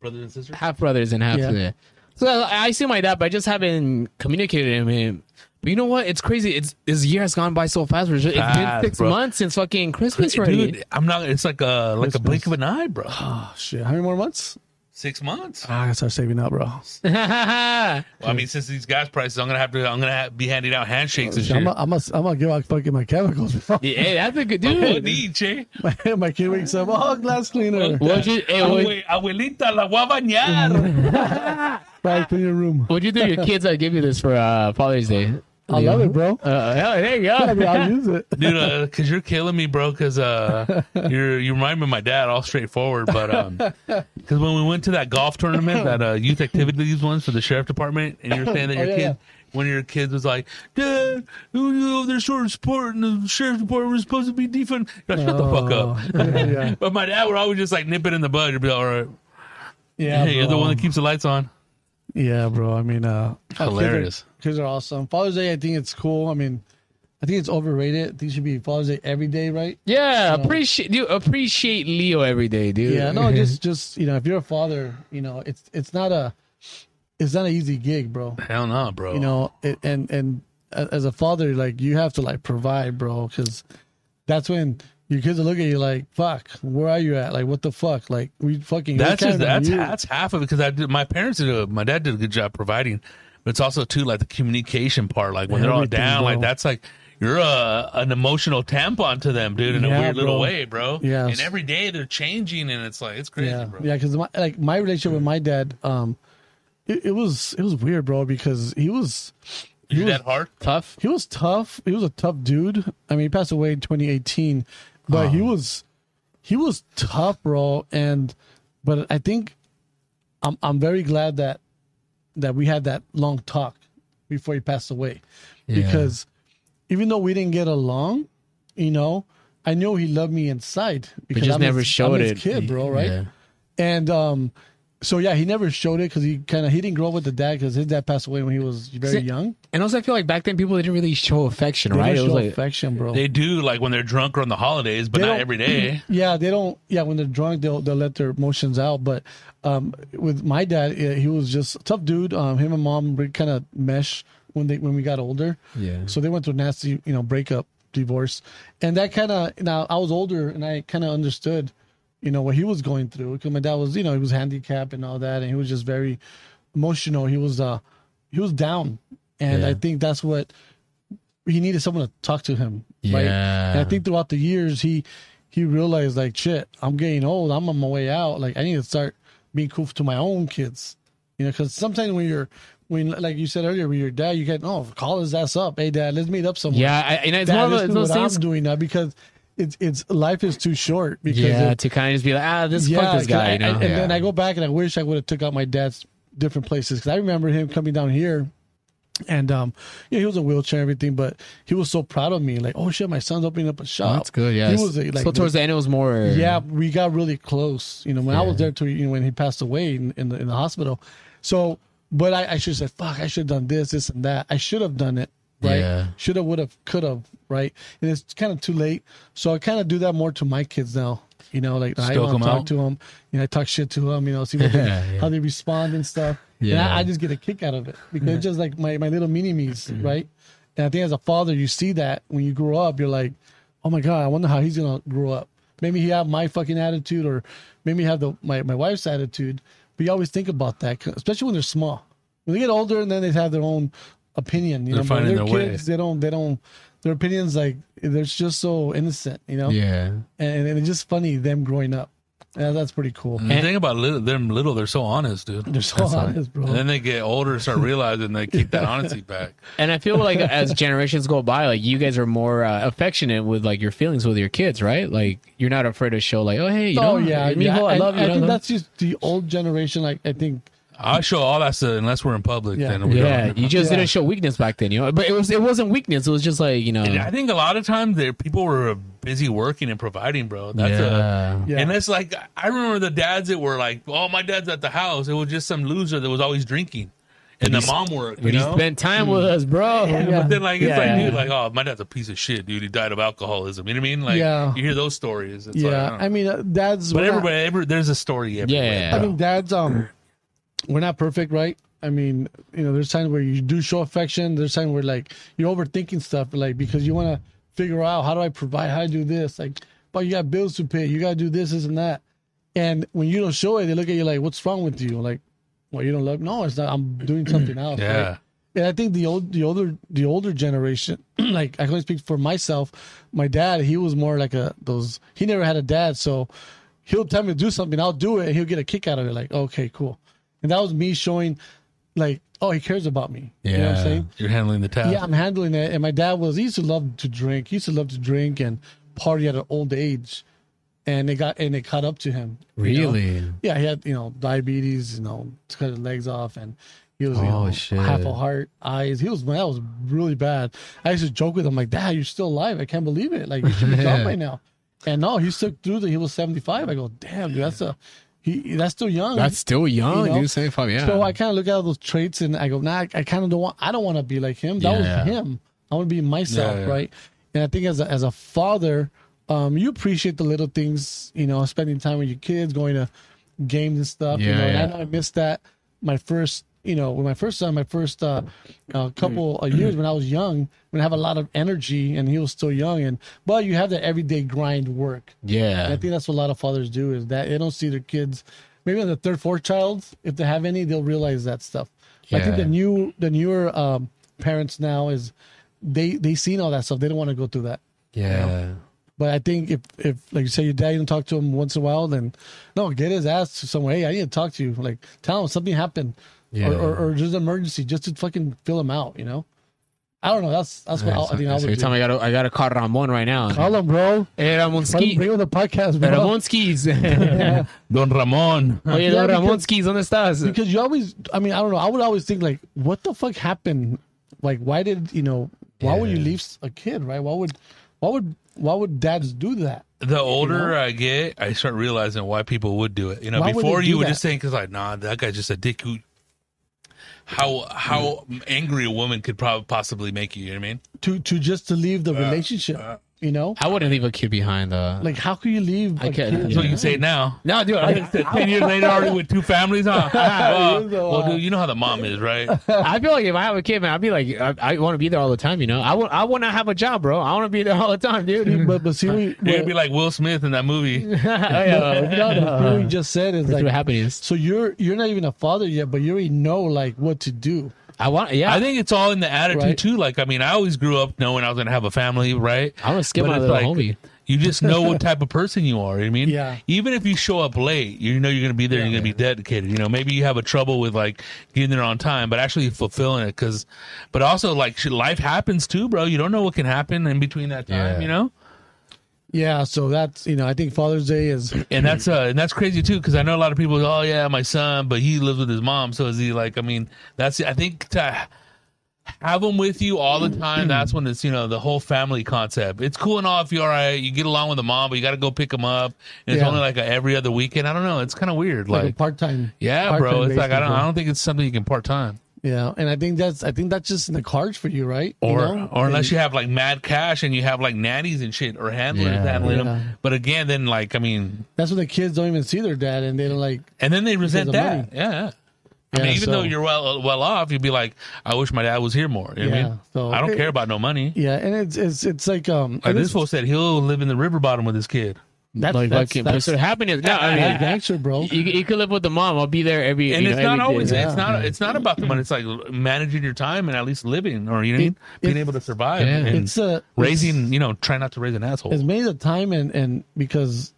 Speaker 3: Brother and sister.
Speaker 2: half brothers and half.
Speaker 4: Yeah.
Speaker 2: Yeah. So I, I see my dad, but I just haven't communicated him. him. But you know what? It's crazy. It's this year has gone by so fast. It's it's been
Speaker 3: Fast,
Speaker 2: six
Speaker 3: bro.
Speaker 2: months since fucking Christmas already.
Speaker 3: Dude, I'm not. It's like a like a blink of an eye, bro.
Speaker 4: Oh shit. How many more months?
Speaker 3: Six months.
Speaker 4: Ah, I gotta start saving up, bro.
Speaker 3: Well, I mean, since these gas prices, I'm gonna have to. I'm gonna ha be handing out handshakes and shit.
Speaker 4: I'm gonna I'm gonna I'm gonna give out fucking my chemicals, bro.
Speaker 2: Yeah, hey, that's a good
Speaker 3: What
Speaker 2: dude.
Speaker 3: need, eh?
Speaker 4: my, my kid wakes up. Oh, glass cleaner.
Speaker 2: What'd you, hey, what,
Speaker 3: Abue- Abuelita, la voy a bañar.
Speaker 4: Back in your room.
Speaker 2: what'd you do to your kids? I give you this for uh, Father's Day.
Speaker 4: I love it, bro.
Speaker 2: Uh, hell, there you
Speaker 4: I mean,
Speaker 2: go.
Speaker 4: I'll use it.
Speaker 3: dude, uh, cause you're killing me, bro. Cause uh, you're you remind me of my dad, all straightforward. But um, cause when we went to that golf tournament, that uh, youth activities ones for the sheriff department, and you're saying that
Speaker 4: Oh,
Speaker 3: your
Speaker 4: yeah,
Speaker 3: kid,
Speaker 4: yeah.
Speaker 3: one of your kids was like, Dad, who you know, they're short of support, and the sheriff's department was supposed to be defund. Like, Shut the fuck up.
Speaker 4: yeah, yeah.
Speaker 3: But my dad would always just like nip it in the bud. You'd be like, all right.
Speaker 4: Yeah,
Speaker 3: hey, you're the
Speaker 4: bro.
Speaker 3: one that keeps the lights on.
Speaker 4: Yeah, bro. I mean, uh, kids are-
Speaker 3: Hilarious.
Speaker 4: Kids are awesome. Father's Day, I think it's cool. I mean, I think it's overrated. I think it should be Father's Day every day, right?
Speaker 2: Yeah, appreciate dude. Appreciate Leo every day, dude.
Speaker 4: Yeah, no, just just you know, if you're a father, you know, it's it's not a it's not an easy gig, bro.
Speaker 3: Hell no, bro.
Speaker 4: You know, it, and and a- as a father, like you have to like provide, bro, because that's when your kids will look at you like, "Fuck, where are you at? Like, what the fuck? Like, we fucking we
Speaker 3: that's just,
Speaker 4: counted on
Speaker 3: that's
Speaker 4: you."
Speaker 3: that's half of it because I did, my parents did a, my dad did a good job providing, but it's also too like the communication part. Like when they're all
Speaker 4: Everything,
Speaker 3: down, like
Speaker 4: bro.
Speaker 3: that's like you're a an emotional tampon to them, dude, in a
Speaker 4: Yeah,
Speaker 3: weird little
Speaker 4: bro.
Speaker 3: way, bro.
Speaker 4: Yes.
Speaker 3: And every day they're changing, and it's like it's crazy,
Speaker 4: yeah,
Speaker 3: bro.
Speaker 4: yeah. Because my like my relationship with my dad, um, it, it was it was weird, bro, because he was
Speaker 3: Your
Speaker 4: was-
Speaker 3: dad hard?
Speaker 2: tough.
Speaker 4: he was tough. He was a tough dude. I mean, he passed away in 2018, but he was he was tough, bro. And but I think I'm I'm very glad that that we had that long talk before he passed away, because even though we didn't get along, you know, I know he loved me inside because
Speaker 2: just
Speaker 4: I'm his-
Speaker 2: never showed
Speaker 4: I'm his
Speaker 2: it.
Speaker 4: kid, bro. Right?
Speaker 2: Yeah.
Speaker 4: And um, so yeah, he never showed it because he kind of he didn't grow up with the dad because his dad passed away when he was very
Speaker 2: See,
Speaker 4: young.
Speaker 2: And also, I feel like back then people didn't really show affection,
Speaker 4: They
Speaker 2: right?
Speaker 4: don't
Speaker 2: It was
Speaker 4: show
Speaker 2: like
Speaker 4: affection, bro.
Speaker 3: They do like when they're drunk or on the holidays, but
Speaker 4: They
Speaker 3: not
Speaker 4: don't-
Speaker 3: every day.
Speaker 4: Yeah, they don't. Yeah, when they're drunk, they'll they'll let their emotions out. But um, with my dad, yeah, he was just a tough dude. Um, him and mom kind of mesh when they when we got older.
Speaker 2: Yeah.
Speaker 4: So they went through a nasty, you know, breakup, divorce, and that kind of. Now I was older, and I kind of understood, you know, what he was going through because my dad was, you know, he was handicapped and all that, and he was just very emotional. He was uh, he was down, and
Speaker 2: Yeah.
Speaker 4: I think that's what he needed someone to talk to him. Right?
Speaker 2: Yeah.
Speaker 4: And I think throughout the years he he realized like shit, I'm getting old. I'm on my way out. Like I need to start being cool to my own kids. You know, because sometimes when you're when like you said earlier with your dad, you get oh call his ass up. Hey dad, let's meet up somewhere.
Speaker 2: yeah, I, and it's
Speaker 4: Dad,
Speaker 2: more
Speaker 4: this
Speaker 2: of a,
Speaker 4: is
Speaker 2: it's those
Speaker 4: what
Speaker 2: things.
Speaker 4: I'm doing now because it's it's life is too short because
Speaker 2: Yeah,
Speaker 4: it-
Speaker 2: uh, to kind of just be like, ah, this fuck this
Speaker 4: 'cause
Speaker 2: guy,
Speaker 4: I-
Speaker 2: you know?
Speaker 4: And, and then
Speaker 2: Yeah.
Speaker 4: I go back and I wish I would have took out my dad's different places because I remember him coming down here And um, yeah, he was in a wheelchair and everything, but he was so proud of me. Like, oh shit, my son's opening up a shop.
Speaker 2: that's good. Yeah.
Speaker 4: He was uh, like,
Speaker 2: so towards the end, it was more.
Speaker 4: yeah, we got really close. You know, when I was there too, you know, when he passed away in, in the in the hospital. So, but I, I should have said, fuck, I should have done this, this, and that. I should have done it, right?
Speaker 5: Yeah.
Speaker 4: Should have, would have, could have, right? And it's kind of too late. So I kind of do that more to my kids now. You know, like I
Speaker 5: Stoke
Speaker 4: want
Speaker 5: 'em
Speaker 4: to talk
Speaker 5: out?
Speaker 4: to them. You know, I talk shit to them. You know, see what they,
Speaker 5: Yeah.
Speaker 4: how they respond and stuff. And
Speaker 5: Yeah.
Speaker 4: I, I just get a kick out of it because it's just like my my little mini me's,
Speaker 3: Mm-hmm.
Speaker 4: right? And I think as a father, you see that when you grow up, you're like, oh my god, I wonder how he's gonna grow up. Maybe he have my fucking attitude, or maybe he have the my, my wife's attitude. But you always think about that, 'cause- especially when they're small. When they get older, and then they have their own opinion. You
Speaker 3: They're
Speaker 4: know, but when
Speaker 3: finding
Speaker 4: they're
Speaker 3: their way.
Speaker 4: kids, They don't. They don't. Their opinions like they're just so innocent. You know.
Speaker 5: Yeah.
Speaker 4: And, and it's just funny them growing up. Yeah, that's pretty cool.
Speaker 2: Mm.
Speaker 3: The thing about little, them little, they're so honest, dude.
Speaker 4: They're so honest, bro.
Speaker 3: And then they get older and start realizing they keep that honesty back.
Speaker 2: And I feel like as generations go by, like you guys are more uh, affectionate with like your feelings with your kids, right? Like you're not afraid to show like, oh hey, you
Speaker 4: oh
Speaker 2: know,
Speaker 4: yeah,
Speaker 2: mijo,
Speaker 4: yeah.
Speaker 2: I
Speaker 4: and
Speaker 2: love you.
Speaker 4: I
Speaker 2: you know,
Speaker 4: think
Speaker 2: the-
Speaker 4: that's just the old generation. Like I think,
Speaker 3: I show all that stuff unless we're in public.
Speaker 4: Yeah.
Speaker 3: Then we
Speaker 2: yeah,
Speaker 3: don't.
Speaker 2: you just
Speaker 4: Yeah.
Speaker 2: didn't show weakness back then, you know. But it was it wasn't weakness. It was just like you know.
Speaker 3: And I think a lot of times there people were busy working and providing, bro. That's a
Speaker 5: yeah.
Speaker 4: yeah,
Speaker 3: And that's like I remember the dads that were like, "Oh, my dad's at the house." It was just some loser that was always drinking, and the mom worked. You
Speaker 2: But he
Speaker 3: know?
Speaker 2: spent time with us, bro.
Speaker 4: Mm. Yeah.
Speaker 3: But then like it's
Speaker 2: Yeah.
Speaker 3: like, dude, like, oh, my dad's a piece of shit, dude. He died of alcoholism. You know what I mean? Like,
Speaker 4: Yeah.
Speaker 3: you hear those stories. It's
Speaker 4: yeah.
Speaker 3: Like, I
Speaker 4: I,
Speaker 3: mean,
Speaker 4: mean, uh, dads.
Speaker 3: but
Speaker 4: we're not-
Speaker 3: everybody, every, there's a story. Everywhere.
Speaker 2: Yeah.
Speaker 4: I mean, dads. Um, we're not perfect, right? I mean, you know, there's times where you do show affection. There's times where like you're overthinking stuff, like because you want to figure out how do I provide, how do I do this, like, but you got bills to pay, you got to do this, this, and that. And when you don't show it, they look at you like, "What's wrong with you?" Like, "Well, you don't love." No, it's not. I'm doing something else.
Speaker 3: Yeah.
Speaker 4: right? And I think the old, the older, the older generation, like I can only speak for myself. My dad, he was more like a those. He never had a dad, so he'll tell me to do something, I'll do it, and he'll get a kick out of it. Like, okay, cool. And that was me showing, like, oh, he cares about me. You know what
Speaker 5: Yeah.
Speaker 4: I'm saying?
Speaker 3: You're handling the task.
Speaker 4: Yeah, I'm handling it. And my dad was, he used to love to drink. He used to love to drink and party at an old age. And it got, and it caught up to him. you know?
Speaker 5: Really?
Speaker 4: Yeah, he had, you know, diabetes, you know, cut his legs off and he was, you
Speaker 5: Oh,
Speaker 4: know,
Speaker 5: shit.
Speaker 4: half a heart, eyes. He was, man, that was really bad. I used to joke with him, like, Dad, you're still alive. I can't believe it. Like, you should be
Speaker 5: Yeah.
Speaker 4: gone by now. And no, he stuck through the, he was 75. I go, damn, dude, that's a, he, that's still young.
Speaker 2: That's still young,
Speaker 4: You know?
Speaker 2: dude. Seventy five, yeah.
Speaker 4: So I kind of look at all those traits and I go, nah, I, I kind of don't want, I don't want to be like him. That
Speaker 5: Yeah.
Speaker 4: was him. I want to be myself,
Speaker 3: Yeah, yeah.
Speaker 4: right? And I think as a, as a father, um, you appreciate the little things, you know, spending time with your kids, going to games and stuff. you
Speaker 5: Yeah,
Speaker 4: know, and
Speaker 5: yeah.
Speaker 4: I know I missed that. My first, you know, when my first son, my first uh, uh, couple of years when I was young, when I have a lot of energy and he was still young, and but you have that everyday grind work. And
Speaker 5: Yeah.
Speaker 4: I think that's what a lot of fathers do is that they don't see their kids. Maybe on the third, fourth child, if they have any, they'll realize that stuff. I think
Speaker 5: Yeah.
Speaker 4: the new, the newer um, parents now is they they seen all that stuff. They don't want to go through that.
Speaker 5: Yeah.
Speaker 4: But I think if if like you say your dad you don't talk to him once in a while, then no, get his ass to somewhere. Hey, I need to talk to you. Like tell him something happened,
Speaker 5: Yeah.
Speaker 4: or, or or just an emergency, just to fucking fill him out. You know, I don't know. That's that's what I, I think I
Speaker 2: so you're
Speaker 4: would do.
Speaker 2: telling me I gotta I gotta call Ramon right now.
Speaker 4: Call him, bro.
Speaker 2: Hey Ramon
Speaker 4: Bring
Speaker 2: Ski. eh,
Speaker 4: bring him the podcast, bro.
Speaker 2: Ramon skis. Oye,
Speaker 3: Don Ramon.
Speaker 4: Yeah,
Speaker 2: Don Ramon
Speaker 4: because-
Speaker 2: skis, ¿dónde estás?
Speaker 4: because you always i mean i don't know i would always think like what the fuck happened like why did you know why would you
Speaker 5: Yeah.
Speaker 4: leave a kid right why would why would why would dads do that
Speaker 3: The older I get, I start realizing why people would do it. You know,
Speaker 4: Why would they
Speaker 3: before
Speaker 4: do
Speaker 3: you would
Speaker 4: that?
Speaker 3: just think, "Cause like, nah, that guy's just a dick." Who, how how angry a woman could probably possibly make you? You know what I mean?
Speaker 4: to to just to leave
Speaker 3: Uh,
Speaker 4: the relationship you know
Speaker 2: I wouldn't leave a kid behind. Uh,
Speaker 4: like how could you leave
Speaker 2: I
Speaker 4: a
Speaker 2: can't-
Speaker 4: kid
Speaker 3: That's what you say now.
Speaker 2: no, dude. I,
Speaker 3: Ten years later, already with two families, huh? well,
Speaker 4: Years old.
Speaker 3: well, dude, you know how the mom is, right?
Speaker 2: I feel like if I have a kid, man, I'd be like, I, I want to be there all the time. You know, I want I want to have a job, bro. I want to be there all the time, dude.
Speaker 4: but but see we,
Speaker 3: You're
Speaker 4: what,
Speaker 3: gonna be like uh, Will Smith in that movie.
Speaker 2: Oh, yeah.
Speaker 4: what we just said is
Speaker 2: That's what
Speaker 4: like
Speaker 2: happened is
Speaker 4: so you're you're not even a father yet but you already know like what to do
Speaker 2: I want. Yeah,
Speaker 3: I think it's all in the attitude
Speaker 4: Right.
Speaker 3: too. Like, I mean, I always grew up knowing I was gonna have a family, right?
Speaker 2: I want to skip
Speaker 3: But
Speaker 2: my
Speaker 3: it's
Speaker 2: little
Speaker 3: like-
Speaker 2: homie.
Speaker 3: You just know what type of person you are. you know what I mean,
Speaker 4: Yeah.
Speaker 3: Even if you show up late, you know you're going to be there. you're going to be dedicated. You know, maybe you have a trouble with like getting there on time, but actually fulfilling it. Because, but also like shit, life happens too, bro. You don't know what can happen in between that time.
Speaker 5: Yeah.
Speaker 3: You know,
Speaker 4: yeah so that's you know i think father's day is
Speaker 3: and that's uh and that's crazy too. Because I know a lot of people. Oh yeah, my son, but he lives with his mom. So is he like? I mean, that's I think to have them with you all the time. That's when it's you know the whole family concept. It's cool and all if you're all right, you get along with the mom, but you got to go pick them up. And it's
Speaker 4: Yeah.
Speaker 3: only like a, every other weekend. I don't know. It's kind of weird.
Speaker 4: like,
Speaker 3: Like,
Speaker 4: a part time.
Speaker 3: yeah,
Speaker 4: part-time
Speaker 3: bro. It's like I
Speaker 4: baseball
Speaker 3: don't.
Speaker 4: player.
Speaker 3: I don't think it's something you can part time.
Speaker 4: Yeah, and I think that's I think that's just in the cards for you, right? You
Speaker 3: Or,
Speaker 4: know?
Speaker 3: or unless
Speaker 4: And-
Speaker 3: you have like mad cash and you have like nannies and shit or handlers
Speaker 2: Yeah.
Speaker 3: handling
Speaker 4: Yeah.
Speaker 3: them. But again, then like I mean,
Speaker 4: that's when the kids don't even see their dad, and they don't like.
Speaker 3: and then they resent
Speaker 4: of
Speaker 3: that.
Speaker 4: money.
Speaker 3: Yeah. I
Speaker 4: Yeah,
Speaker 3: mean, even
Speaker 4: so-
Speaker 3: though you're well uh, well off, you'd be like, I wish my dad was here more. You know what I
Speaker 4: Yeah,
Speaker 3: mean,
Speaker 4: so-
Speaker 3: I don't care about no money.
Speaker 4: Yeah, and it's it's it's like um.
Speaker 3: Like
Speaker 4: and
Speaker 3: this
Speaker 4: it's-
Speaker 3: fool said, he'll live in the river bottom with his kid.
Speaker 4: that's,
Speaker 2: like
Speaker 4: that's,
Speaker 2: fucking
Speaker 4: that's,
Speaker 2: pursuit of happiness. No, I
Speaker 4: that's
Speaker 2: mean,
Speaker 4: gangster, bro.
Speaker 2: you, you could live with the mom. I'll be there every.
Speaker 3: and
Speaker 2: you
Speaker 3: it's
Speaker 2: know,
Speaker 3: not
Speaker 2: every
Speaker 3: always
Speaker 2: day.
Speaker 3: it's not it's not about the money it's like managing your time and at least living or you know what I mean? being
Speaker 4: it's-
Speaker 3: able to survive
Speaker 2: Yeah.
Speaker 3: and
Speaker 4: It's a
Speaker 3: raising you know try not to raise an asshole
Speaker 4: as many as the time and and because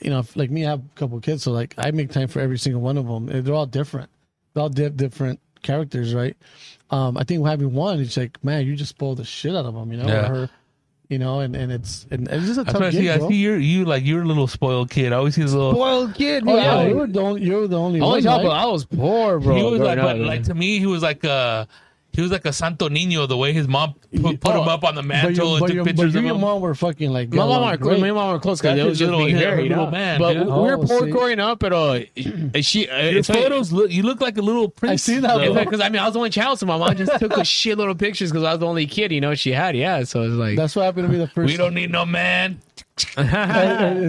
Speaker 4: you know if- like me i have a couple of kids so like i make time for every single one of them and they're all different they're all di- different characters right um i think having one it's like man you just spoil the shit out of them you know
Speaker 3: Yeah.
Speaker 4: or her you know and and it's and it's just a
Speaker 3: that's what I
Speaker 4: tough
Speaker 3: see
Speaker 4: gig,
Speaker 3: I
Speaker 4: bro.
Speaker 3: see you're you like you're a little spoiled kid I always see this little
Speaker 2: spoiled kid.
Speaker 4: Oh,
Speaker 2: bro.
Speaker 4: yeah,
Speaker 2: I
Speaker 4: you
Speaker 2: was-
Speaker 4: were the only, you were the only
Speaker 2: I
Speaker 4: one.
Speaker 2: was talking
Speaker 4: right?
Speaker 2: about- I was poor, bro.
Speaker 3: he was
Speaker 2: growing
Speaker 3: like but
Speaker 2: up,
Speaker 3: like
Speaker 2: man.
Speaker 3: to me he was like uh he was like a santo niño the way his mom put, put
Speaker 4: Oh,
Speaker 3: him up on the
Speaker 4: but you,
Speaker 3: mantle and
Speaker 4: but
Speaker 3: took
Speaker 4: you, but
Speaker 3: pictures
Speaker 4: you
Speaker 3: of
Speaker 4: and
Speaker 3: him
Speaker 4: your mom were fucking like
Speaker 2: My
Speaker 4: getting
Speaker 2: mom
Speaker 4: along
Speaker 2: are close.
Speaker 4: great.
Speaker 2: My mom are close because
Speaker 3: That's
Speaker 2: it was
Speaker 3: your
Speaker 2: just
Speaker 3: little
Speaker 2: being
Speaker 3: hit-
Speaker 2: there,
Speaker 3: her
Speaker 2: you know.
Speaker 3: little man,
Speaker 2: but
Speaker 3: dude.
Speaker 2: we were
Speaker 4: Oh,
Speaker 2: poor
Speaker 4: see.
Speaker 2: growing up, but uh, she uh,
Speaker 3: your
Speaker 2: it's like-
Speaker 3: photos look you look like a little prince
Speaker 4: see that,
Speaker 3: though.
Speaker 2: It's like, cause I mean, I was the only child, so my mom just took a shitload of pictures because I was the only kid, you know, she had. Yeah, so it's like,
Speaker 4: That's what happened to me the first.
Speaker 3: we don't need no man
Speaker 4: I- I-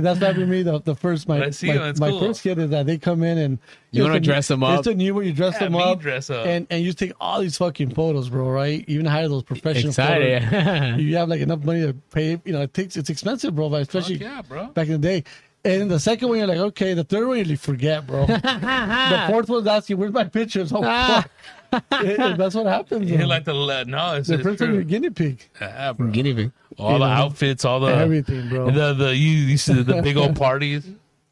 Speaker 4: that's not for me. The, the first my
Speaker 3: I see you,
Speaker 4: my,
Speaker 3: that's
Speaker 4: my
Speaker 3: cool.
Speaker 4: first kid is that they come in and
Speaker 2: You wanna
Speaker 4: it's a-
Speaker 2: dress 'em up?
Speaker 4: It's a new one. You dress
Speaker 3: Yeah,
Speaker 4: them
Speaker 3: me
Speaker 4: up,
Speaker 3: dress up.
Speaker 4: and and you take all these fucking photos, bro. Right? You even hire those professional.
Speaker 2: excited.
Speaker 4: photos. You have like enough money to pay. You know, it takes it's expensive, bro. But especially
Speaker 3: yeah, bro.
Speaker 4: back in the day. And the second one, you're like, okay. The third one, you forget, bro. the fourth one's asking, "Where's my pictures?" Oh,
Speaker 2: Ah.
Speaker 4: fuck. Yeah, that's what happens.
Speaker 3: you're
Speaker 4: man.
Speaker 3: like the le- no it's,
Speaker 4: the
Speaker 3: it's
Speaker 4: first one, you're a
Speaker 3: true.
Speaker 4: guinea pig.
Speaker 3: Yeah, bro.
Speaker 2: Guinea pig.
Speaker 3: all
Speaker 4: you
Speaker 3: the
Speaker 4: know,
Speaker 3: outfits all the
Speaker 4: everything, bro.
Speaker 3: the the you, you see the big old parties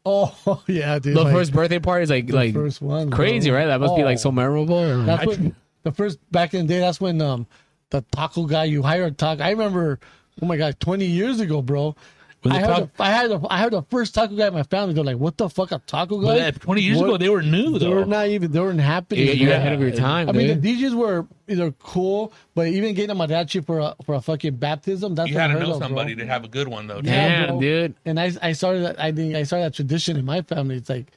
Speaker 4: Oh yeah, dude.
Speaker 2: The
Speaker 4: like,
Speaker 2: first birthday party is like, like
Speaker 4: first one,
Speaker 2: crazy,
Speaker 4: bro.
Speaker 2: right? That must be
Speaker 4: Oh.
Speaker 2: like so memorable. or-
Speaker 4: That's when the first back in the day. That's when um the taco guy you hire a taco. I remember, oh my god, twenty years ago, bro.
Speaker 3: Was
Speaker 4: I
Speaker 3: it
Speaker 4: had,
Speaker 3: taco-
Speaker 4: the, I had the I had the first taco guy in my family. They're like, what the fuck, a taco guy?
Speaker 3: But that- 20 years
Speaker 4: What-
Speaker 3: ago, they were new,
Speaker 4: they
Speaker 3: though.
Speaker 4: were not even they weren't happening.
Speaker 2: you, you're
Speaker 4: bro.
Speaker 2: ahead of your time.
Speaker 4: I mean,
Speaker 2: dude.
Speaker 4: the DJs were either cool, but even getting a mariachi for a for a fucking baptism, that's
Speaker 3: you
Speaker 4: had
Speaker 3: had to know somebody to have a good one, though.
Speaker 4: Yeah,
Speaker 2: Damn,
Speaker 4: bro.
Speaker 2: dude.
Speaker 4: and I I started that I think I started that tradition in my family. It's like,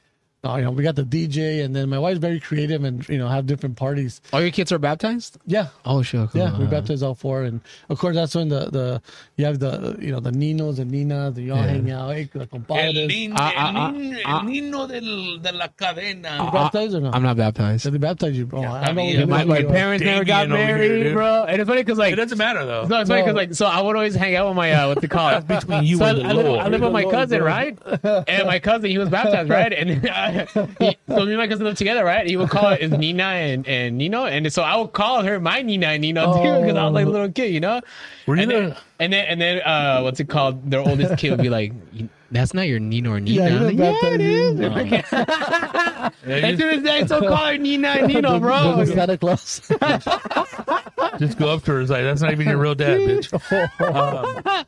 Speaker 4: oh, you know, we got the DJ, and then my wife's very creative, and you know, have different parties.
Speaker 2: All your kids are baptized?
Speaker 4: Yeah,
Speaker 2: Oh, sure.
Speaker 4: Yeah, we
Speaker 2: Wow.
Speaker 4: baptized all four, and of course that's when the the you have the you know the ninos and ninas, they all hang out, hey, the
Speaker 3: El
Speaker 4: compadres.
Speaker 3: nin-
Speaker 2: Ah,
Speaker 3: el
Speaker 2: ah,
Speaker 3: nin-
Speaker 2: ah,
Speaker 3: el nino del- de la cadena.
Speaker 4: You baptized or no?
Speaker 2: I'm not baptized.
Speaker 4: Did they baptize you, bro? I don't know.
Speaker 3: yeah,
Speaker 4: what
Speaker 2: My,
Speaker 4: religion
Speaker 2: my
Speaker 4: you are.
Speaker 2: parents never got
Speaker 3: Damien over here,
Speaker 2: married,
Speaker 3: dude.
Speaker 2: bro. And it's funny because, like,
Speaker 3: it doesn't matter, though.
Speaker 2: No, it's funny because
Speaker 4: No.
Speaker 2: like so I would always hang out with my uh, what they call it between
Speaker 3: you
Speaker 2: so
Speaker 3: and
Speaker 2: I,
Speaker 3: the
Speaker 2: I live,
Speaker 3: Lord.
Speaker 2: I live with my
Speaker 4: You're the
Speaker 2: cousin, right?
Speaker 4: Lord,
Speaker 2: And my cousin he was baptized, right? And uh, he, so me and my cousin lived together, right? He would call it Nina and, and Nino, and so I would call her my Nina and Nino too because I was
Speaker 4: Oh.
Speaker 2: like a little kid, you know.
Speaker 3: Were you
Speaker 2: and,
Speaker 3: the-
Speaker 2: then, and then and then uh, what's it called? Their oldest kid would be like, "That's not your Nino or Nina."
Speaker 4: Yeah,
Speaker 2: I'm
Speaker 4: you
Speaker 2: like,
Speaker 4: didn't
Speaker 2: Yeah,
Speaker 4: baptize
Speaker 2: it is.
Speaker 4: you.
Speaker 2: And to this day, so call her Nina and Nino,
Speaker 4: Does-
Speaker 2: bro. Oh,
Speaker 4: does Santa Claus.
Speaker 3: Just go up to her. It's like, that's not even your real dad, bitch. Um,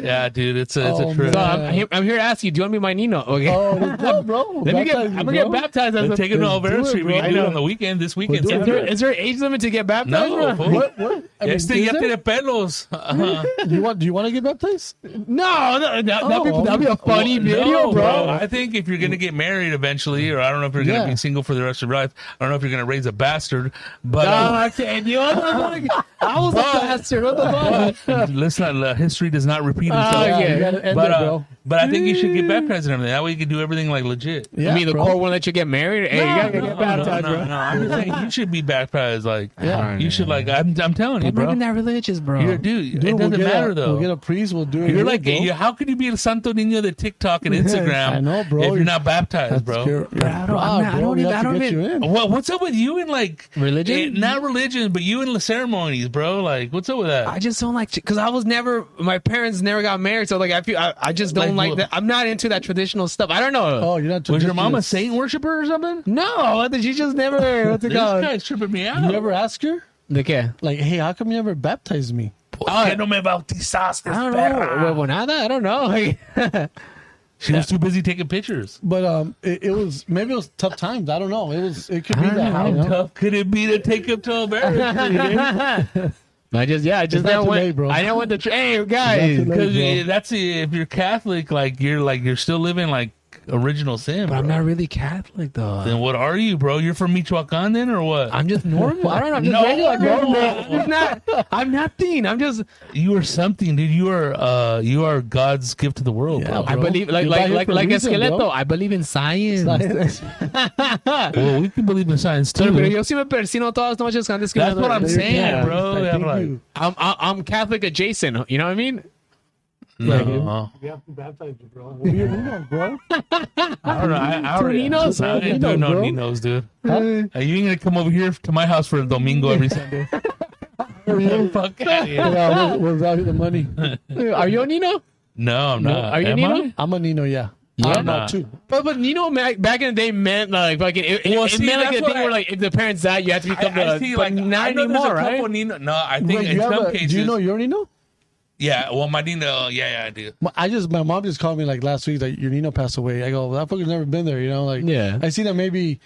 Speaker 3: yeah, dude, it's a, it's a
Speaker 4: Oh,
Speaker 3: trip.
Speaker 2: So I'm, I'm here, I'm here to ask you, do you want to be my Nino? Okay.
Speaker 4: oh, let's go, bro.
Speaker 2: Let me get,
Speaker 4: Baptize
Speaker 2: I'm
Speaker 4: you,
Speaker 2: gonna get
Speaker 4: bro.
Speaker 2: baptized as
Speaker 3: Let's
Speaker 2: a
Speaker 3: take it to
Speaker 4: Let's
Speaker 3: Elvira
Speaker 4: do it,
Speaker 3: Street. We
Speaker 4: bro.
Speaker 3: can do it on the weekend this weekend.
Speaker 4: do it.
Speaker 2: Is there, is there an age limit to get baptized?
Speaker 3: No,
Speaker 2: bro?
Speaker 3: fool.
Speaker 4: What? What? I mean,
Speaker 3: Este ya
Speaker 4: is
Speaker 3: tiene
Speaker 4: there-
Speaker 3: pelos. Uh-huh.
Speaker 4: you want? Do you want to get baptized?
Speaker 2: Oh, no, no, that, that'd, be,
Speaker 4: Oh.
Speaker 2: that'd be a funny
Speaker 3: Well,
Speaker 2: video,
Speaker 3: no,
Speaker 2: bro.
Speaker 3: I think if you're gonna get married eventually, or I don't know if you're gonna
Speaker 4: Yeah.
Speaker 3: be single for the rest of your life. I don't know if you're gonna raise a bastard, but. uh,
Speaker 2: Uh, and you know, like, I was a bastard. What the fuck?
Speaker 3: Let's not. Uh, history does not repeat itself.
Speaker 2: Oh, yeah.
Speaker 4: Ah, you gotta end
Speaker 3: But
Speaker 4: it,
Speaker 3: uh,
Speaker 4: bro.
Speaker 3: but I think you should get baptized and everything. That way you can do everything like legit.
Speaker 4: Yeah,
Speaker 2: I mean, the
Speaker 4: bro.
Speaker 2: court won't let you get married. Hey, you
Speaker 3: No,
Speaker 2: gotta get
Speaker 3: no,
Speaker 2: baptized,
Speaker 3: no, no,
Speaker 2: bro.
Speaker 3: no. I'm just saying you should be baptized. Like
Speaker 4: Yeah.
Speaker 3: you should like. I'm, I'm telling you,
Speaker 2: I'm not
Speaker 3: bro.
Speaker 2: even that religious, bro.
Speaker 3: You're a dude.
Speaker 4: Dude,
Speaker 3: it
Speaker 4: we'll
Speaker 3: doesn't
Speaker 4: get
Speaker 3: matter
Speaker 4: a,
Speaker 3: though.
Speaker 4: We'll get a priest. We'll do it.
Speaker 3: you're
Speaker 4: here,
Speaker 3: like,
Speaker 4: bro.
Speaker 3: you, how could you be a Santo Niño the TikTok and Instagram?
Speaker 4: I know, bro.
Speaker 3: If you're
Speaker 4: You're-
Speaker 3: not baptized,
Speaker 4: That's
Speaker 3: bro.
Speaker 4: your- your
Speaker 2: I don't-
Speaker 4: pride,
Speaker 2: I don't
Speaker 4: bro. We
Speaker 2: even-
Speaker 4: have to
Speaker 2: I don't
Speaker 4: get you
Speaker 2: even-
Speaker 4: in.
Speaker 3: Well, what's up with you and like
Speaker 2: Religion?
Speaker 3: eh, not religion, but you and the ceremonies, bro. Like, what's up with that?
Speaker 2: I just don't like because I was never my parents never got married, so like I feel I, I just don't
Speaker 3: Like
Speaker 2: like,
Speaker 3: what?
Speaker 2: that. I'm not into that traditional stuff. I don't know.
Speaker 4: Oh, you're not.
Speaker 3: was your mom a
Speaker 4: traditionalist.
Speaker 3: Satan worshiper or something?
Speaker 2: No, she just never. What's it
Speaker 3: This
Speaker 2: called?
Speaker 3: guy's tripping me out.
Speaker 4: You ever ask her?
Speaker 2: Okay.
Speaker 4: Like, hey, how come you never baptized me?
Speaker 3: ¿Por qué no me bautizaste,
Speaker 2: I don't
Speaker 3: perra?
Speaker 2: know. Huevonada? I don't know.
Speaker 3: She was too busy taking pictures.
Speaker 4: But um, it, it was maybe it was tough times. I don't know. It was it could be
Speaker 2: I don't
Speaker 4: that.
Speaker 2: know.
Speaker 4: You know?
Speaker 3: Tough could it be to take him to America?
Speaker 2: I just yeah, I just
Speaker 4: not
Speaker 2: now
Speaker 4: too
Speaker 2: went.
Speaker 4: late, bro.
Speaker 2: I now went the tra- hey
Speaker 4: It's
Speaker 2: guys.
Speaker 4: not too late.
Speaker 3: Because eh, that's if you're Catholic, like you're like you're still living like original sin.
Speaker 2: But I'm
Speaker 3: bro.
Speaker 2: not really Catholic though.
Speaker 3: Then what are you, bro? You're from Michoacan then, or what?
Speaker 2: I'm just normal. I don't know. I'm just
Speaker 3: No,
Speaker 2: regular.
Speaker 3: normal.
Speaker 2: normal. I'm not. I'm nothing. I'm just.
Speaker 3: you are something, dude. You are uh, you are God's gift to the world,
Speaker 4: Yeah,
Speaker 2: I
Speaker 4: bro.
Speaker 2: believe like
Speaker 4: You're not
Speaker 2: like
Speaker 4: here
Speaker 2: like
Speaker 4: for a
Speaker 2: like
Speaker 4: reason,
Speaker 2: Esqueleto.
Speaker 4: bro.
Speaker 2: I believe in science.
Speaker 3: bro. Well, we can believe in science too.
Speaker 2: Pero yo sí me persino todas las noches con
Speaker 3: That's what I'm
Speaker 2: Esqueleto.
Speaker 3: saying,
Speaker 4: Yeah,
Speaker 3: bro.
Speaker 4: I
Speaker 3: I'm
Speaker 4: think
Speaker 3: like,
Speaker 4: you-
Speaker 2: I'm I- I'm Catholic adjacent. You know what I mean?
Speaker 3: no.
Speaker 4: We have to baptize you, bro. What are you doing, bro?
Speaker 3: uh-huh. I don't know. I, I, already-
Speaker 2: Ninos?
Speaker 3: I didn't do no
Speaker 4: Ninos, bro.
Speaker 3: Ninos, dude. Uh, you ain't gonna come over here to my house for a domingo every Sunday. Fuck outta here.
Speaker 4: Yeah, we're, we're out here the money.
Speaker 2: Are you a Nino?
Speaker 3: No, I'm
Speaker 2: No.
Speaker 3: not.
Speaker 2: Are you
Speaker 3: Am
Speaker 2: Nino?
Speaker 3: I?
Speaker 4: I'm a Nino, yeah.
Speaker 3: Yeah,
Speaker 4: I'm
Speaker 3: nah.
Speaker 4: not too.
Speaker 2: But but Nino ma- back in the day meant like fucking it, it-
Speaker 3: Well,
Speaker 2: it
Speaker 3: see,
Speaker 2: meant like
Speaker 3: that's
Speaker 2: the
Speaker 3: what
Speaker 2: thing where
Speaker 3: I-
Speaker 2: like if the parents died you had to become the but not
Speaker 3: know there's
Speaker 2: anymore
Speaker 3: a
Speaker 2: right?
Speaker 3: couple Nino- no, I think
Speaker 4: Wait,
Speaker 3: in
Speaker 4: you have
Speaker 3: some
Speaker 4: a-
Speaker 3: cases.
Speaker 4: do you know your Nino?
Speaker 3: yeah, well, my Nino, yeah, yeah, I do.
Speaker 4: My- I just my mom just called me like last week that your Nino passed away. I go, that fucker's never been there, you know? Like,
Speaker 2: Yeah.
Speaker 4: I seen that maybe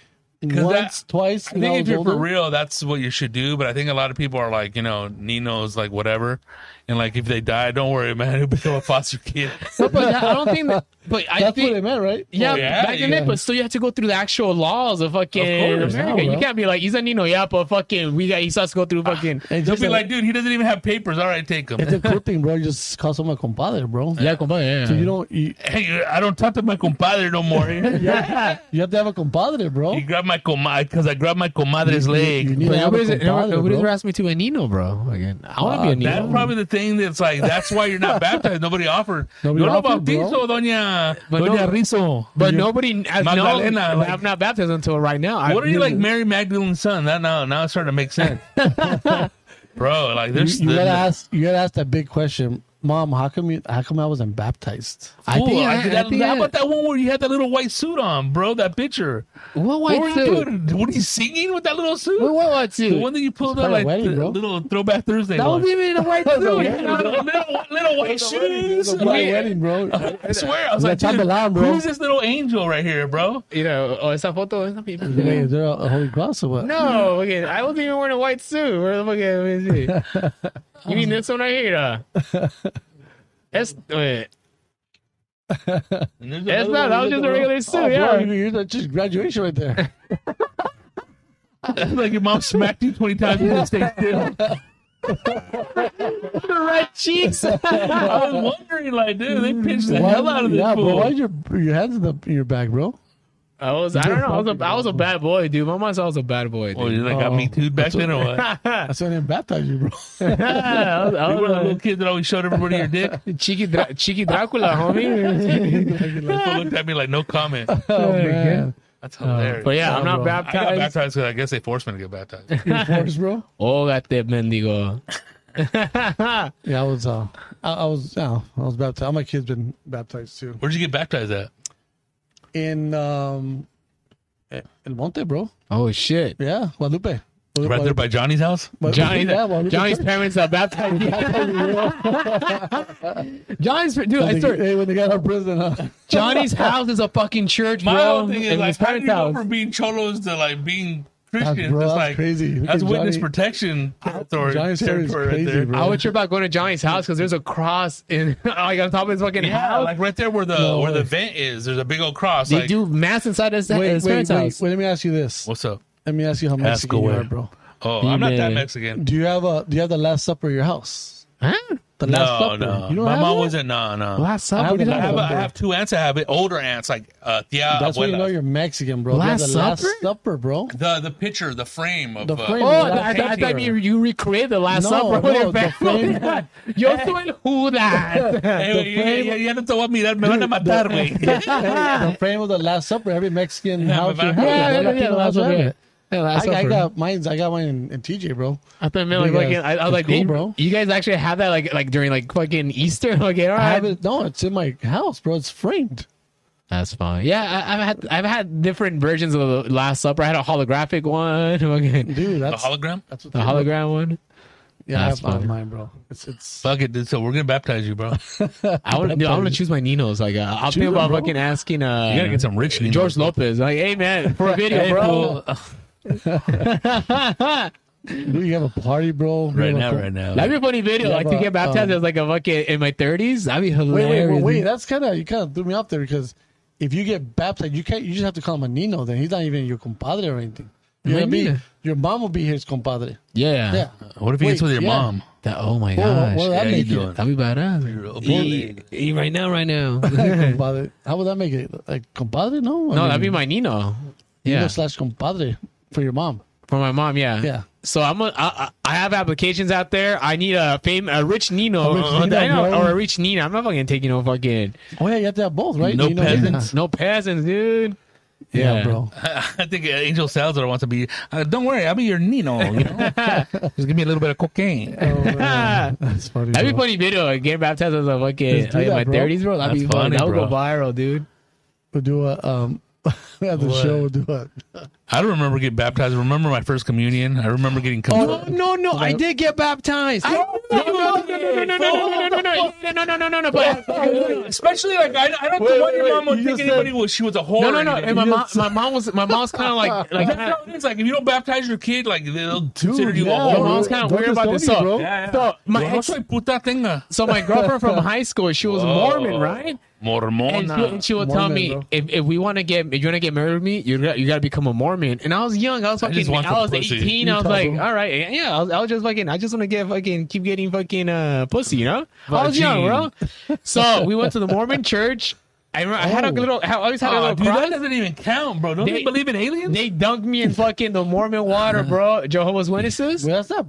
Speaker 3: 'Cause that-
Speaker 4: once, twice.
Speaker 3: I think if you're for real, that's what you should do. But I think a lot of people are like, you know, Nino's like whatever, and like if they die, don't worry, man, he'll become a foster kid.
Speaker 2: No, but that- I don't think that. But I
Speaker 4: That's
Speaker 2: think
Speaker 4: what it meant, right?
Speaker 2: yeah,
Speaker 3: Oh, yeah,
Speaker 2: back in
Speaker 3: yeah.
Speaker 2: it, but still you have to go through the actual laws of fucking
Speaker 3: Of course, Oh,
Speaker 2: America.
Speaker 4: yeah,
Speaker 2: you
Speaker 4: bro.
Speaker 2: can't be like he's a Nino, yeah, but fucking we got he has to go
Speaker 3: Ah,
Speaker 2: through fucking
Speaker 4: It's
Speaker 3: They'll
Speaker 4: just
Speaker 3: be
Speaker 4: a-
Speaker 3: like, dude, he doesn't even have papers. All right, take him.
Speaker 4: it's a cool thing, bro. You just call someone compadre, bro.
Speaker 2: yeah, compadre, yeah.
Speaker 4: So you don't you,
Speaker 3: Hey, I don't talk to my compadre no more.
Speaker 4: yeah, you have to have a compadre, bro.
Speaker 3: You grab my comadre because I grabbed my comadre's leg.
Speaker 4: You need
Speaker 2: But
Speaker 4: to have a
Speaker 2: nobody's,
Speaker 4: compadre,
Speaker 2: nobody's ever
Speaker 4: bro.
Speaker 2: asked me to a Nino, bro. Again, I want to be a Nino.
Speaker 3: Ah, that's probably the thing that's like that's why you're not baptized. Nobody offered.
Speaker 4: Nobody
Speaker 3: Yo lo
Speaker 4: offered, bro.
Speaker 3: bautizo, doña,
Speaker 2: But
Speaker 3: doña
Speaker 2: no-
Speaker 3: Rizzo.
Speaker 2: but nobody has known.
Speaker 3: Magdalena, like-
Speaker 2: I'm not baptized until right now. I-
Speaker 3: What are you like, Mary Magdalene's son? That now now it's starting to make sense, bro. Like
Speaker 4: You,
Speaker 3: there's
Speaker 4: you
Speaker 3: the-
Speaker 4: gotta ask. You gotta ask that big question, mom. How come you? How come I wasn't baptized?
Speaker 2: I
Speaker 3: Ooh,
Speaker 2: think I,
Speaker 3: I-
Speaker 2: I
Speaker 3: that-
Speaker 2: think
Speaker 3: how
Speaker 2: I-
Speaker 3: about that one where you had that little white suit on, bro? That picture.
Speaker 2: What
Speaker 3: What
Speaker 2: white
Speaker 3: were you
Speaker 2: suit?
Speaker 3: doing? What are you singing with that little suit?
Speaker 2: What white
Speaker 3: The
Speaker 2: suit?
Speaker 3: one that you pulled
Speaker 4: part
Speaker 3: up
Speaker 4: of
Speaker 3: like
Speaker 4: wedding,
Speaker 3: the
Speaker 4: bro.
Speaker 3: little Throwback Thursday.
Speaker 2: That
Speaker 3: one.
Speaker 2: wasn't even a white
Speaker 4: a
Speaker 2: suit.
Speaker 4: wedding,
Speaker 3: little, little, little white shoes.
Speaker 4: It's a black wedding, bro.
Speaker 3: I swear, I was
Speaker 4: La
Speaker 3: like, dude,
Speaker 4: chambelán, bro.
Speaker 3: who's this little angel right here, bro?
Speaker 2: You know, oh, esa foto es la
Speaker 4: Wait,
Speaker 2: misma.
Speaker 4: is there a, a holy cross or what?
Speaker 2: No, okay, I wasn't even wearing a white suit. Where the fuck is it? You mean this one right here? Uh? Es, wait,
Speaker 3: And there's
Speaker 2: es
Speaker 3: another
Speaker 2: not. That was just a regular suit.
Speaker 4: Oh, bro,
Speaker 2: yeah.
Speaker 4: you, you, that's just graduation right there.
Speaker 3: one. like your mom smacked you twenty times. You didn't stay still.
Speaker 2: The red cheeks.
Speaker 3: I was wondering, like, dude, they pitched the
Speaker 4: Why-
Speaker 3: hell out of this
Speaker 4: yeah,
Speaker 3: fool.
Speaker 4: bro. Why is your your hands in, the, in your back, bro?
Speaker 2: I was, I don't know. I was, a, I was a bad boy, dude. My mom said I was a bad boy.
Speaker 3: Well,
Speaker 2: Dude.
Speaker 3: you like got
Speaker 4: Oh.
Speaker 3: me too back then, or what?
Speaker 4: That's why I didn't baptize you, bro.
Speaker 2: I was, I
Speaker 3: You
Speaker 2: was
Speaker 3: were the
Speaker 2: a-
Speaker 3: little kid that always showed everybody your dick.
Speaker 2: Cheeky, Dra- Cheeky Dracula, homie.
Speaker 3: That fool looked at me like no comment.
Speaker 4: Oh, man.
Speaker 3: That's hilarious.
Speaker 2: but yeah, I'm
Speaker 4: Oh,
Speaker 2: not
Speaker 4: bro.
Speaker 3: I got
Speaker 2: baptized.
Speaker 3: baptized because I guess they forced me to get baptized.
Speaker 4: Your force, bro.
Speaker 2: Oh, that tip, mendigo.
Speaker 4: Yeah, I was. Uh, I, I was. Uh, I was baptized. All my kids been baptized too.
Speaker 3: Where'd you get baptized at?
Speaker 4: In um, El Monte, bro.
Speaker 2: Oh shit.
Speaker 4: Yeah, Guadalupe.
Speaker 3: Right there by Johnny's house.
Speaker 4: Guadalupe-
Speaker 2: Johnny,
Speaker 4: yeah, Guadalupe
Speaker 2: Johnny's
Speaker 4: Church.
Speaker 2: parents are baptized. Johnny's dude, I
Speaker 4: When they,
Speaker 2: swear,
Speaker 4: hey, when they got out of prison, huh?
Speaker 2: Johnny's house is a fucking church,
Speaker 3: My
Speaker 2: bro.
Speaker 3: whole thing is
Speaker 2: and
Speaker 3: like,
Speaker 2: his
Speaker 3: how do you
Speaker 2: parents'
Speaker 3: go
Speaker 2: house.
Speaker 3: from being cholos to like being
Speaker 4: That's,
Speaker 3: Christians?
Speaker 4: bro,
Speaker 3: It's
Speaker 4: that's
Speaker 3: like
Speaker 4: crazy. Look
Speaker 3: That's
Speaker 4: at
Speaker 3: witness
Speaker 4: Johnny.
Speaker 3: protection territory.
Speaker 4: Johnny's story is
Speaker 3: territory
Speaker 4: crazy,
Speaker 3: right there.
Speaker 4: bro.
Speaker 2: I would trip about going to Johnny's house because there's a cross in like on top of his fucking
Speaker 3: Yeah,
Speaker 2: house.
Speaker 3: like right there where the
Speaker 4: No
Speaker 3: where the
Speaker 4: way.
Speaker 3: vent is. There's a big old cross.
Speaker 2: they
Speaker 3: like,
Speaker 2: do mass inside his,
Speaker 4: Wait,
Speaker 2: his
Speaker 4: wait,
Speaker 2: parents'
Speaker 4: wait,
Speaker 2: house.
Speaker 4: wait, Let me ask you this.
Speaker 3: What's up?
Speaker 4: Let me ask you how Mexican you
Speaker 3: away.
Speaker 4: are, bro.
Speaker 3: Oh, I'm not that
Speaker 2: Amen.
Speaker 3: Mexican.
Speaker 4: Do you have a Do you have the Last Supper at your house?
Speaker 2: Huh?
Speaker 4: The Last
Speaker 3: No,
Speaker 4: Supper.
Speaker 3: no.
Speaker 4: You don't
Speaker 3: My
Speaker 4: have
Speaker 3: mom
Speaker 4: that?
Speaker 3: wasn't. No, no.
Speaker 2: Last supper.
Speaker 4: I
Speaker 2: What are you
Speaker 4: haven't
Speaker 3: I
Speaker 2: talking
Speaker 3: have,
Speaker 2: about?
Speaker 3: I have two aunts. I have it older aunts, like uh, yeah,
Speaker 4: That's when you know
Speaker 3: abuelas.
Speaker 4: you're Mexican, bro.
Speaker 2: Last
Speaker 4: yeah, the Last
Speaker 2: Supper?
Speaker 4: Supper, bro.
Speaker 3: the the picture, the frame of
Speaker 4: The
Speaker 3: uh,
Speaker 4: frame.
Speaker 2: Oh,
Speaker 4: Last
Speaker 2: I, I, I
Speaker 4: Supper.
Speaker 2: thought you, you recreated the Last
Speaker 4: No,
Speaker 2: Supper with
Speaker 4: no,
Speaker 2: your
Speaker 4: the
Speaker 2: family.
Speaker 4: frame.
Speaker 2: Yo soy el Judas.
Speaker 3: Hey,
Speaker 4: the frame-
Speaker 3: ya, ya, ya no te voy a mirar, me van a matar, güey.
Speaker 4: the frame of the Last Supper. Every Mexican house.
Speaker 3: but-
Speaker 4: you have,
Speaker 3: Yeah,
Speaker 2: yeah,
Speaker 4: the Latino
Speaker 2: yeah, yeah, yeah,
Speaker 4: house
Speaker 2: Last Supper.
Speaker 4: have
Speaker 2: Yeah,
Speaker 4: it.
Speaker 2: Last
Speaker 4: I, I
Speaker 2: Supper.
Speaker 4: got mine's. I got mine in, in TJ, bro.
Speaker 2: I thought, man, like,
Speaker 4: Big
Speaker 2: fucking,
Speaker 4: ass.
Speaker 2: I, I was like,
Speaker 4: It's cool,
Speaker 2: "Damn,
Speaker 4: bro."
Speaker 2: you guys actually have that, like, like during like fucking Easter. Like, all
Speaker 4: I
Speaker 2: right,
Speaker 4: have it. No, it's in my house, bro. It's framed.
Speaker 2: that's fine. Yeah, I, I've had, I've had different versions of the Last Supper. I had a holographic one, okay,
Speaker 4: Dude,
Speaker 3: the
Speaker 4: that's
Speaker 3: hologram.
Speaker 4: that's what
Speaker 2: the
Speaker 4: they look-
Speaker 2: hologram one.
Speaker 4: Yeah, I
Speaker 2: That's
Speaker 4: have on
Speaker 2: fine.
Speaker 4: mine, bro. It's it's
Speaker 3: Fuck it, dude. So we're gonna baptize you, bro. You
Speaker 2: I want to. I want to choose my Ninos. Like, uh, I'll think
Speaker 4: them,
Speaker 2: about
Speaker 4: bro.
Speaker 2: fucking asking. Uh,
Speaker 3: gotta get some rich. Nino.
Speaker 2: George Lopez. Like, hey man, for a video,
Speaker 3: Hey,
Speaker 2: bro.
Speaker 3: fool.
Speaker 4: we have a party, bro. We
Speaker 3: Right
Speaker 4: have a
Speaker 3: now,
Speaker 4: par-
Speaker 3: right now.
Speaker 2: That'd be a funny video.
Speaker 4: Yeah,
Speaker 2: like to
Speaker 4: but,
Speaker 2: get baptized
Speaker 4: um,
Speaker 2: as like a fucking in my thirties. That'd be hilarious.
Speaker 4: Wait, wait, wait, wait. That's kind of you kind of threw me off there because if you get baptized, you can't. You just have to call him a nino. Then he's not even your compadre or anything. You know what I mean?
Speaker 2: Nino.
Speaker 4: Your mom will be his compadre.
Speaker 3: Ah.
Speaker 2: Yeah.
Speaker 4: Yeah.
Speaker 3: What if he gets
Speaker 4: Wait,
Speaker 3: with your
Speaker 4: yeah.
Speaker 3: mom?
Speaker 2: That, oh my
Speaker 4: Well, well,
Speaker 2: gosh.
Speaker 4: well, that
Speaker 3: yeah, you
Speaker 4: make it
Speaker 3: doing?
Speaker 2: That'd be badass.
Speaker 3: You're a
Speaker 2: E,
Speaker 3: bully.
Speaker 2: e right now, right now.
Speaker 4: compadre. How would that make it? Like compadre? No. I
Speaker 2: no, that'd be
Speaker 4: mean,
Speaker 2: my Nino.
Speaker 4: nino
Speaker 2: Yeah.
Speaker 4: slash compadre for your mom.
Speaker 2: For my mom, yeah.
Speaker 4: Yeah.
Speaker 2: So I'm a, I, I I have applications out there. I need a fame a rich Nino,
Speaker 4: A rich
Speaker 2: Uh,
Speaker 4: Nino,
Speaker 2: I know-
Speaker 4: bro.
Speaker 2: or a rich Nino. I'm not fucking taking no fucking
Speaker 4: Oh yeah, you have to have both, right?
Speaker 3: No
Speaker 4: Nino and
Speaker 3: peasants.
Speaker 4: Nina.
Speaker 2: no peasants, dude.
Speaker 4: Yeah, bro.
Speaker 3: I think uh, Angel Salazar wants to be. Uh, don't worry, I'll be your Nino. You know? Just give me a little bit of cocaine.
Speaker 4: Oh, man. that's funny.
Speaker 2: Ah. That'd be
Speaker 4: bro.
Speaker 2: funny video. like, Getting baptized as a fucking
Speaker 4: Let's do
Speaker 2: like, in
Speaker 4: that,
Speaker 2: my
Speaker 4: bro.
Speaker 2: thirties, bro. That'd
Speaker 3: That's
Speaker 2: be fun.
Speaker 3: funny,
Speaker 2: That would
Speaker 3: bro.
Speaker 2: go viral, dude.
Speaker 4: We'll do a um. at the
Speaker 3: What?
Speaker 4: show, we'll do a.
Speaker 3: I don't remember getting baptized. I remember my first communion. I remember getting
Speaker 2: Oh,
Speaker 3: confirmed.
Speaker 2: no, no, I did get baptized. No, no, no, no, no, no, no, no, no, no, no, no, no, no, no, no, no, but
Speaker 3: Especially like I, I don't
Speaker 4: Wait, wait, wait, you just said-
Speaker 3: was she was a whore.
Speaker 2: no, no, no.
Speaker 3: or
Speaker 2: And my
Speaker 3: anything.
Speaker 2: mom, my mom was, my mom's kind of like, like,
Speaker 3: That's
Speaker 2: kinda-
Speaker 3: how it is. Like if you don't baptize your kid, like they'll consider you
Speaker 4: yeah.
Speaker 3: a
Speaker 2: my
Speaker 3: whore.
Speaker 2: mom's kind of
Speaker 4: Don't
Speaker 2: weird about
Speaker 4: disown
Speaker 2: this.
Speaker 4: me,
Speaker 2: So,
Speaker 4: bro.
Speaker 3: Yeah, yeah.
Speaker 2: so my
Speaker 3: Yo
Speaker 2: ex,
Speaker 3: soy puta tenga.
Speaker 2: so my girlfriend from high school, she was Mormon, right?
Speaker 3: Oh,
Speaker 2: And she,
Speaker 3: Mormona.
Speaker 2: and she would tell
Speaker 4: Mormon,
Speaker 2: me
Speaker 4: bro.
Speaker 2: if, if we want to get if you want to get married with me, you got you got to become a Mormon. And I was young, I was
Speaker 3: just
Speaker 2: fucking,
Speaker 3: want
Speaker 2: I,
Speaker 3: some
Speaker 2: was
Speaker 3: pussy.
Speaker 2: eighteen.
Speaker 4: You
Speaker 2: I was
Speaker 4: tough,
Speaker 2: like,
Speaker 4: bro.
Speaker 2: all right, yeah, I was, I was just fucking, I just want to get fucking, keep getting fucking uh pussy, you know? I was young, bro. So we went to the Mormon church. I remember I had a
Speaker 4: Oh.
Speaker 2: little, I always had a
Speaker 3: Aw,
Speaker 2: little
Speaker 3: dude, that
Speaker 2: cross.
Speaker 3: doesn't even count, bro. Don't uh, they,
Speaker 2: They-
Speaker 3: believe in aliens?
Speaker 2: They dunked me in fucking the Mormon water, bro. Jehovah's Witnesses.
Speaker 4: Well, that's not.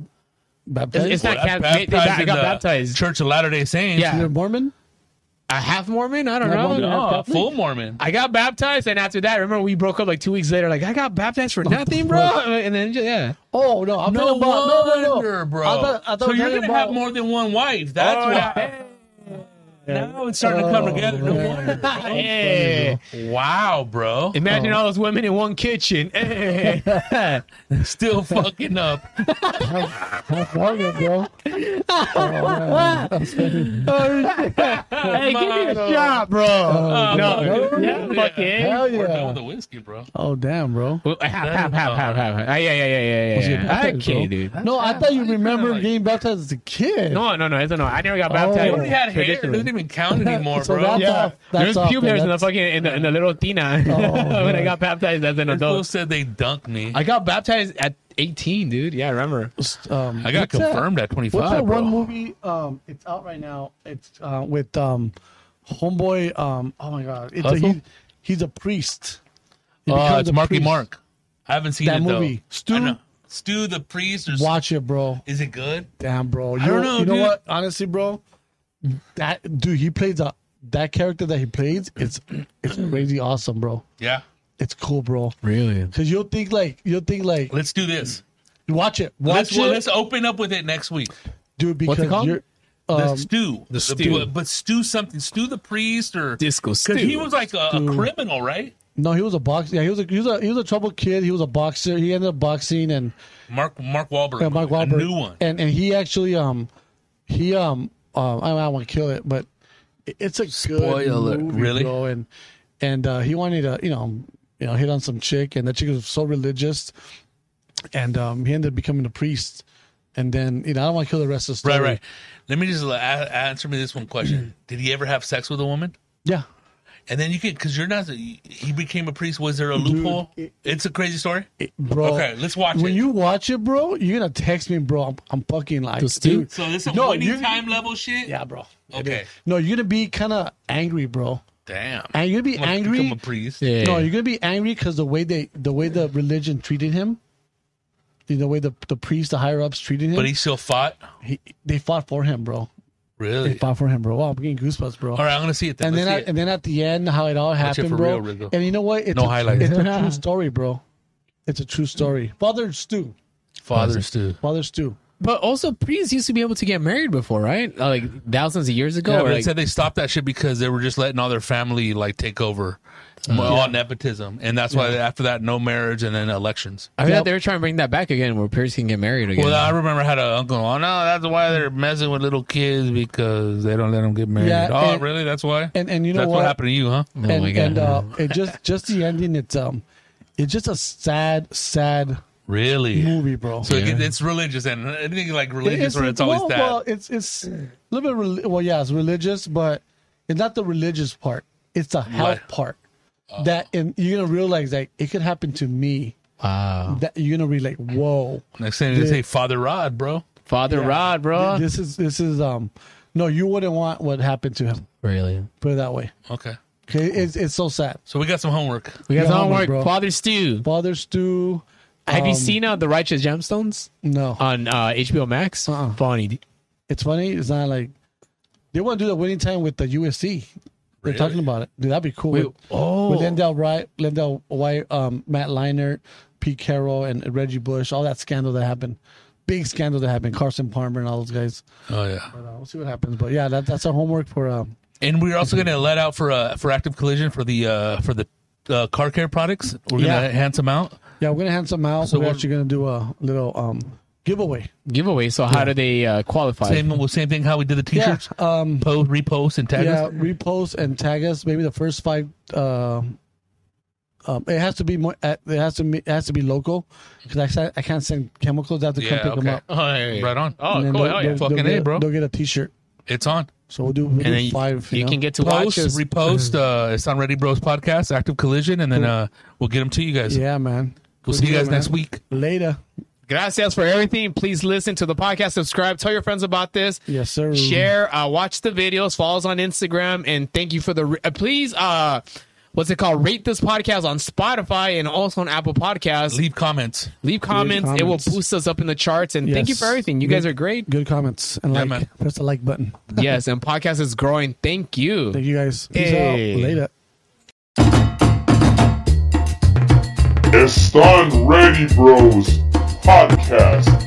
Speaker 4: Baptized.
Speaker 2: It's- it's not-
Speaker 3: Well, that's
Speaker 2: Cap- they- they got-
Speaker 3: baptized in
Speaker 2: got
Speaker 3: the
Speaker 2: baptized.
Speaker 3: Church of Latter Day Saints.
Speaker 2: Yeah.
Speaker 4: You're Mormon.
Speaker 2: A half Mormon? I don't
Speaker 4: Yeah,
Speaker 2: know.
Speaker 4: Mormon.
Speaker 3: No,
Speaker 4: Catholic?
Speaker 3: full Mormon.
Speaker 2: I got baptized, and after that, remember we broke up like two weeks later. Like I got baptized for nothing, bro. Uh, And then yeah,
Speaker 4: Oh no! I'm
Speaker 3: No
Speaker 4: talking about no, no,
Speaker 3: wonder,
Speaker 4: no.
Speaker 3: bro.
Speaker 4: I thought, I thought
Speaker 3: so
Speaker 4: we were
Speaker 3: you're
Speaker 4: talking
Speaker 3: gonna
Speaker 4: about,
Speaker 3: have more than one wife. That's
Speaker 2: Oh,
Speaker 3: what. Now it's starting to come
Speaker 4: Oh,
Speaker 3: together. No
Speaker 4: man.
Speaker 3: wonder, bro.
Speaker 2: Hey.
Speaker 3: Wow, bro.
Speaker 2: Imagine all those women in one kitchen. Oh. Hey.
Speaker 3: Still fucking up.
Speaker 4: That's Mormon, bro.
Speaker 2: hey, give me a
Speaker 3: Mano.
Speaker 2: shot, bro.
Speaker 4: Oh,
Speaker 2: no,
Speaker 4: bro.
Speaker 2: yeah,
Speaker 3: Yeah.
Speaker 2: fucking.
Speaker 4: Hell
Speaker 3: We're done with
Speaker 4: yeah!
Speaker 3: the whiskey, bro.
Speaker 4: Oh damn, bro.
Speaker 2: Well, half, half, half, half, half. Ah, Yeah, yeah, yeah, yeah,
Speaker 4: Was
Speaker 2: yeah.
Speaker 4: he
Speaker 2: yeah.
Speaker 4: baptized,
Speaker 2: Okay,
Speaker 4: bro?
Speaker 2: dude.
Speaker 4: No, I thought you
Speaker 3: How you
Speaker 4: remember
Speaker 3: kinda like-
Speaker 4: getting baptized as a kid.
Speaker 2: No, no, no, it's no. I never got
Speaker 4: Oh.
Speaker 2: baptized.
Speaker 3: You only had hair. It
Speaker 2: Traditionally.
Speaker 3: doesn't even count anymore,
Speaker 4: So
Speaker 3: bro.
Speaker 4: that's
Speaker 3: Yeah.
Speaker 2: Yeah,
Speaker 4: off. That's
Speaker 2: there's
Speaker 4: off,
Speaker 2: pube
Speaker 4: man.
Speaker 2: hairs in the
Speaker 4: That's-
Speaker 2: fucking in the, in the little tina
Speaker 4: Oh,
Speaker 2: when I
Speaker 4: man.
Speaker 2: got baptized as an
Speaker 3: Those fools
Speaker 2: adult.
Speaker 3: said they dunked me.
Speaker 2: I got baptized at 18, dude. Yeah, I remember.
Speaker 4: Um,
Speaker 3: I got
Speaker 4: what's that-
Speaker 3: confirmed at 25,
Speaker 4: What's that
Speaker 3: bro.
Speaker 4: one movie? Um, it's out right now. It's uh, with um, homeboy. Um, oh my god, it's a,
Speaker 3: Hustle?
Speaker 4: he, he's a priest. He
Speaker 3: Oh,
Speaker 4: becomes
Speaker 3: it's
Speaker 4: a
Speaker 3: Marky
Speaker 4: priest.
Speaker 3: Mark. I haven't seen
Speaker 4: That
Speaker 3: it though.
Speaker 4: movie. Stu?
Speaker 3: I know. Stu the priest or
Speaker 4: Watch it, bro.
Speaker 3: Is it good?
Speaker 4: Damn, bro. You,
Speaker 3: don't know,
Speaker 4: you know
Speaker 3: dude.
Speaker 4: what? Honestly, bro, that dude, he plays a that character that he plays. It's it's crazy awesome, bro.
Speaker 3: Yeah.
Speaker 4: It's cool, bro.
Speaker 2: Really?
Speaker 4: Cause you'll think like you'll think like
Speaker 3: Let's do this.
Speaker 4: watch it, watch
Speaker 3: Let's
Speaker 4: it,
Speaker 3: let's open up with it next week.
Speaker 4: dude. Because
Speaker 2: it called?
Speaker 4: you're
Speaker 3: The
Speaker 4: um,
Speaker 3: stew. The
Speaker 2: stew.
Speaker 3: but- But stew something. Stew the priest or
Speaker 2: Disco
Speaker 3: because he
Speaker 2: stew.
Speaker 3: was like a,
Speaker 4: Mm.
Speaker 3: a criminal, right?
Speaker 4: no, he was a boxer. Yeah, he was a he was a he was a troubled kid. He was a boxer. He ended up boxing and
Speaker 3: Mark Mark Wahlberg.
Speaker 4: Yeah, Uh, Mark Wahlberg.
Speaker 3: A new one.
Speaker 4: And and he actually um he um um I, I want to kill it, but it- it's a good
Speaker 3: Spoiler.
Speaker 4: movie,
Speaker 3: Really?
Speaker 4: bro. And and uh, he wanted to you know you know hit on some chick, and that chick was so religious, and um he ended up becoming a priest. And then you know I don't want to kill the rest of the story.
Speaker 3: Right, right. Let me just la- a- answer me this one question. Did he ever have sex with a woman?
Speaker 4: Yeah.
Speaker 3: And then you could, because you're not. He became a priest. Was there a loophole?
Speaker 4: it-
Speaker 3: it's a crazy story.
Speaker 4: Bro,
Speaker 3: Okay, let's watch
Speaker 4: when
Speaker 3: it.
Speaker 4: you watch it, bro, you're gonna text me, bro. I'm, I'm fucking like,
Speaker 2: To Stu?
Speaker 4: dude.
Speaker 3: so this is
Speaker 4: No,
Speaker 3: winning
Speaker 4: you-
Speaker 3: time level shit.
Speaker 4: Yeah, bro.
Speaker 3: Okay.
Speaker 4: No, you're gonna be kind of angry, bro.
Speaker 3: Damn.
Speaker 4: And you're gonna be
Speaker 3: I'm gonna
Speaker 4: angry.
Speaker 3: Become a priest.
Speaker 2: Yeah.
Speaker 4: No, you're gonna be angry because the way they, the way the religion treated him, the, the way the the priests, the higher ups treated him.
Speaker 3: But he still fought.
Speaker 4: he, they fought for him, bro. They
Speaker 3: Really?
Speaker 4: fought for him, bro. Wow, I'm getting goosebumps, bro.
Speaker 3: All right, I'm gonna see it. Then.
Speaker 4: And
Speaker 3: Let's
Speaker 4: then,
Speaker 3: see
Speaker 4: at,
Speaker 3: it.
Speaker 4: and then at the end, how it all
Speaker 3: Watch it
Speaker 4: happened,
Speaker 3: for
Speaker 4: bro.
Speaker 3: real, Rizzo.
Speaker 4: and you know what? It's
Speaker 3: No
Speaker 4: a,
Speaker 3: highlights.
Speaker 4: It's a true story, bro. It's a true story. Father Stu,
Speaker 3: Father Stu.
Speaker 4: Father Stu.
Speaker 2: But also, priests used to be able to get married before, right? Uh, Like thousands of years ago.
Speaker 3: Yeah,
Speaker 2: or
Speaker 3: but they
Speaker 2: like-
Speaker 3: said they stopped that shit because they were just letting all their family like take over.
Speaker 4: Mm.
Speaker 3: Well, all nepotism, and that's why after that, no marriage, and then elections.
Speaker 2: I heard
Speaker 4: Yep.
Speaker 2: that they were trying to bring that back again, where parents can get married again.
Speaker 3: Well, I remember I had an uncle. Oh no, that's why they're messing with little kids because they don't let them get married.
Speaker 4: Yeah,
Speaker 3: oh,
Speaker 4: and-
Speaker 3: really? That's why.
Speaker 4: and- and you know
Speaker 3: that's what?
Speaker 4: what?
Speaker 3: happened to you, huh?
Speaker 2: oh
Speaker 4: and
Speaker 2: my god!
Speaker 4: and uh, it just just the ending. It's um, it's just a sad, sad
Speaker 3: Really?
Speaker 4: movie, bro.
Speaker 3: So it, it's religious, and anything like
Speaker 4: It-
Speaker 3: religious, or it's always
Speaker 4: well,
Speaker 3: that.
Speaker 4: well, it's it's a little bit reli- well, yeah, it's religious, but it's not the religious part. It's the health
Speaker 3: Right. Oh.
Speaker 4: part that and you're gonna realize like it could happen to me.
Speaker 2: wow,
Speaker 4: That you're gonna be like, whoa,
Speaker 3: Next thing they
Speaker 4: the-
Speaker 3: say, Father Rod, bro.
Speaker 2: Father Rod, bro.
Speaker 4: this is this is um, no, you wouldn't want what happened to him.
Speaker 2: really?
Speaker 4: Put it that way.
Speaker 3: Okay,
Speaker 4: Okay, it's it's so sad.
Speaker 3: so we got some homework.
Speaker 2: We got
Speaker 4: Yeah,
Speaker 2: some
Speaker 4: homework, bro.
Speaker 2: homework. Father Stew.
Speaker 4: Father Stew,
Speaker 2: Have you
Speaker 4: um,
Speaker 2: seen uh, the Righteous Gemstones
Speaker 4: no,
Speaker 2: on uh, HBO Max?
Speaker 4: Uh-uh.
Speaker 2: Funny. dude.
Speaker 4: it's funny. It's not like they want to do the winning time with the USC. They're
Speaker 3: Really?
Speaker 4: talking about it. Dude, that'd be cool.
Speaker 2: Wait,
Speaker 4: With-
Speaker 2: oh.
Speaker 4: with Lindell Wright, Lindell White, um, Matt Leinart, Pete Carroll, and Reggie Bush. All that scandal that happened, big scandal that happened. Carson Palmer and all those guys.
Speaker 3: Oh yeah.
Speaker 4: But, uh, we'll see what happens. But yeah, that, that's our homework for. Um,
Speaker 3: And we're also going to let out for uh, for active collision for the uh, for the uh, car care products. We're going to
Speaker 4: Yeah.
Speaker 3: hand some out.
Speaker 4: yeah, we're gonna hand some out.
Speaker 3: So
Speaker 4: we're
Speaker 3: what-
Speaker 4: actually gonna do a little um giveaway.
Speaker 2: giveaway. So how do they uh, qualify?
Speaker 3: Same well, same thing. How we did the
Speaker 4: Yeah,
Speaker 3: t-shirts,
Speaker 4: um,
Speaker 3: post, repost, and tag
Speaker 4: yeah,
Speaker 3: us.
Speaker 4: repost and tag us. Maybe the first five. Um, um, it has to be more. It has to. be- It has to be local because I sa- I can't send chemicals. I have to come pick them up.
Speaker 2: Oh, yeah, yeah.
Speaker 3: Uh-huh. Right on.
Speaker 2: Oh,
Speaker 4: And then
Speaker 2: cool.
Speaker 4: they'll-
Speaker 2: Oh, yeah.
Speaker 4: they'll-
Speaker 3: Fucking
Speaker 4: they'll get
Speaker 3: A, bro.
Speaker 4: They'll get a T-shirt.
Speaker 3: It's on.
Speaker 4: So we'll do, we'll
Speaker 2: And
Speaker 4: do
Speaker 2: then you,
Speaker 4: five.
Speaker 2: you
Speaker 4: know?
Speaker 2: can get to
Speaker 3: Post,
Speaker 2: watch us.
Speaker 3: repost.
Speaker 4: Mm-hmm.
Speaker 3: Uh, it's on Ready Bros Podcast, Active Collision, and then uh, we'll get them to you guys.
Speaker 4: Yeah, man.
Speaker 3: We'll see you
Speaker 4: deal,
Speaker 3: guys
Speaker 4: man.
Speaker 3: next week.
Speaker 4: Later.
Speaker 2: Gracias for everything. Please listen to the podcast, subscribe, tell your friends about this.
Speaker 4: Yes, sir.
Speaker 2: Share, uh, watch the videos, follow us on Instagram, and thank you for the. Re- uh, please, uh, what's it called? Rate this podcast on Spotify and also on Apple Podcasts. Leave,
Speaker 3: Leave comments.
Speaker 2: comments. It will
Speaker 4: comments.
Speaker 2: boost us up in the charts. And thank you
Speaker 4: Yes.
Speaker 2: for everything. You guys are great.
Speaker 4: Good comments and
Speaker 3: Yeah,
Speaker 4: like.
Speaker 3: man.
Speaker 4: Press the like button.
Speaker 2: yes, and podcast is growing. Thank you.
Speaker 4: Thank you guys. Peace
Speaker 2: Hey.
Speaker 4: out. Later.
Speaker 1: Están Ready Bros Podcast.